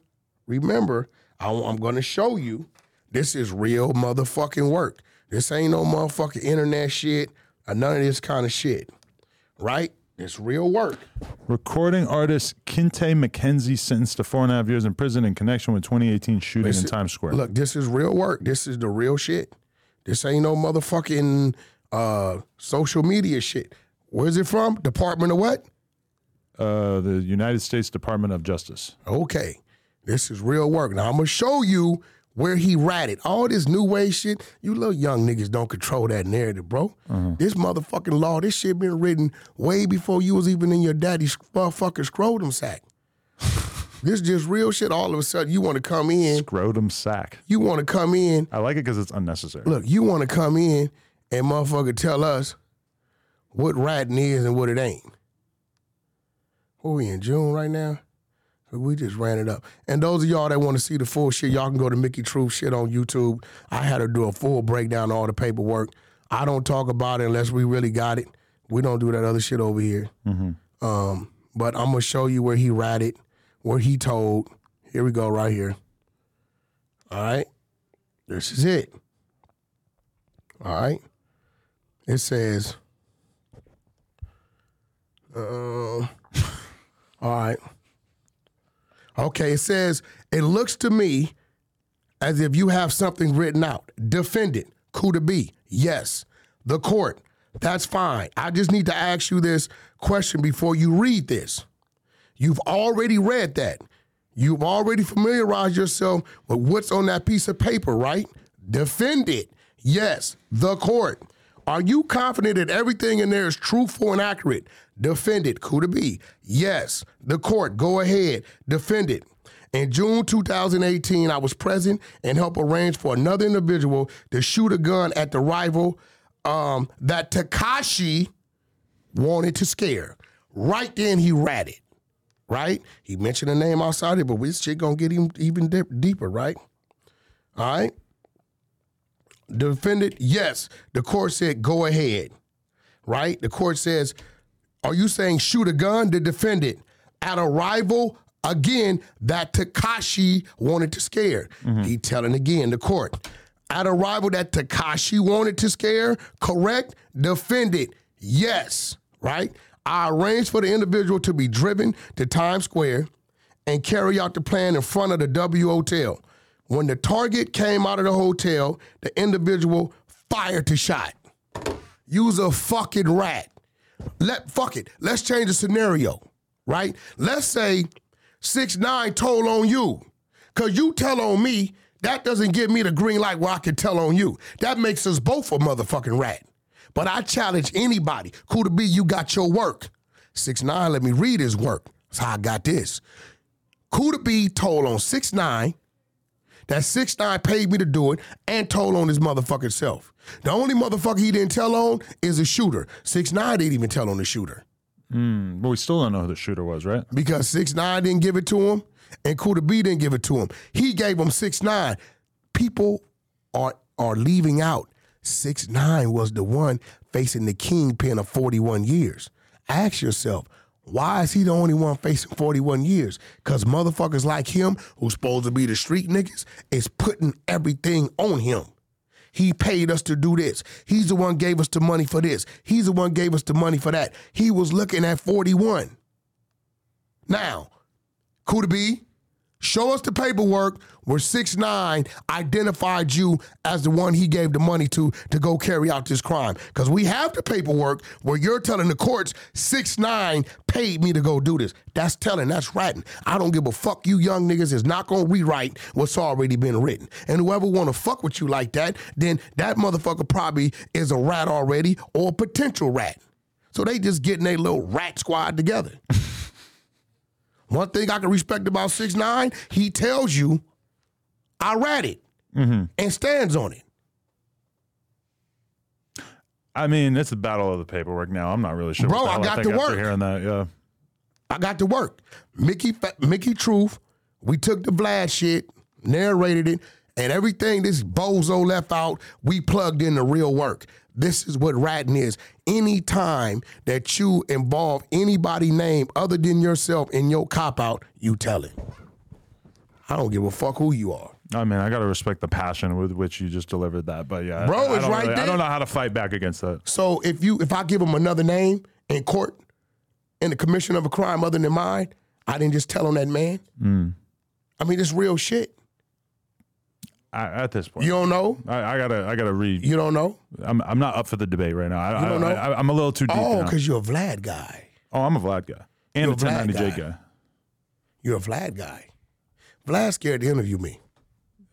Speaker 2: remember, I, am going to show you this is real motherfucking work. This ain't no motherfucking internet shit or none of this kind of shit, right? It's real work.
Speaker 1: Recording artist Kinte McKenzie sentenced to four and a half years in prison in connection with 2018 shooting in Times Square.
Speaker 2: Look, this is real work. This is the real shit. This ain't no motherfucking uh, social media shit. Where's it from? Department of what?
Speaker 1: Uh, the United States Department of Justice.
Speaker 2: Okay, this is real work. Now I'm gonna show you where he ratted. All this new way shit, you little young niggas don't control that narrative, bro. This motherfucking law, this shit been written way before you was even in your daddy's motherfucking scrotum sack. this just real shit. All of a sudden, you want to come in.
Speaker 1: Scrotum sack.
Speaker 2: You want to come in
Speaker 1: I like it because it's unnecessary.
Speaker 2: look, you want to come in and motherfucker tell us what ratting is and what it ain't. What we in June right now? We just ran it up. And those of y'all that want to see the full shit, y'all can go to Mickey Truth shit on YouTube. I had her do a full breakdown of all the paperwork. I don't talk about it unless we really got it. We don't do that other shit over here. Um, but I'm gonna show you where he ratted, where he told. Here we go, right here. All right, this is it. All right. It says, uh, all right. Okay, it says, it looks to me as if you have something written out. Defendant, Kuda B, yes. The court, that's fine. I just need to ask you this question before you read this. You've already read that. You've already familiarized yourself with what's on that piece of paper, right? Defend it. Yes, the court. Are you confident that everything in there is truthful and accurate? Defend it. Kuda B. Yes, the court. Go ahead. Defend it. In June 2018, I was present and helped arrange for another individual to shoot a gun at the rival um, that Takashi wanted to scare. Right then, he ratted. right? He mentioned a name outside here, but this shit gonna get him even dip, deeper, right? All right. Defendant, yes. The court said go ahead, right? The court says, are you saying shoot a gun? The defendant at a rival again that Takashi wanted to scare. He telling again the court at a rival that Takashi wanted to scare. Correct. Defendant, yes, right. I arranged for the individual to be driven to Times Square and carry out the plan in front of the W Hotel. When the target came out of the hotel, the individual fired the shot. Use a fucking rat. Let fuck it. Let's change the scenario, right? Let's say six nine told on you, cause you tell on me. That doesn't give me the green light where I can tell on you. That makes us both a motherfucking rat. But I challenge anybody. Cool to be, you got your work. Six nine, let me read his work. That's how I got this. Kuda B told on six nine that six nine paid me to do it and told on his motherfucking self. The only motherfucker he didn't tell on is a shooter. Six nine didn't even tell on the shooter
Speaker 1: But we still don't know who the shooter was, right?
Speaker 2: because six nine didn't give it to him and Kuda B didn't give it to him. He gave him six nine. People are are leaving out. Six nine was the one facing the kingpin of forty one years. Ask yourself. Why is he the only one facing 41 years? Because motherfuckers like him, who's supposed to be the street niggas, is putting everything on him. He paid us to do this. He's the one gave us the money for this. He's the one gave us the money for that. He was looking at 41. Now, Kuda B, show us the paperwork where six nine identified you as the one he gave the money to to go carry out this crime. Because we have the paperwork where you're telling the courts six nine paid me to go do this. That's telling. That's writing. I don't give a fuck. You young niggas is not gonna rewrite what's already been written. And whoever wanna fuck with you like that, then that motherfucker probably is a rat already or a potential rat. So they just getting their little rat squad together. One thing I can respect about six nine, he tells you, I rat it and stands on it.
Speaker 1: I mean, it's a battle of the paperwork now. I'm not really sure. what
Speaker 2: Bro,
Speaker 1: the
Speaker 2: I
Speaker 1: hell
Speaker 2: got
Speaker 1: think
Speaker 2: to
Speaker 1: after
Speaker 2: work.
Speaker 1: Hearing that, yeah.
Speaker 2: I got to work. Mickey Fa- Mickey Truth, we took the Vlad shit, narrated it, and everything this bozo left out, we plugged in the real work. This is what ratting is. Anytime that you involve anybody name other than yourself in your cop out, you tell it. I don't give a fuck who you are.
Speaker 1: I mean, I gotta respect the passion with which you just delivered that. But yeah,
Speaker 2: Bro,
Speaker 1: I, I
Speaker 2: it's
Speaker 1: don't
Speaker 2: right
Speaker 1: really- I
Speaker 2: there.
Speaker 1: don't know how to fight back against that.
Speaker 2: So if you if I give him another name in court in the commission of a crime other than mine, I didn't just tell on that man.
Speaker 1: Mm.
Speaker 2: I mean, it's real shit.
Speaker 1: I, at this point,
Speaker 2: You don't know.
Speaker 1: I, I gotta, I gotta read.
Speaker 2: You don't know.
Speaker 1: I'm, I'm not up for the debate right now. I,
Speaker 2: You don't
Speaker 1: I,
Speaker 2: know?
Speaker 1: I, am a little too deep.
Speaker 2: Oh,
Speaker 1: now.
Speaker 2: because you're a Vlad guy.
Speaker 1: oh, I'm a Vlad guy and
Speaker 2: You're
Speaker 1: a
Speaker 2: a Vlad
Speaker 1: 1090J guy.
Speaker 2: guy. You're a Vlad guy. Vlad scared to interview me.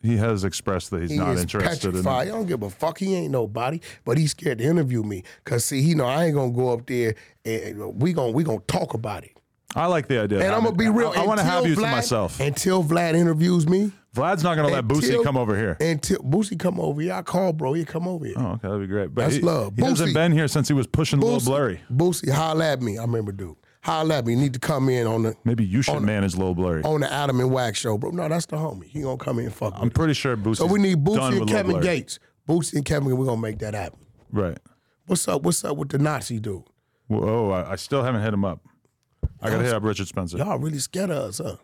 Speaker 1: He has expressed that he's
Speaker 2: He
Speaker 1: not
Speaker 2: is
Speaker 1: interested
Speaker 2: petrified.
Speaker 1: in.
Speaker 2: I don't give a fuck. He ain't nobody, but he's scared to interview me. Cause see, he know I ain't gonna go up there and we gon' we gonna talk about it.
Speaker 1: I like the idea. of
Speaker 2: And I'm
Speaker 1: having-
Speaker 2: gonna be real.
Speaker 1: I, want to
Speaker 2: Until
Speaker 1: have you to
Speaker 2: Vlad-
Speaker 1: myself.
Speaker 2: Until Vlad interviews me,
Speaker 1: Vlad's not gonna let Boosie
Speaker 2: until-
Speaker 1: come over here.
Speaker 2: Until Boosie come over here, I call bro. He come over here.
Speaker 1: Oh, okay, that'd be great. But
Speaker 2: That's
Speaker 1: he,
Speaker 2: love.
Speaker 1: He hasn't
Speaker 2: Boosie.
Speaker 1: been here since he was pushing Lil Blurry.
Speaker 2: Boosie, holla at me. I remember, dude. Holla at me. You need to come in on the
Speaker 1: Maybe you should manage Lil Blurry.
Speaker 2: on the Adam and Wax show, bro. No, that's the homie. He gonna come in and fuck.
Speaker 1: I'm
Speaker 2: with
Speaker 1: pretty sure Boosie.
Speaker 2: it. so we need
Speaker 1: done
Speaker 2: Boosie
Speaker 1: with
Speaker 2: and
Speaker 1: Lil
Speaker 2: Kevin
Speaker 1: Blurry.
Speaker 2: Gates. Boosie and Kevin, we're gonna make that happen.
Speaker 1: Right.
Speaker 2: What's up? What's up with the Nazi dude?
Speaker 1: Whoa, I, I still haven't hit him up. I gotta hit up Richard Spencer.
Speaker 2: Y'all really scared of us, huh?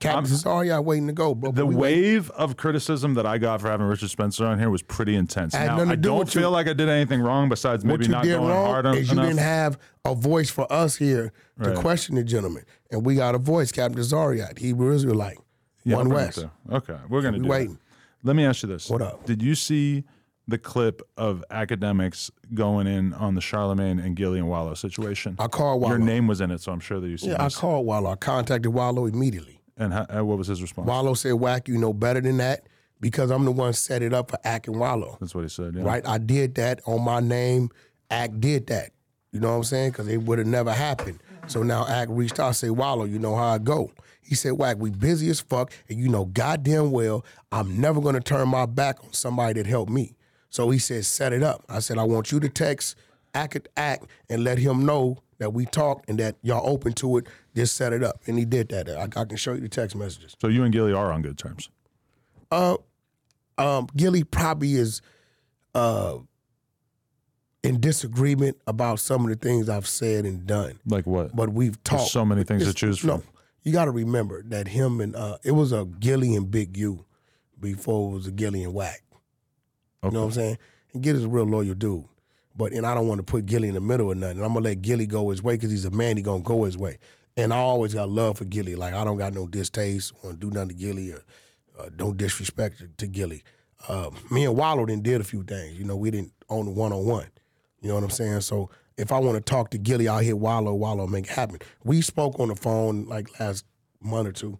Speaker 2: Captain Cesario waiting to go, bro. but
Speaker 1: The
Speaker 2: we wait-
Speaker 1: wave of criticism that I got for having Richard Spencer on here was pretty intense.
Speaker 2: Had
Speaker 1: Now,
Speaker 2: nothing to
Speaker 1: I
Speaker 2: do
Speaker 1: don't
Speaker 2: with you.
Speaker 1: feel like I did anything wrong besides
Speaker 2: what
Speaker 1: maybe
Speaker 2: you
Speaker 1: not
Speaker 2: did
Speaker 1: going hard
Speaker 2: wrong
Speaker 1: on
Speaker 2: is you didn't
Speaker 1: enough.
Speaker 2: have a voice for us here to question the gentleman, and we got a voice, Captain Zariat, Hebrew Israelite,
Speaker 1: Yeah, I'll
Speaker 2: one
Speaker 1: bring it
Speaker 2: West.
Speaker 1: to- Okay, we're gonna do.
Speaker 2: waiting.
Speaker 1: That. Let me ask you this:
Speaker 2: What up?
Speaker 1: Did you see the clip of academics going in on the Charlemagne and Gillian Wallow situation?
Speaker 2: I called Wallow.
Speaker 1: Your name was in it, so I'm sure that you see.
Speaker 2: Yeah, I called Wallow. I contacted Wallow immediately.
Speaker 1: And how, uh, what was his response?
Speaker 2: Wallow said, Whack, you know better than that because I'm the one set it up for Ack and Wallow.
Speaker 1: That's what he said. Yeah.
Speaker 2: Right? I did that on my name. Ack did that. You know what I'm saying? Because it would have never happened. So now Ack reached out, say, Wallow, you know how I go. He said, Whack, we busy as fuck, and you know goddamn well I'm never gonna turn my back on somebody that helped me. So he said, set it up. I said, I want you to text act, act, and let him know that we talked and that y'all open to it. Just set it up, and he did that. I, I can show you the text messages.
Speaker 1: So you and Gilly are on good terms.
Speaker 2: Uh, Um, Gilly probably is uh, in disagreement about some of the things I've said and done,
Speaker 1: Like what?
Speaker 2: but we've
Speaker 1: There's
Speaker 2: talked.
Speaker 1: so many things to
Speaker 2: It's-
Speaker 1: choose from.
Speaker 2: No, you got to remember that him and uh, it was a Gilly and Big U before it was a Gilly and Whack. You know what I'm saying? And Gilly's a real loyal dude. But and I don't want to put Gilly in the middle of nothing. I'm gonna let Gilly go his way because he's a man. He gonna go his way. And I always got love for Gilly. Like I don't got no distaste. Want to do nothing to Gilly or uh, don't disrespect to, to Gilly. Uh, me and Wallow didn't did a few things. You know, we didn't own the one on one. You know what I'm saying? So if I want to talk to Gilly, I'll hit Wallow. Wallow make it happen. We spoke on the phone like last month or two.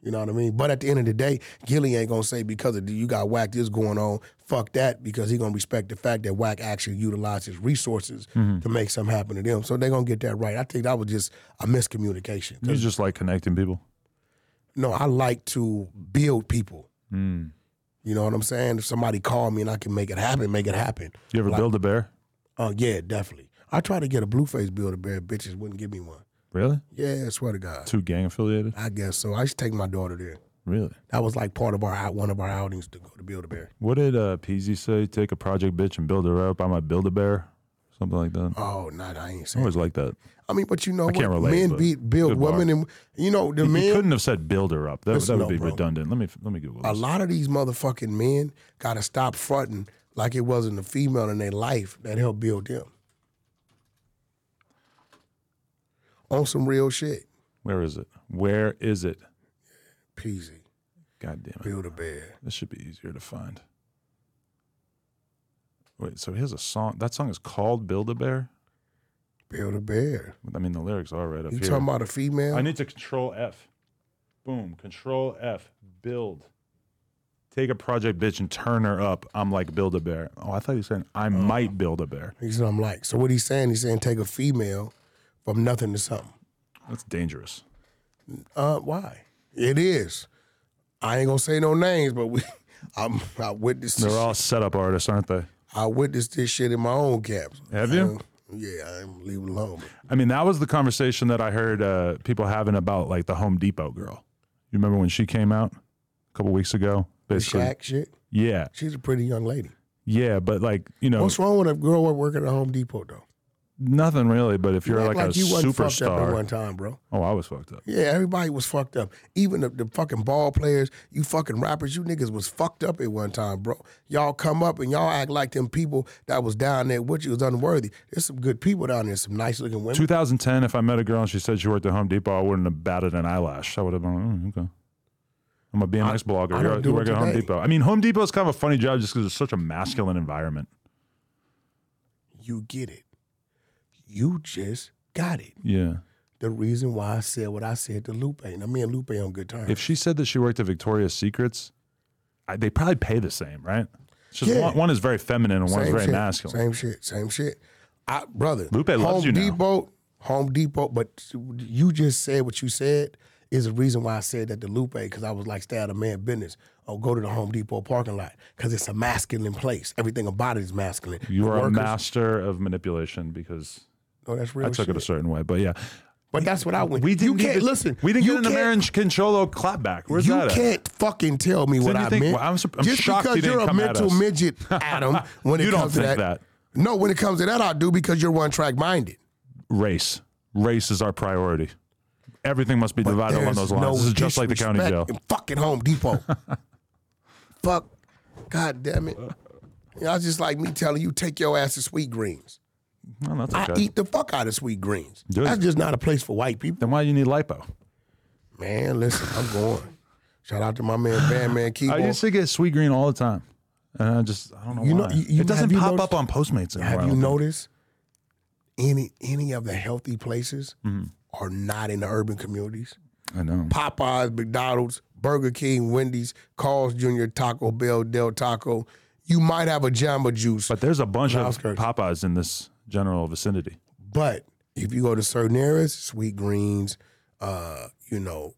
Speaker 2: You know what I mean? But at the end of the day, Gilly ain't gonna say because of you got whack this going on, fuck that, because he gonna respect the fact that whack actually utilized his resources
Speaker 1: Mm-hmm.
Speaker 2: to make something happen to them. So they gonna get that right. I think that was just a miscommunication. 'Cause
Speaker 1: You just like connecting people. Mm-hmm.
Speaker 2: no, I like to build people.
Speaker 1: Mm.
Speaker 2: You know what I'm saying? If somebody called me and I can make it happen, make it happen.
Speaker 1: You ever build a bear?
Speaker 2: Uh, yeah, definitely. I tried to get a blue face builder bear, bitches wouldn't give me one.
Speaker 1: Really?
Speaker 2: Yeah, I swear to God.
Speaker 1: Two gang affiliated?
Speaker 2: I guess so. I should take my daughter there.
Speaker 1: Really?
Speaker 2: That was like part of our out- one of our outings to go to build a bear.
Speaker 1: What did uh, Peasy say? Take a project bitch and build her up. I might build a bear. Something like that.
Speaker 2: Oh, nah, I ain't
Speaker 1: I
Speaker 2: saying.
Speaker 1: always like that.
Speaker 2: I mean, but you know
Speaker 1: I
Speaker 2: what?
Speaker 1: can't relate,
Speaker 2: men
Speaker 1: but
Speaker 2: beat build
Speaker 1: good bar.
Speaker 2: women, and you know the
Speaker 1: You you
Speaker 2: men.
Speaker 1: couldn't have said build her up. That,
Speaker 2: Listen
Speaker 1: that would
Speaker 2: up,
Speaker 1: be
Speaker 2: bro.
Speaker 1: redundant. Let me let me Google
Speaker 2: A
Speaker 1: this.
Speaker 2: lot of these motherfucking men gotta stop fronting like it wasn't a female in their life that helped build them. On some real shit,
Speaker 1: Where is it? Where is it?
Speaker 2: peasy.
Speaker 1: God damn it.
Speaker 2: Build a bear.
Speaker 1: This should be easier to find. Wait, so he has a song. That song is called Build a Bear?
Speaker 2: Build a bear.
Speaker 1: I mean, the lyrics are right up
Speaker 2: You
Speaker 1: here.
Speaker 2: talking about a female?
Speaker 1: I need to control F. Boom. Control F. Build. Take a project bitch and turn her up. I'm like build a bear. Oh, I thought you said I might build a bear.
Speaker 2: He's what I'm like. So what he's saying, he's saying take a female from nothing to something.
Speaker 1: That's dangerous.
Speaker 2: Uh, why? It is. I ain't gonna say no names, but we, I'm, I witnessed.
Speaker 1: They're
Speaker 2: this
Speaker 1: all setup artists, aren't they?
Speaker 2: I witnessed this shit in my own caps.
Speaker 1: Have you?
Speaker 2: Um, yeah, I am leave it alone.
Speaker 1: I mean, that was the conversation that I heard uh, people having about like the Home Depot girl. You remember when she came out a couple weeks ago?
Speaker 2: The
Speaker 1: Basically,
Speaker 2: Shaq shit.
Speaker 1: yeah,
Speaker 2: She's a pretty young lady.
Speaker 1: yeah, but like you know,
Speaker 2: What's wrong with a girl working at Home Depot though?
Speaker 1: nothing really. But if you're
Speaker 2: act
Speaker 1: like, a
Speaker 2: wasn't fucked up at
Speaker 1: superstar,
Speaker 2: one time, bro.
Speaker 1: oh, I was fucked up.
Speaker 2: Yeah, everybody was fucked up. Even the, the fucking ball players, you fucking rappers, you niggas was fucked up at one time, bro. Y'all come up and y'all act like them people that was down there with you was unworthy. There's some good people down there, some nice looking women.
Speaker 1: 2010, if I met a girl and she said she worked at Home Depot, I wouldn't have batted an eyelash. I would have been, oh, okay. I'm a BMX blogger.
Speaker 2: I don't
Speaker 1: You're-
Speaker 2: do
Speaker 1: you
Speaker 2: it
Speaker 1: work at Home
Speaker 2: today.
Speaker 1: Depot. I mean, Home Depot's kind of a funny job just because it's such a masculine environment.
Speaker 2: You get it. You just got it.
Speaker 1: Yeah.
Speaker 2: the reason why I said what I said to Lupe. Now me and Lupe on good terms.
Speaker 1: If she said that she worked at Victoria's Secrets, I, they probably pay the same, right? It's just
Speaker 2: Yeah.
Speaker 1: one, one is very feminine and one is very
Speaker 2: shit,
Speaker 1: masculine.
Speaker 2: Same shit. Same shit. I, brother,
Speaker 1: Lupe
Speaker 2: Home
Speaker 1: loves you now.
Speaker 2: Depot, Home Depot. But you just said what you said is the reason why I said that to Lupe because I was like, stay out of man business. Or go to the Home Depot parking lot because it's a masculine place. Everything about it is masculine.
Speaker 1: You
Speaker 2: The
Speaker 1: are a
Speaker 2: workers-
Speaker 1: master of manipulation because
Speaker 2: No, that's real.
Speaker 1: I took
Speaker 2: shit.
Speaker 1: it a certain way. But yeah,
Speaker 2: But that's what I went.
Speaker 1: we didn't
Speaker 2: you
Speaker 1: get
Speaker 2: can't
Speaker 1: the-
Speaker 2: listen.
Speaker 1: We didn't
Speaker 2: you
Speaker 1: get an
Speaker 2: can't-
Speaker 1: American Concholo clapback. Where's
Speaker 2: you
Speaker 1: that at?
Speaker 2: can't fucking tell me what
Speaker 1: you
Speaker 2: I
Speaker 1: think-
Speaker 2: meant.
Speaker 1: well, I'm sur- I'm
Speaker 2: Just
Speaker 1: shocked
Speaker 2: because
Speaker 1: you didn't
Speaker 2: you're a
Speaker 1: come at
Speaker 2: mental
Speaker 1: us.
Speaker 2: midget, Adam. When it
Speaker 1: You don't
Speaker 2: comes to
Speaker 1: think
Speaker 2: that,
Speaker 1: that.
Speaker 2: no. When it comes to that, I do because you're one track minded.
Speaker 1: Race. Race is our priority. Everything must be divided along
Speaker 2: There's
Speaker 1: those lines.
Speaker 2: no
Speaker 1: this is just like the county
Speaker 2: disrespect
Speaker 1: jail.
Speaker 2: In fucking Home Depot. Fuck. God damn it. Y'all just like me telling you take your ass to Sweet Greens.
Speaker 1: Well, that's
Speaker 2: I
Speaker 1: okay.
Speaker 2: eat the fuck out of Sweet Greens.
Speaker 1: Do it.
Speaker 2: That's just not a place for white people.
Speaker 1: Then why you need lipo?
Speaker 2: Man, listen, I'm going. Shout out to my man Bandman Keyboard.
Speaker 1: I used to get sweet green all the time, and I just I don't know
Speaker 2: You know-
Speaker 1: why.
Speaker 2: you- you-
Speaker 1: it doesn't
Speaker 2: have you
Speaker 1: pop
Speaker 2: noticed-
Speaker 1: up on Postmates anymore. I
Speaker 2: Have
Speaker 1: don't
Speaker 2: you
Speaker 1: think.
Speaker 2: noticed any any of the healthy places
Speaker 1: Mm-hmm.
Speaker 2: are not in the urban communities?
Speaker 1: I know.
Speaker 2: Popeyes, McDonald's, Burger King, Wendy's, Carl's Jr., Taco Bell, Del Taco. You might have a Jamba Juice,
Speaker 1: But there's a bunch of
Speaker 2: Outskirts.
Speaker 1: Popeyes in this general vicinity.
Speaker 2: but if you go to certain areas, sweet greens, uh, you know,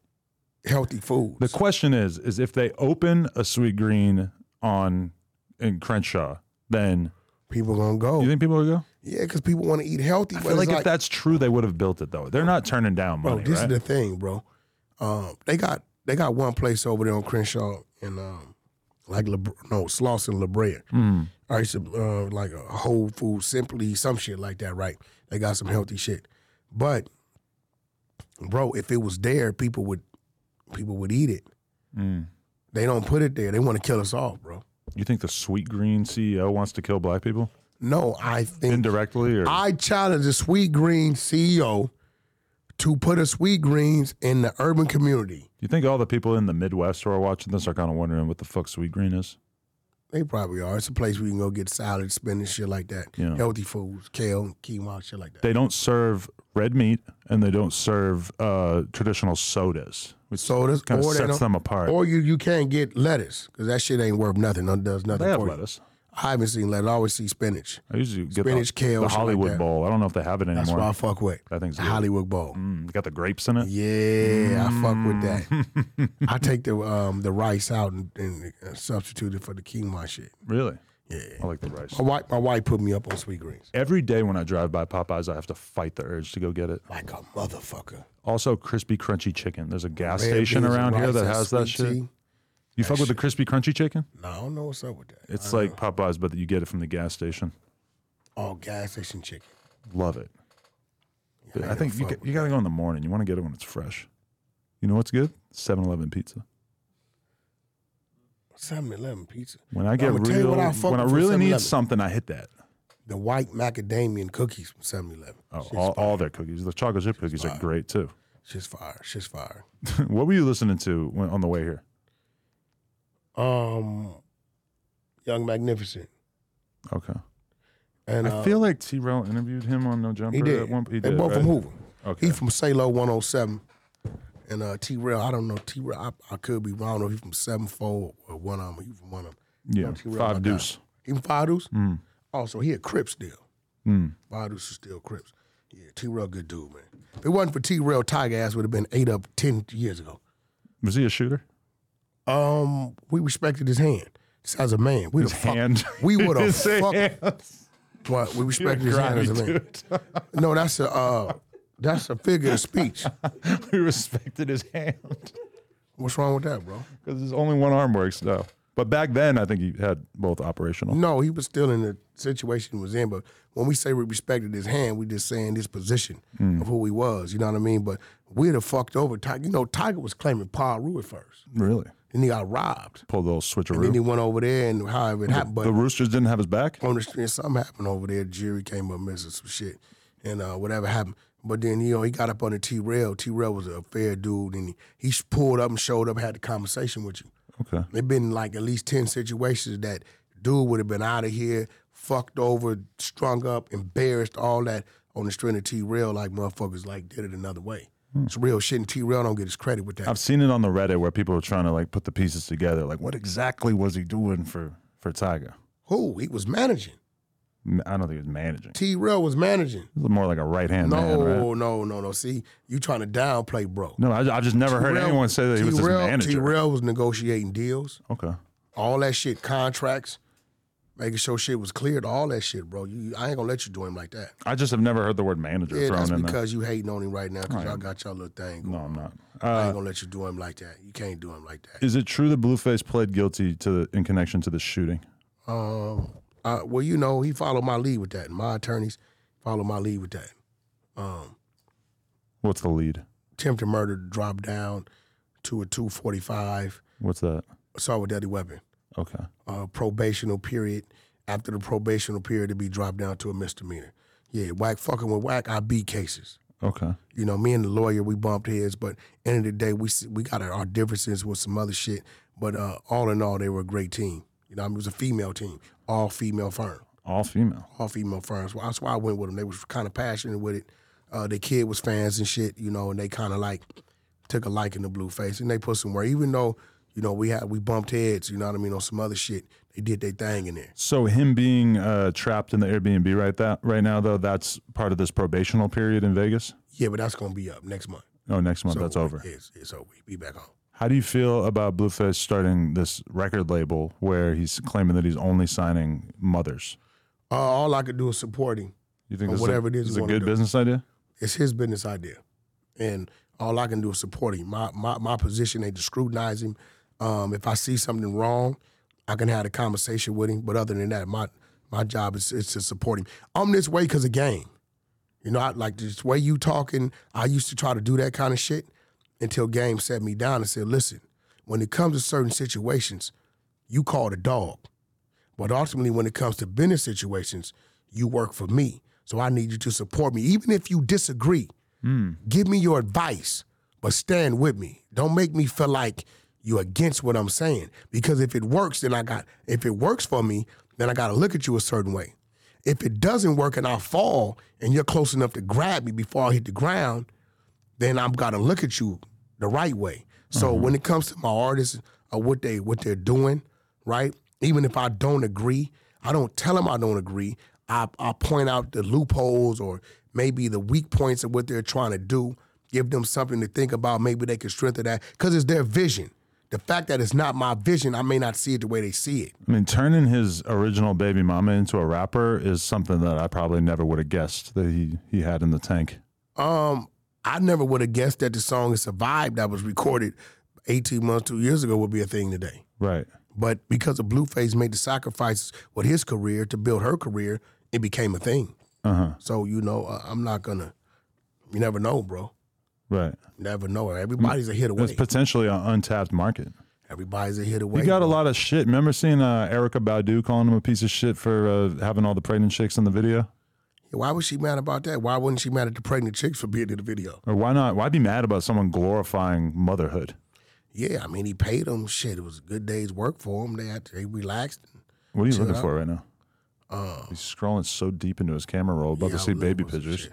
Speaker 2: healthy foods.
Speaker 1: The question is, is if they open a sweet green on in Crenshaw, then
Speaker 2: people gonna go.
Speaker 1: you think people would go?
Speaker 2: Yeah, because people want to eat healthy.
Speaker 1: I
Speaker 2: but
Speaker 1: feel like,
Speaker 2: it's
Speaker 1: if that's true, they would have built it though. They're not turning down
Speaker 2: bro,
Speaker 1: money,
Speaker 2: Oh, this
Speaker 1: right?
Speaker 2: is the thing, bro. Um, they got they got one place over there on Crenshaw and um, like La, no Slauson La Brea.
Speaker 1: Mm.
Speaker 2: I used to uh, like a Whole Food Simply, some shit like that, right? They got some healthy shit, but bro, if it was there, people would people would eat it.
Speaker 1: Mm.
Speaker 2: They don't put it there. They want to kill us off, bro.
Speaker 1: You think the Sweet Green CEO wants to kill black people
Speaker 2: No, I think
Speaker 1: indirectly, or
Speaker 2: I challenge the Sweet Green CEO to put a Sweet Greens in the urban community.
Speaker 1: you think all the people in the Midwest who are watching this are kind of wondering what the fuck Sweet Green is?
Speaker 2: They probably are. It's a place where you can go get salad, spinach, shit like that.
Speaker 1: Yeah.
Speaker 2: Healthy foods, kale, quinoa, shit like that.
Speaker 1: They don't serve red meat and they don't serve uh, traditional sodas, which
Speaker 2: Sodas,
Speaker 1: kind of
Speaker 2: or they
Speaker 1: sets
Speaker 2: don't,
Speaker 1: them apart.
Speaker 2: or you you can't get lettuce because that shit ain't worth nothing. It does nothing
Speaker 1: they have
Speaker 2: for you.
Speaker 1: lettuce.
Speaker 2: I haven't seen lettuce. I always see spinach.
Speaker 1: I usually get
Speaker 2: Spinach,
Speaker 1: the,
Speaker 2: kale,
Speaker 1: the
Speaker 2: shit like
Speaker 1: Hollywood
Speaker 2: that.
Speaker 1: Bowl. I don't know if they have it anymore.
Speaker 2: That's what I fuck with.
Speaker 1: That thing's
Speaker 2: The
Speaker 1: good.
Speaker 2: Hollywood Bowl.
Speaker 1: Mm, they got the grapes in it.
Speaker 2: Yeah, I fuck with that.
Speaker 1: Mm.
Speaker 2: I take the um, the rice out and, and uh, substitute it for the quinoa shit.
Speaker 1: Really?
Speaker 2: Yeah.
Speaker 1: I like the rice.
Speaker 2: My wife, my wife put me up on sweet greens
Speaker 1: Every day when I drive by Popeyes, I have to fight the urge to go get it.
Speaker 2: like a motherfucker.
Speaker 1: Also, crispy crunchy chicken. There's a gas
Speaker 2: Red
Speaker 1: station
Speaker 2: beans and
Speaker 1: around here
Speaker 2: rice
Speaker 1: that
Speaker 2: and
Speaker 1: has that
Speaker 2: sweet
Speaker 1: shit.
Speaker 2: tea.
Speaker 1: You fuck with the crispy crunchy chicken?
Speaker 2: No, I don't know what's up with that.
Speaker 1: It's like Popeyes, but you get it from the gas station.
Speaker 2: all Oh, gas station chicken.
Speaker 1: Love it.
Speaker 2: Yeah,
Speaker 1: I think you,
Speaker 2: fuck
Speaker 1: ca- you got to go in the morning. You want to get it when it's fresh. You know what's good? 7-Eleven pizza.
Speaker 2: 7-Eleven pizza.
Speaker 1: When I get
Speaker 2: I'ma tell you
Speaker 1: real,
Speaker 2: what I fuck
Speaker 1: when I
Speaker 2: with from
Speaker 1: really need
Speaker 2: 7-Eleven.
Speaker 1: something, I hit that.
Speaker 2: The white macadamia cookies from 7-Eleven.
Speaker 1: Oh,
Speaker 2: Shit's
Speaker 1: all,
Speaker 2: fire.
Speaker 1: all their cookies. The chocolate chip cookies are great too.
Speaker 2: Shit's fire. Shit's fire.
Speaker 1: what were you listening to when, on the way here?
Speaker 2: Um, Young Magnificent.
Speaker 1: Okay.
Speaker 2: And
Speaker 1: I feel like T. Rell interviewed him on No Jumper.
Speaker 2: Uh, he
Speaker 1: At
Speaker 2: did.
Speaker 1: one, he
Speaker 2: they
Speaker 1: did,
Speaker 2: both
Speaker 1: right?
Speaker 2: from Hoover.
Speaker 1: Okay.
Speaker 2: He from Salo 107. And uh, T-Rail, I don't know. T-Rail, I, I could be wrong. I don't know if he from Sevenfold or one of them. He from one of them.
Speaker 1: yeah,
Speaker 2: T. Rell, my
Speaker 1: five
Speaker 2: guy.
Speaker 1: deuce.
Speaker 2: He from Fidus?
Speaker 1: Mm.
Speaker 2: Oh, so he a Crip still.
Speaker 1: Mm.
Speaker 2: Fidus is still Crips. Yeah, T-Rail good dude, man. If it wasn't for T-Rail, Tiger Ass would have been eight up 10 years ago.
Speaker 1: Was he a shooter?
Speaker 2: Um, we respected his hand. Just as a man, we
Speaker 1: His
Speaker 2: the fuck,
Speaker 1: hand.
Speaker 2: We would have
Speaker 1: His
Speaker 2: fucked,
Speaker 1: hands.
Speaker 2: but we respected his hand
Speaker 1: Grimy,
Speaker 2: as a man.
Speaker 1: dude.
Speaker 2: No, that's a uh, that's a figure of speech.
Speaker 1: we respected his hand
Speaker 2: What's wrong with that, bro?
Speaker 1: because his only one arm works now. But back then, I think he had both operational.
Speaker 2: No, he was still in the situation he was in. But when we say we respected his hand, we just saying his position
Speaker 1: Hmm.
Speaker 2: of who he was. You know what I mean? But we'd have fucked over Tiger. You know, Tiger was claiming Paul Rue at first,
Speaker 1: Really,
Speaker 2: and he got robbed.
Speaker 1: pulled a little
Speaker 2: Then
Speaker 1: switcheroo.
Speaker 2: he went over there, and however it happened, but
Speaker 1: the Roosters didn't have his back.
Speaker 2: on the street. Something happened over there. Jerry came up missing some shit, and uh, whatever happened. But then you know he got up on the T Rail. T Rail was a fair dude, and he, he pulled up and showed up, had the conversation with you.
Speaker 1: Okay,
Speaker 2: There been like at least ten situations that dude would have been out of here, fucked over, strung up, embarrassed, all that on the string of T Rail. Like motherfuckers like did it another way. It's real shit, and T Rail don't get his credit with that.
Speaker 1: Hmm. I've seen it on the Reddit where people are trying to like put the pieces together. Like, what exactly was he doing for for Tiger?
Speaker 2: Who he was managing?
Speaker 1: M- I don't think he was managing.
Speaker 2: T Rail was managing.
Speaker 1: He was more like a right hand man,
Speaker 2: No,
Speaker 1: right?
Speaker 2: no, no, no. See, you trying to downplay, bro.
Speaker 1: No, I, I've just never heard
Speaker 2: Terrell-
Speaker 1: anyone say that he was his
Speaker 2: Terrell-
Speaker 1: manager.
Speaker 2: Terrell was negotiating deals,
Speaker 1: Okay.
Speaker 2: all that shit, contracts, making sure shit was cleared, all that shit, bro. You, I ain't gonna let you do him like that.
Speaker 1: I just have never heard the word manager
Speaker 2: Yeah,
Speaker 1: thrown
Speaker 2: that's
Speaker 1: in there.
Speaker 2: because you hating on him right now because y'all got your little thing.
Speaker 1: No,
Speaker 2: going.
Speaker 1: I'm not.
Speaker 2: I
Speaker 1: Uh,
Speaker 2: ain't gonna let you do him like that. You can't do him like that.
Speaker 1: is it true that Blueface pled guilty to in connection to the shooting?
Speaker 2: Um, uh, well, you know, he followed my lead with that. and My attorneys followed my lead with that. Um,
Speaker 1: What's the lead?
Speaker 2: attempted murder, drop down to a two forty five,
Speaker 1: What's that?
Speaker 2: assault with deadly weapon.
Speaker 1: Okay.
Speaker 2: uh, probational period. After the probational period, to be dropped down to a misdemeanor. Yeah, whack fucking with whack. I beat cases.
Speaker 1: Okay.
Speaker 2: You know, me and the lawyer we bumped heads, but end of the day, we s- we got our- our differences with some other shit. But uh, all in all, they were a great team. You know, I mean, it was a female team, all female firm,
Speaker 1: All female.
Speaker 2: all female firms. Well, that's why I went with them. They was kind of passionate with it. Uh, the kid was fans and shit, you know, and they kind of like took a liking to Blueface and they put some work. Even though, you know, we had we bumped heads, you know what I mean, on some other shit, they did their thing in there.
Speaker 1: So him being uh, trapped in the Airbnb right that right now though, that's part of this probational period in Vegas.
Speaker 2: Yeah, but that's gonna be up next month.
Speaker 1: Oh, next month
Speaker 2: So,
Speaker 1: that's over.
Speaker 2: It's, it's over. Be back home.
Speaker 1: How do you feel about Blueface starting this record label where he's claiming that he's only signing mothers?
Speaker 2: Uh, all I could do is support him.
Speaker 1: You think
Speaker 2: Or
Speaker 1: this
Speaker 2: whatever
Speaker 1: is
Speaker 2: it
Speaker 1: a,
Speaker 2: is
Speaker 1: this is
Speaker 2: you
Speaker 1: a
Speaker 2: wanna
Speaker 1: good
Speaker 2: do.
Speaker 1: business idea?
Speaker 2: It's his business idea, and all I can do is support him. My my, my position ain't to scrutinize him. Um, if I see something wrong, I can have a conversation with him. But other than that, my my job is, is to support him. I'm this way because of game. You know, I like this way you talking. I used to try to do that kind of shit until game set me down and said, "Listen, when it comes to certain situations, you call the dog, but ultimately when it comes to business situations, you work for me. So I need you to support me, even if you disagree. Give me your advice, but stand with me. Don't make me feel like you're against what I'm saying. Because if it works, then I got. If it works for me, then I got to look at you a certain way. If it doesn't work and I fall and you're close enough to grab me before I hit the ground, then I'm gotta look at you the right way. So when it comes to my artists or what they what they're doing, right? Even if I don't agree, I don't tell them I don't agree. I I point out the loopholes or maybe the weak points of what they're trying to do. Give them something to think about. Maybe they can strengthen that because it's their vision. The fact that it's not my vision, I may not see it the way they see it.
Speaker 1: I mean, turning his original baby mama into a rapper is something that I probably never would have guessed that he, he had in the tank.
Speaker 2: Um, I never would have guessed that the song "It Survived" that was recorded 18 months, two years ago, would be a thing today.
Speaker 1: Right.
Speaker 2: But because of Blueface made the sacrifices with his career to build her career, it became a thing.
Speaker 1: Uh huh.
Speaker 2: So you know, uh, I'm not gonna. You never know, bro.
Speaker 1: Right.
Speaker 2: Never know. Everybody's a hit
Speaker 1: It's
Speaker 2: away.
Speaker 1: potentially an untapped market.
Speaker 2: Everybody's a hit away.
Speaker 1: He got a lot of shit. Remember seeing uh, Erica Badu calling him a piece of shit for uh, having all the pregnant chicks in the video?
Speaker 2: Why was she mad about that? Why wasn't she mad at the pregnant chicks for being in the video?
Speaker 1: Or why not? Why be mad about someone glorifying motherhood?
Speaker 2: Yeah, I mean, he paid them. Shit, it was a good day's work for them. They had they relaxed. uh,
Speaker 1: What are you looking for right now? He's scrolling so deep into his camera roll, about
Speaker 2: Yeah,
Speaker 1: to see
Speaker 2: I'm
Speaker 1: baby
Speaker 2: looking for some
Speaker 1: pictures.
Speaker 2: shit.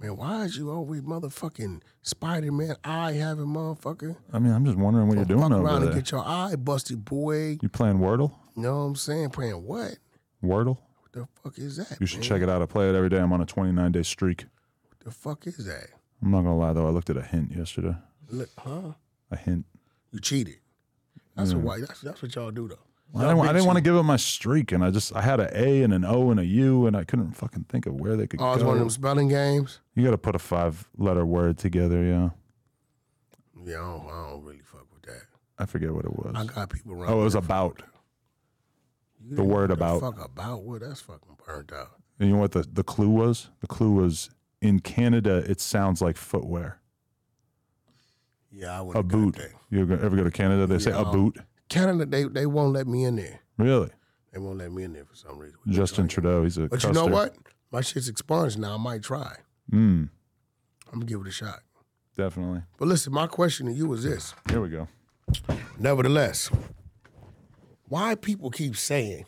Speaker 2: Man, why is you always motherfucking Spider Man eye having motherfucker?
Speaker 1: I mean, I'm just wondering what you're doing
Speaker 2: Fuck
Speaker 1: over
Speaker 2: around
Speaker 1: there.
Speaker 2: and get your eye busted, boy.
Speaker 1: you playing Wordle?
Speaker 2: You know what I'm saying? Praying what?
Speaker 1: Wordle?
Speaker 2: What the fuck is that?
Speaker 1: You should
Speaker 2: man?
Speaker 1: check it out. I play it every day. I'm on a 29 day streak.
Speaker 2: What the fuck is that?
Speaker 1: I'm not gonna lie though. I looked at a hint yesterday.
Speaker 2: Look, huh?
Speaker 1: A hint.
Speaker 2: You cheated. Mm. That's what why that's, that's what y'all do though.
Speaker 1: I didn't, I didn't want to give up my streak, and I just I had an A and an O and a U, and I couldn't fucking think of where they could
Speaker 2: Oh, it's
Speaker 1: go.
Speaker 2: one of them spelling games.
Speaker 1: You got to put a five letter word together. Yeah,
Speaker 2: Yeah, I don't, I don't really fuck with that.
Speaker 1: I forget what it was.
Speaker 2: I got people around.
Speaker 1: oh, it
Speaker 2: me
Speaker 1: was
Speaker 2: that fuck
Speaker 1: about.
Speaker 2: with
Speaker 1: The
Speaker 2: it.
Speaker 1: word
Speaker 2: What the
Speaker 1: about.
Speaker 2: fuck about what? That's fucking burnt out.
Speaker 1: And you know what the the clue was? The clue was in Canada. It sounds like footwear.
Speaker 2: Yeah, I
Speaker 1: A
Speaker 2: wouldn't.
Speaker 1: boot. You ever ever go to Canada? They say a
Speaker 2: Yeah.
Speaker 1: boot.
Speaker 2: Canada, they they won't let me in there.
Speaker 1: Really?
Speaker 2: They won't let me in there for some reason.
Speaker 1: Justin Trudeau. He's a.
Speaker 2: But you know
Speaker 1: custer.
Speaker 2: what? My shit's expunged now. I might try.
Speaker 1: Mm,
Speaker 2: I'm gonna give it a shot.
Speaker 1: definitely.
Speaker 2: But listen, my question to you is this.
Speaker 1: Here we go.
Speaker 2: Nevertheless, why people keep saying,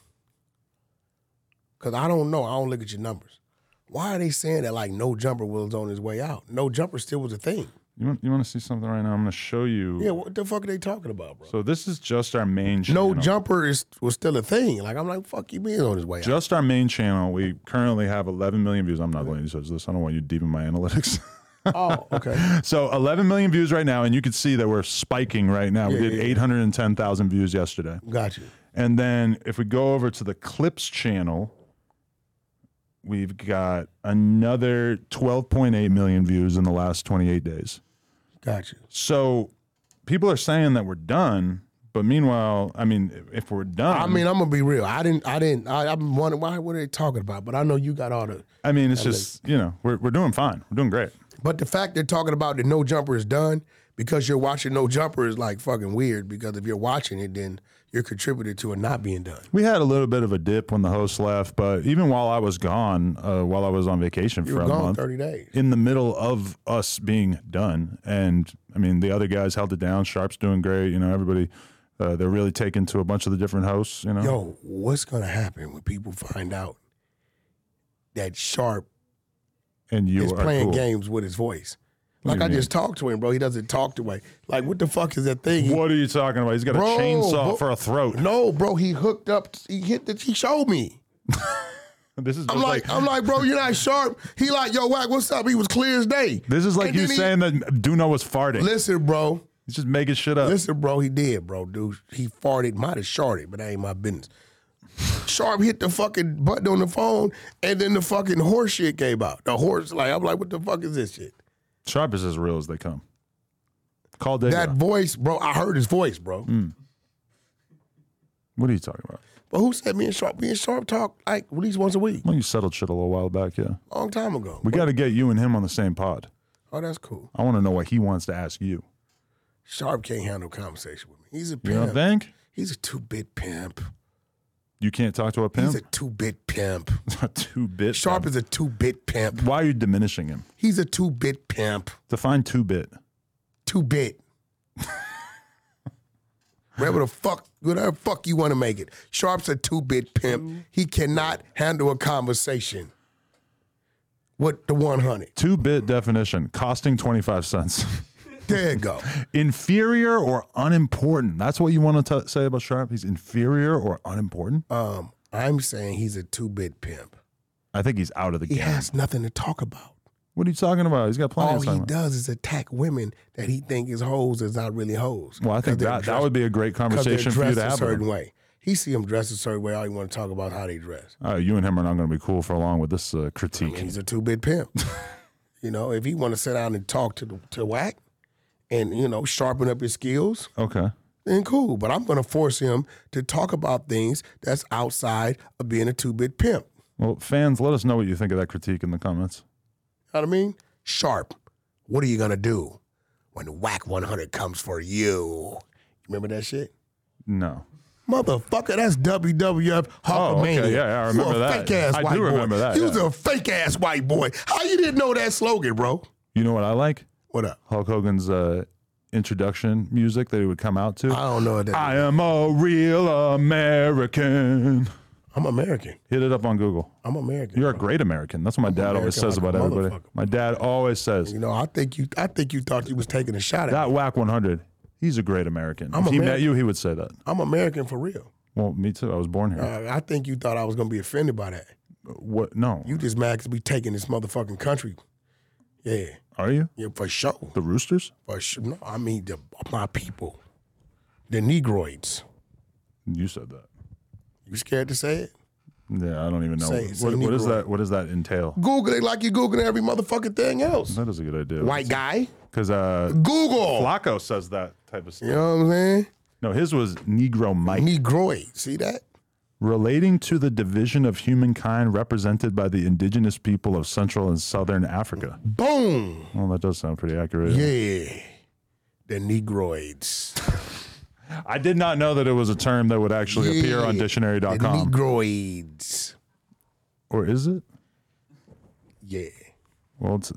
Speaker 2: because I don't know, I don't look at your numbers. Why are they saying that like no jumper was on his way out? No jumper still was a thing.
Speaker 1: You want you want to see something right now? I'm going to show you.
Speaker 2: Yeah, what the fuck are they talking about, bro?
Speaker 1: So this is just our main.
Speaker 2: No
Speaker 1: channel.
Speaker 2: jumper is was still a thing. Like I'm like, fuck you being on his way out.
Speaker 1: Just our main channel, we currently have 11 million views. I'm not going to use this. I don't want you deep in my analytics.
Speaker 2: Oh, okay.
Speaker 1: so 11 million views right now, and you can see that we're spiking right now. we did 810,000 views yesterday,
Speaker 2: Got you.
Speaker 1: and then if we go over to the clips channel, we've got another 12.8 million views in the last 28 days.
Speaker 2: Got you.
Speaker 1: So people are saying that we're done, but meanwhile, I mean, if we're done,
Speaker 2: I mean, I'm gonna be real. I didn't I didn't I, I'm wondering why what are they talking about? But I know you got all the
Speaker 1: I mean, it's just you know, we're we're doing fine. We're doing great.
Speaker 2: But the fact they're talking about that no jumper is done because you're watching no jumper is like fucking weird because if you're watching it, then you're contributed to it not being done.
Speaker 1: We had a little bit of a dip when the host left, but even while I was gone, uh, while I was on vacation
Speaker 2: You
Speaker 1: for
Speaker 2: were
Speaker 1: a
Speaker 2: gone
Speaker 1: month,
Speaker 2: 30 days.
Speaker 1: in the middle of us being done, and I mean, the other guys held it down. Sharp's doing great. You know, everybody, uh, they're really taken to a bunch of the different hosts. You know,
Speaker 2: Yo, what's going to happen when people find out that Sharp
Speaker 1: and you
Speaker 2: is
Speaker 1: are
Speaker 2: playing
Speaker 1: cool.
Speaker 2: games with his voice?
Speaker 1: What do
Speaker 2: Like
Speaker 1: you
Speaker 2: I
Speaker 1: mean?
Speaker 2: just talked to him, bro. He doesn't talk to me. Like, what the fuck is that thing? he-
Speaker 1: What are you talking about? He's got
Speaker 2: Bro,
Speaker 1: a chainsaw
Speaker 2: bro-
Speaker 1: for a throat.
Speaker 2: No, bro. He hooked up. He hit the. He showed me.
Speaker 1: This is just
Speaker 2: I'm
Speaker 1: like,
Speaker 2: like, I'm like, bro, you're not sharp. He like, yo, whack, what's up? He was clear as day.
Speaker 1: this is like
Speaker 2: And
Speaker 1: you
Speaker 2: then he-
Speaker 1: saying that Duno was farting.
Speaker 2: Listen, bro.
Speaker 1: He's just making shit up.
Speaker 2: Listen, bro, he did, bro, dude. He farted, might have sharted, but that ain't my business. Sharp hit the fucking button on the phone, and then the fucking horse shit came out. The horse, like, I'm like, what the fuck is this shit?
Speaker 1: Sharp is as real as they come. Call Digger.
Speaker 2: That voice, bro, I heard his voice, bro.
Speaker 1: Mm. what are you talking about?
Speaker 2: But who said me and Sharp? Me and Sharp talk like at least once a week,
Speaker 1: Well, you settled shit a little while back, yeah.
Speaker 2: long time ago.
Speaker 1: We got to get you and him on the same pod.
Speaker 2: oh, that's cool.
Speaker 1: I want to know what he wants to ask you.
Speaker 2: Sharp can't handle conversation with me. He's a
Speaker 1: You don't
Speaker 2: pimp.
Speaker 1: think?
Speaker 2: He's a two bit pimp.
Speaker 1: You can't talk to a
Speaker 2: He's a
Speaker 1: pimp?
Speaker 2: two bit pimp.
Speaker 1: two bit.
Speaker 2: Sharp is a two bit pimp.
Speaker 1: Why are you diminishing him?
Speaker 2: He's a two bit pimp.
Speaker 1: Define two bit.
Speaker 2: Two bit. Whatever the fuck, whatever the fuck you want to make it. Sharp's a two bit
Speaker 1: Mm-hmm.
Speaker 2: pimp. He cannot handle a conversation with the 100.
Speaker 1: Two bit definition costing 25 cents.
Speaker 2: There you go.
Speaker 1: inferior or unimportant. That's what you want to t- say about Sharp? He's inferior or unimportant?
Speaker 2: Um, I'm saying he's a two bit pimp.
Speaker 1: I think he's out of the
Speaker 2: He
Speaker 1: game.
Speaker 2: has nothing to talk about.
Speaker 1: What are you talking about? He's got plenty
Speaker 2: All
Speaker 1: of
Speaker 2: Oh, he
Speaker 1: time.
Speaker 2: does is attack women that he think is hoes is not really hoes.
Speaker 1: Well, I
Speaker 2: 'Cause
Speaker 1: think
Speaker 2: they're
Speaker 1: that, that
Speaker 2: dressed-
Speaker 1: would be a great
Speaker 2: 'cause they're
Speaker 1: conversation for you
Speaker 2: dressed
Speaker 1: to have. with
Speaker 2: a
Speaker 1: him.
Speaker 2: certain way. He see them dressed a certain way. All you want to talk about how they dress.
Speaker 1: Uh, you and him are not going to be cool for long with this uh, critique.
Speaker 2: He's a two bit pimp. you know, if he want to sit down and talk to the, to whack, and you know sharpen up his skills,
Speaker 1: okay.
Speaker 2: then cool. But I'm gonna force him to talk about things that's outside of being a two bit pimp.
Speaker 1: Well, fans, let us know what you think of that critique in the comments.
Speaker 2: You know what I mean? Sharp. What are you gonna do when whack 100 comes for you? Remember that shit?
Speaker 1: No.
Speaker 2: Motherfucker, that's WWF Hulkamania.
Speaker 1: Oh, okay. Yeah, yeah, I
Speaker 2: You
Speaker 1: remember
Speaker 2: a
Speaker 1: that.
Speaker 2: Fake ass
Speaker 1: I do
Speaker 2: white boy.
Speaker 1: remember that,
Speaker 2: You
Speaker 1: yeah.
Speaker 2: was a fake ass white boy. How you didn't know that slogan, bro?
Speaker 1: You know what I like?
Speaker 2: What up?
Speaker 1: Hulk Hogan's uh, introduction music that he would come out to.
Speaker 2: I don't know what that.
Speaker 1: I am a real American.
Speaker 2: I'm American.
Speaker 1: Hit it up on Google.
Speaker 2: I'm American.
Speaker 1: You're a great American. That's what my dad always
Speaker 2: American
Speaker 1: says
Speaker 2: like a
Speaker 1: about everybody.
Speaker 2: motherfucker.
Speaker 1: My dad always says
Speaker 2: you know, I think you. I think you thought you was taking a shot at. me.
Speaker 1: that whack 100. He's a great American.
Speaker 2: I'm
Speaker 1: if he met
Speaker 2: American.
Speaker 1: you, he would say that.
Speaker 2: I'm American for real.
Speaker 1: Well, me too. I was born here.
Speaker 2: Uh, I think you thought I was gonna be offended by that.
Speaker 1: what? No.
Speaker 2: You just mad 'cause we taking this motherfucking country. Yeah,
Speaker 1: Are you
Speaker 2: yeah, for sure.
Speaker 1: the Roosters?
Speaker 2: For sure. No, I mean the, my people, the Negroids.
Speaker 1: You said that.
Speaker 2: You scared to say it?
Speaker 1: Yeah, I don't even know.
Speaker 2: Say-
Speaker 1: what,
Speaker 2: say
Speaker 1: what does
Speaker 2: Negro.
Speaker 1: that? What does that entail?
Speaker 2: Google it like you googling every motherfucking thing else.
Speaker 1: That is a good idea.
Speaker 2: White guy,
Speaker 1: because uh,
Speaker 2: Google.
Speaker 1: Flacco says that type of stuff.
Speaker 2: You know what I'm saying?
Speaker 1: No, his was Negro Mike.
Speaker 2: Negroid. See that?
Speaker 1: relating to the division of humankind represented by the indigenous people of Central and Southern Africa.
Speaker 2: Boom.
Speaker 1: Well, that does sound pretty accurate.
Speaker 2: Yeah. The Negroids.
Speaker 1: I did not know that it was a term that would actually appear on
Speaker 2: Yeah. The
Speaker 1: dictionary.com.
Speaker 2: Negroids.
Speaker 1: or is it?
Speaker 2: Yeah.
Speaker 1: Well, it's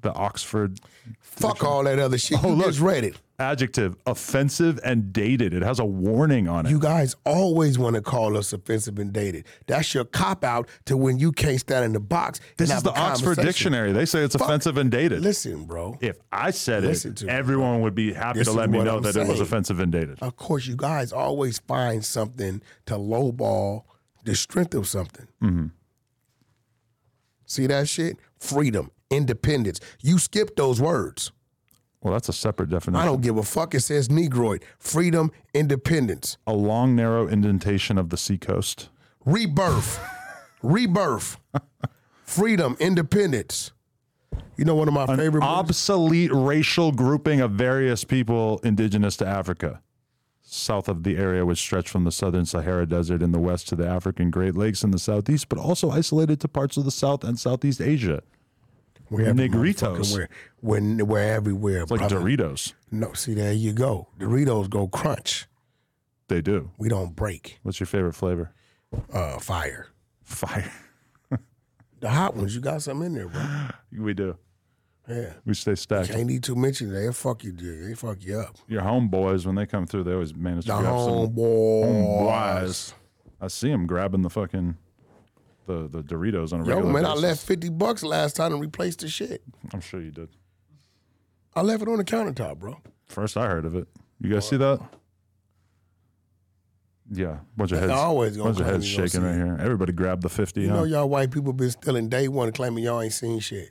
Speaker 1: the Oxford
Speaker 2: Fuck all that other shit. you
Speaker 1: Oh, look.
Speaker 2: just read it.
Speaker 1: adjective, offensive and dated. It has a warning on it.
Speaker 2: You guys always want to call us offensive and dated. That's your cop out to when you can't stand in the box. and
Speaker 1: this is
Speaker 2: have
Speaker 1: the
Speaker 2: a
Speaker 1: Oxford
Speaker 2: conversation.
Speaker 1: Dictionary. They say it's
Speaker 2: Fuck.
Speaker 1: offensive and dated.
Speaker 2: Listen, bro.
Speaker 1: if I said
Speaker 2: Listen
Speaker 1: it,
Speaker 2: to me,
Speaker 1: everyone would be happy
Speaker 2: This
Speaker 1: to
Speaker 2: is
Speaker 1: let me
Speaker 2: what
Speaker 1: know
Speaker 2: I'm
Speaker 1: that it was
Speaker 2: saying.
Speaker 1: offensive and dated.
Speaker 2: Of course, you guys always find something to lowball the strength of something.
Speaker 1: Mm-hmm.
Speaker 2: See that shit? Freedom, independence. You skip those words.
Speaker 1: Well, that's a separate
Speaker 2: I
Speaker 1: definition.
Speaker 2: don't give a fuck. It says Negroid. Freedom, independence,
Speaker 1: A long, narrow indentation of the seacoast.
Speaker 2: rebirth, rebirth, freedom, independence. You know, one of my
Speaker 1: an
Speaker 2: favorite movies?
Speaker 1: obsolete racial grouping of various people indigenous to Africa, south of the area which stretched from the southern Sahara Desert in the west to the African Great Lakes in the southeast, but also isolated to parts of the South and Southeast Asia.
Speaker 2: We're every
Speaker 1: Negritos.
Speaker 2: motherfucker. We're, we're, we're everywhere.
Speaker 1: Like
Speaker 2: brother.
Speaker 1: Doritos,
Speaker 2: No, see, there you go. Doritos go crunch.
Speaker 1: they do.
Speaker 2: We don't break.
Speaker 1: What's your favorite flavor?
Speaker 2: Uh, fire.
Speaker 1: Fire.
Speaker 2: The hot ones, you got something in there, bro.
Speaker 1: We do.
Speaker 2: Yeah.
Speaker 1: We stay stacked.
Speaker 2: Can't eat too much of that. They'll fuck you, dude. They fuck you up.
Speaker 1: Your homeboys when they come through, they always manage to
Speaker 2: The
Speaker 1: grab some
Speaker 2: homeboys.
Speaker 1: homeboys. I see them grabbing the fucking the the Doritos on a
Speaker 2: Yo,
Speaker 1: regular
Speaker 2: man, I
Speaker 1: basis.
Speaker 2: left 50 bucks last time and replaced the shit.
Speaker 1: I'm sure you did.
Speaker 2: I left it on the countertop, bro.
Speaker 1: First I heard of it. You guys see that? Yeah, bunch of
Speaker 2: They're
Speaker 1: heads,
Speaker 2: always gonna
Speaker 1: bunch of
Speaker 2: claim
Speaker 1: heads
Speaker 2: you don't
Speaker 1: shaking
Speaker 2: see
Speaker 1: right here. Everybody grab the fifty.
Speaker 2: You
Speaker 1: huh?
Speaker 2: know, y'all white people been stealing day one claiming y'all ain't seen shit.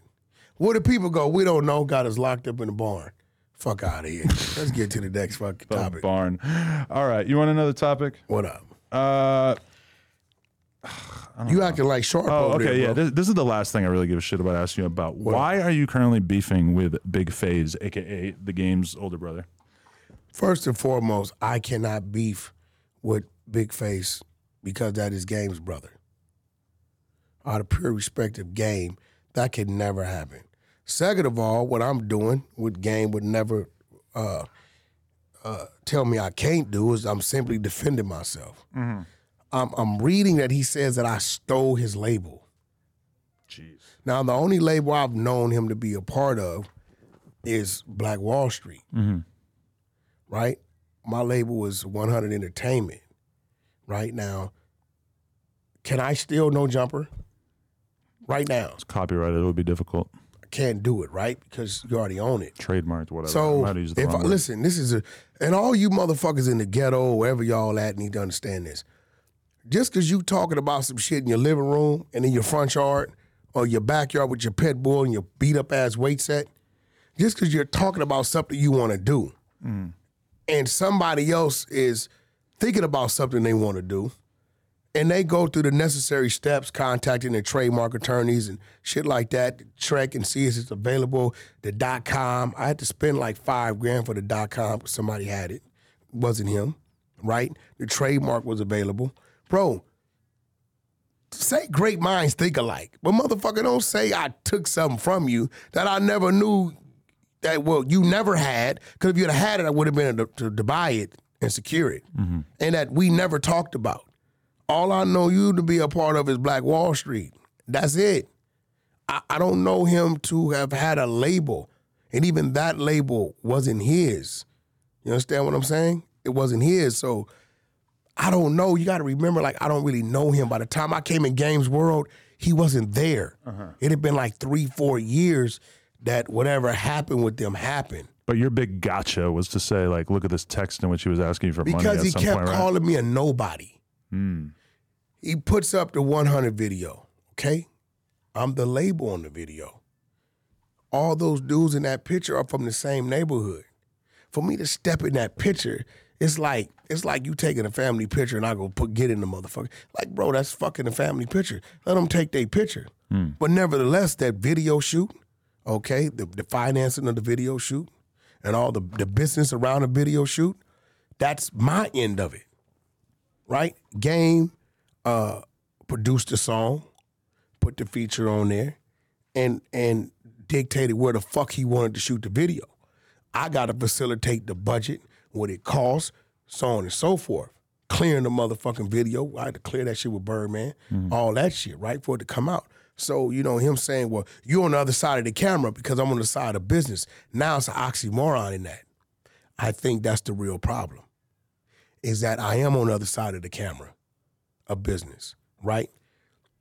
Speaker 2: Where the people go? We don't know. Got us locked up in the barn. Fuck out of here. Let's get to the next fucking
Speaker 1: The
Speaker 2: topic.
Speaker 1: barn. All right, you want another topic?
Speaker 2: What up?
Speaker 1: Uh,
Speaker 2: You acting like sharp
Speaker 1: Oh,
Speaker 2: over
Speaker 1: okay,
Speaker 2: there,
Speaker 1: yeah.
Speaker 2: bro.
Speaker 1: This, this is the last thing I really give a shit about asking you about. Why are you currently beefing with Big Phase, aka the game's older brother?
Speaker 2: First and foremost, I cannot beef with Big Face because that is Game's brother. Out of pure respect of Game, that could never happen. Second of all, what I'm doing with Game would never uh, uh, tell me I can't do is I'm simply defending myself. I'm, I'm reading that he says that I stole his label.
Speaker 1: Jeez.
Speaker 2: Now, the only label I've known him to be a part of is Black Wall Street,
Speaker 1: Mm-hmm.
Speaker 2: right? My label was 100 Entertainment, right? Now, can I still no jumper? Right now,
Speaker 1: It's copyrighted. It would be difficult.
Speaker 2: I can't do it, right? Because you already own it.
Speaker 1: Trademarked, whatever. I
Speaker 2: So
Speaker 1: might have used the
Speaker 2: if I,
Speaker 1: wrong word.
Speaker 2: listen, this is a and all you motherfuckers in the ghetto, wherever y'all at, need to understand this. Just because you talking about some shit in your living room and in your front yard or your backyard with your pet bull and your beat up ass weight set, just because you're talking about something you want to do,
Speaker 1: Mm.
Speaker 2: and somebody else is thinking about something they want to do, and they go through the necessary steps, contacting their trademark attorneys and shit like that, to track and see if it's available. The dot com, I had to spend like five grand for the dot com. 'cause Somebody had it, wasn't him, right? The trademark was available, bro. Say great minds think alike, but motherfucker, don't say I took something from you that I never knew that well you never had. Because if you'd have had it, I would have been able to, to buy it and secure it, and that we never talked about. All I know you to be a part of is Black Wall Street. That's it. I, I don't know him to have had a label. And even that label wasn't his. You understand what I'm saying? It wasn't his. So I don't know. You got to remember, like, I don't really know him. By the time I came in Games World, he wasn't there.
Speaker 1: Uh-huh.
Speaker 2: It had been like three, four years that whatever happened with them happened.
Speaker 1: But your big gotcha was to say, like, look at this text in which he was asking you for money
Speaker 2: because
Speaker 1: at
Speaker 2: he
Speaker 1: some
Speaker 2: kept
Speaker 1: point, right? Hmm.
Speaker 2: calling me a nobody. He puts up the 100 video. Okay, I'm the label on the video. All those dudes in that picture are from the same neighborhood. For me to step in that picture, it's like it's like you taking a family picture and I go put get in the motherfucker. Like, bro, that's fucking a family picture. Let them take their picture. But nevertheless, that video shoot, okay, the, the financing of the video shoot, and all the the business around the video shoot, that's my end of it. Right? Game uh produced the song, put the feature on there, and and dictated where the fuck he wanted to shoot the video. I gotta facilitate the budget, what it costs, so on and so forth. Clearing the motherfucking video. I had to clear that shit with Birdman, all that shit, right? For it to come out. So, you know, him saying, well, you're on the other side of the camera because I'm on the side of business. Now it's an oxymoron in that. I think that's the real problem. Is that I am on the other side of the camera of business, right?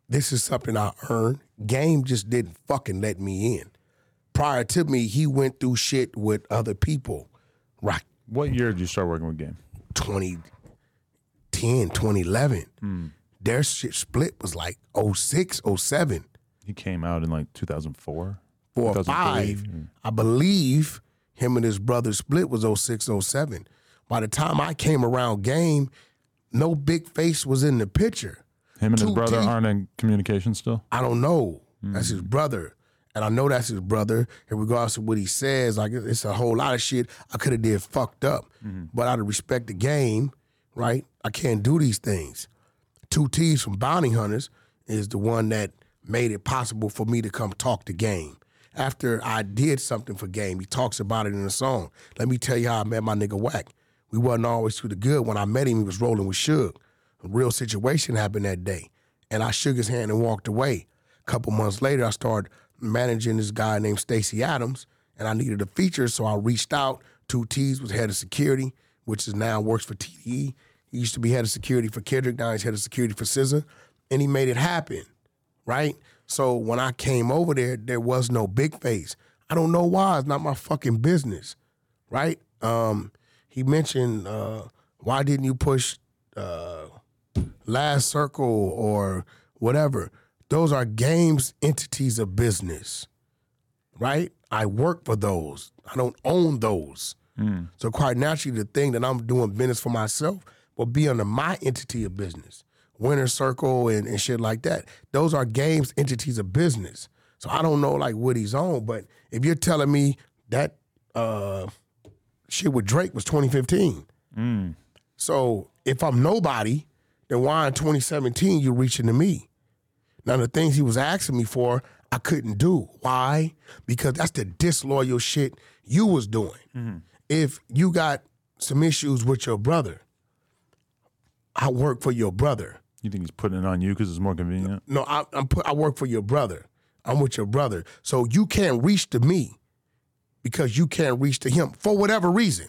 Speaker 2: This is something I earned. Game just didn't fucking let me in. Prior to me, he went through shit with other people, right?
Speaker 1: What year did you start working with Game?
Speaker 2: 2010, 2011. Their shit split was like 06, 07,
Speaker 1: He came out in like 2004.
Speaker 2: 4 or
Speaker 1: 2003.
Speaker 2: 5. I believe him and his brother split was 06, 07. By the time I came around game, no big face was in the picture.
Speaker 1: Him and his
Speaker 2: Two
Speaker 1: brother
Speaker 2: deep.
Speaker 1: aren't in communication still.
Speaker 2: I don't know. That's his brother. And I know that's his brother. And regardless of what he says, like it- it's a whole lot of shit I could have did fucked up. But out of respect the game, right? I can't do these things. Two T's from Bounty Hunters is the one that made it possible for me to come talk to game. After I did something for game, he talks about it in a song. Let me tell you how I met my nigga Whack. We wasn't always to the good. When I met him, he was rolling with Suge. A real situation happened that day and I shook his hand and walked away. A couple months later, I started managing this guy named Stacy Adams, and I needed a feature, so I reached out. Two T's was head of security, which is now works for TDE. He used to be head of security for Kendrick, now he's head of security for SZA, and he made it happen, right? So when I came over there, there was no big face. I don't know why. It's not my fucking business, right? Um, he mentioned uh, why didn't you push uh, last circle or whatever those are games entities of business right i work for those i don't own those so quite naturally the thing that i'm doing business for myself will be under my entity of business Winter Circle and, and shit like that. Those are games entities of business. So I don't know like what he's on, but if you're telling me that uh, shit with Drake was 2015, so if I'm nobody, then why in 2017 you reaching to me? Now the things he was asking me for, I couldn't do. Why? Because that's the disloyal shit you was doing. If you got some issues with your brother, I work for your brother.
Speaker 1: You think he's putting it on you because it's more convenient?
Speaker 2: No, I, I'm put, I work for your brother. I'm with your brother. So you can't reach to me because you can't reach to him for whatever reason.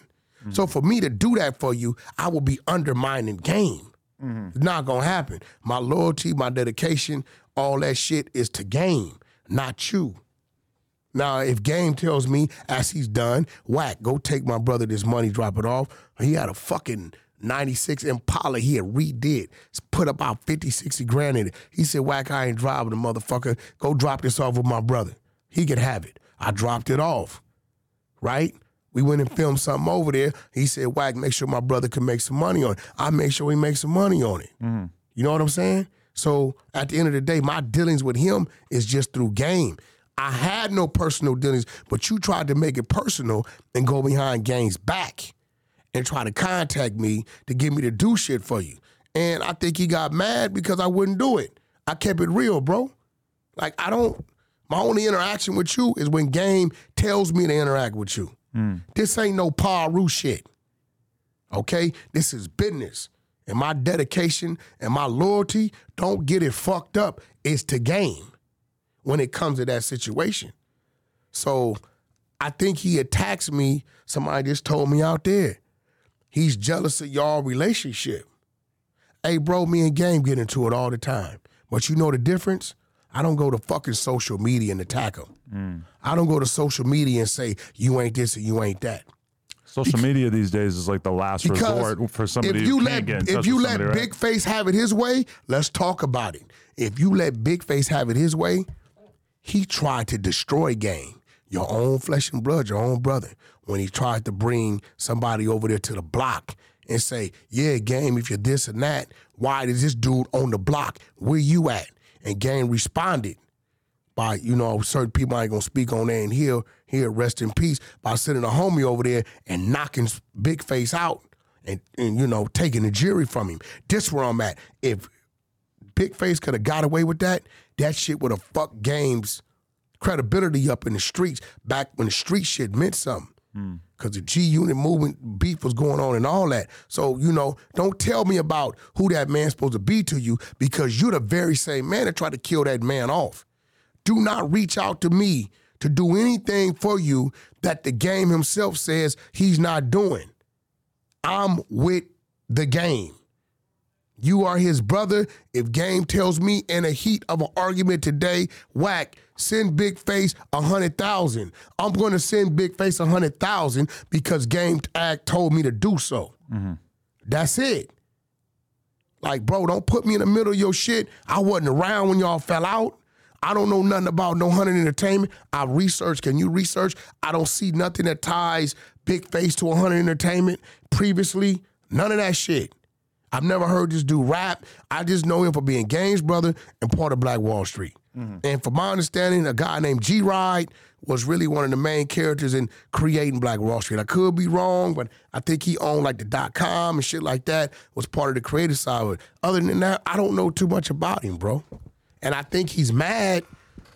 Speaker 2: So for me to do that for you, I will be undermining game. It's not gonna happen. My loyalty, my dedication, all that shit is to game, not you. Now, if Game tells me, as he's done, whack, go take my brother this money, drop it off. He had a fucking 96 Impala he had redid, put about 50, 60 grand in it. He said, whack, I ain't driving the motherfucker. Go drop this off with my brother. He could have it. I dropped it off, right? We went and filmed something over there. He said, whack, make sure my brother can make some money on it. I make sure he makes some money on it. You know what I'm saying? So at the end of the day, my dealings with him is just through game. I had no personal dealings, but you tried to make it personal and go behind Game's back and try to contact me to get me to do shit for you. And I think he got mad because I wouldn't do it. I kept it real, bro. Like I don't. My only interaction with you is when Game tells me to interact with you. This ain't no Paru shit. Okay, this is business, and my dedication and my loyalty don't get it fucked up. It's to Game when it comes to that situation. So I think he attacks me. Somebody just told me out there he's jealous of y'all relationship. Hey, bro, me and Game get into it all the time. But you know the difference? I don't go to fucking social media and attack him. I don't go to social media and say, you ain't this and you ain't that.
Speaker 1: Social media these days is like the last resort for somebody
Speaker 2: if you
Speaker 1: who can't
Speaker 2: let
Speaker 1: get in touch
Speaker 2: if you
Speaker 1: with
Speaker 2: let
Speaker 1: somebody, right?
Speaker 2: Big Face have it his way, let's talk about it. If you let Big Face have it his way, he tried to destroy game, your own flesh and blood, your own brother. When he tried to bring somebody over there to the block and say, "Yeah, game, if you're this and that, why is this dude on the block? Where you at?" And game responded by you know certain people ain't gonna speak on that and he'll he'll rest in peace by sending a homie over there and knocking big face out and, and you know taking the jury from him this where i'm at if big face could have got away with that that shit would have fucked games credibility up in the streets back when the street shit meant something Cause the G Unit movement beef was going on and all that. So you know, don't tell me about who that man's supposed to be to you because you're the very same man that tried to kill that man off. Do not reach out to me to do anything for you that the game himself says he's not doing. I'm with the game. You are his brother. If game tells me in a heat of an argument today, whack, send Big Face a hundred thousand. I'm gonna send Big Face a hundred thousand because Game Act told me to do so. That's it. Like, bro, don't put me in the middle of your shit. I wasn't around when y'all fell out. I don't know nothing about no hunting entertainment. I research. Can you research? I don't see nothing that ties Big Face to a hunting entertainment previously. None of that shit. I've never heard this dude rap. I just know him for being Game's brother and part of Black Wall Street. And from my understanding, a guy named G Ride was really one of the main characters in creating Black Wall Street. I could be wrong, but I think he owned like the dot com and shit like that, was part of the creative side of it. Other than that, I don't know too much about him, bro. And I think he's mad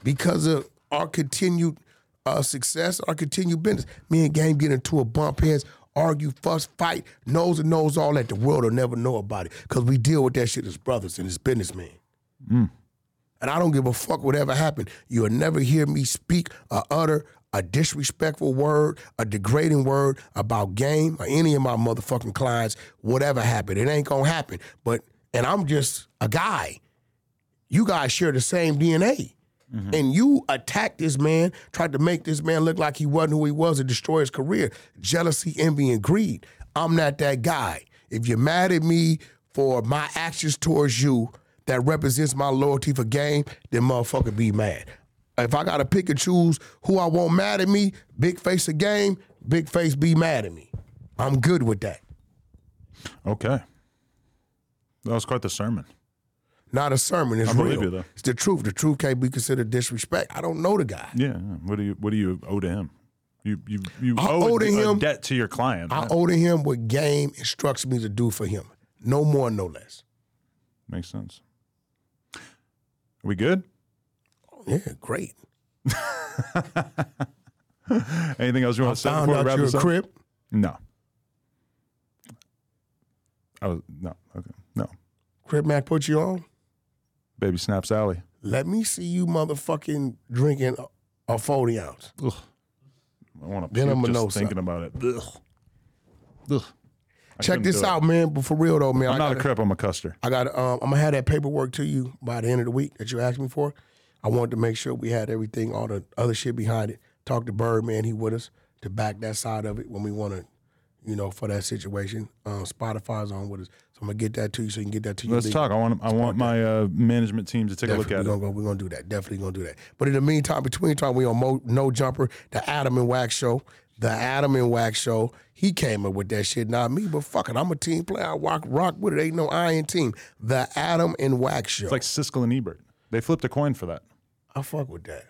Speaker 2: because of our continued uh, success, our continued business. Me and Game get into a bump heads, argue, fuss, fight, nose to nose, all that. The world will never know about it because we deal with that shit as brothers and as businessmen. And I don't give a fuck whatever happened. You'll never hear me speak or utter a disrespectful word, a degrading word about game or any of my motherfucking clients, whatever happened. It ain't gonna happen. But, and I'm just a guy you guys share the same DNA.
Speaker 1: Mm-hmm.
Speaker 2: And you attacked this man, tried to make this man look like he wasn't who he was and destroy his career. Jealousy, envy, and greed. I'm not that guy. If you're mad at me for my actions towards you that represents my loyalty for game, then motherfucker be mad. If I gotta pick and choose who I want mad at me, big face a game, big face be mad at me. I'm good with that.
Speaker 1: Okay, that was quite the sermon.
Speaker 2: not a sermon. It's
Speaker 1: I believe
Speaker 2: real.
Speaker 1: you, though.
Speaker 2: It's the truth. The truth can't be considered disrespect. I don't know the guy.
Speaker 1: Yeah. yeah. What do you What do you owe to him? You you you
Speaker 2: I
Speaker 1: owe,
Speaker 2: owe to
Speaker 1: a
Speaker 2: him-
Speaker 1: debt to your client.
Speaker 2: I
Speaker 1: Yeah,
Speaker 2: owe to him what game instructs me to do for him. No more, no less.
Speaker 1: Makes sense. Are we good?
Speaker 2: Yeah, great.
Speaker 1: Anything else you want to say
Speaker 2: Found
Speaker 1: before we
Speaker 2: out
Speaker 1: wrap
Speaker 2: you're
Speaker 1: this
Speaker 2: a
Speaker 1: up?
Speaker 2: crip.
Speaker 1: No. I was no okay no.
Speaker 2: Crip Mac put you on.
Speaker 1: Baby snaps alley.
Speaker 2: Let me see you motherfucking drinking a, a 40 ounce.
Speaker 1: Ugh. I want to.
Speaker 2: Then
Speaker 1: Then
Speaker 2: I'ma
Speaker 1: I'm just
Speaker 2: know
Speaker 1: thinking about it. Ugh. Ugh. I
Speaker 2: Check
Speaker 1: couldn't
Speaker 2: this
Speaker 1: do it.
Speaker 2: out, man. But for real though, man,
Speaker 1: I'm
Speaker 2: I
Speaker 1: not a
Speaker 2: gotta-
Speaker 1: crip. I'm a custer.
Speaker 2: I got. Um, I'm gonna have that paperwork to you by the end of the week that you asked me for. I wanted to make sure we had everything, all the other shit behind it. Talk to Bird, man. He with us to back that side of it when we want to, you know, for that situation. Um, Spotify's on with us, so I'm gonna get that to you so you can get that to you.
Speaker 1: Let's
Speaker 2: legal.
Speaker 1: talk. I want. I want my uh, management team to take
Speaker 2: Definitely,
Speaker 1: a
Speaker 2: we're
Speaker 1: look at
Speaker 2: gonna, go, we're gonna do that. Definitely gonna do that. But in the meantime, between time, we on Mo, No Jumper, the Adam and Wax show, the Adam and Wax show. He came up with that shit, not me. But fuck it, I'm a team player. I rock, rock with it. Ain't no iron team. The Adam and Wax show.
Speaker 1: it. It's like Siskel and Ebert. They flipped a coin for that.
Speaker 2: I fuck with that.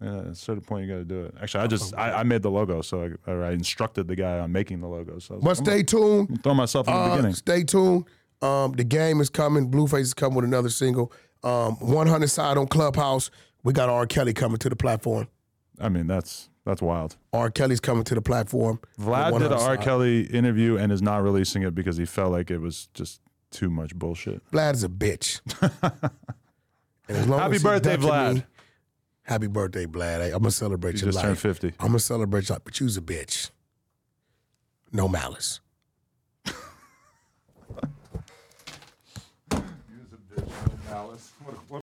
Speaker 1: Yeah, at a certain point, you got to do it. Actually, I just I, I made the logo, so I, or I instructed the guy on making the logo. So I was
Speaker 2: But
Speaker 1: like,
Speaker 2: stay tuned.
Speaker 1: I'm gonna throw myself in the
Speaker 2: Uh,
Speaker 1: beginning.
Speaker 2: stay tuned. Um, the game is coming. Blueface is coming with another single. Um, 100 side on Clubhouse. We got R. Kelly coming to the platform.
Speaker 1: I mean, that's that's wild.
Speaker 2: R. Kelly's coming to the platform. with
Speaker 1: Vlad did a
Speaker 2: 100
Speaker 1: R.
Speaker 2: side.
Speaker 1: Kelly interview and is not releasing it because he felt like it was just too much bullshit.
Speaker 2: Vlad is a bitch. And as long
Speaker 1: Happy
Speaker 2: as he's
Speaker 1: birthday,
Speaker 2: ducking me-
Speaker 1: Vlad.
Speaker 2: happy birthday, Vlad. I, am gonna celebrate
Speaker 1: He
Speaker 2: your
Speaker 1: just turned
Speaker 2: life.
Speaker 1: 50.
Speaker 2: I'm gonna celebrate your life, but you's a bitch. No malice.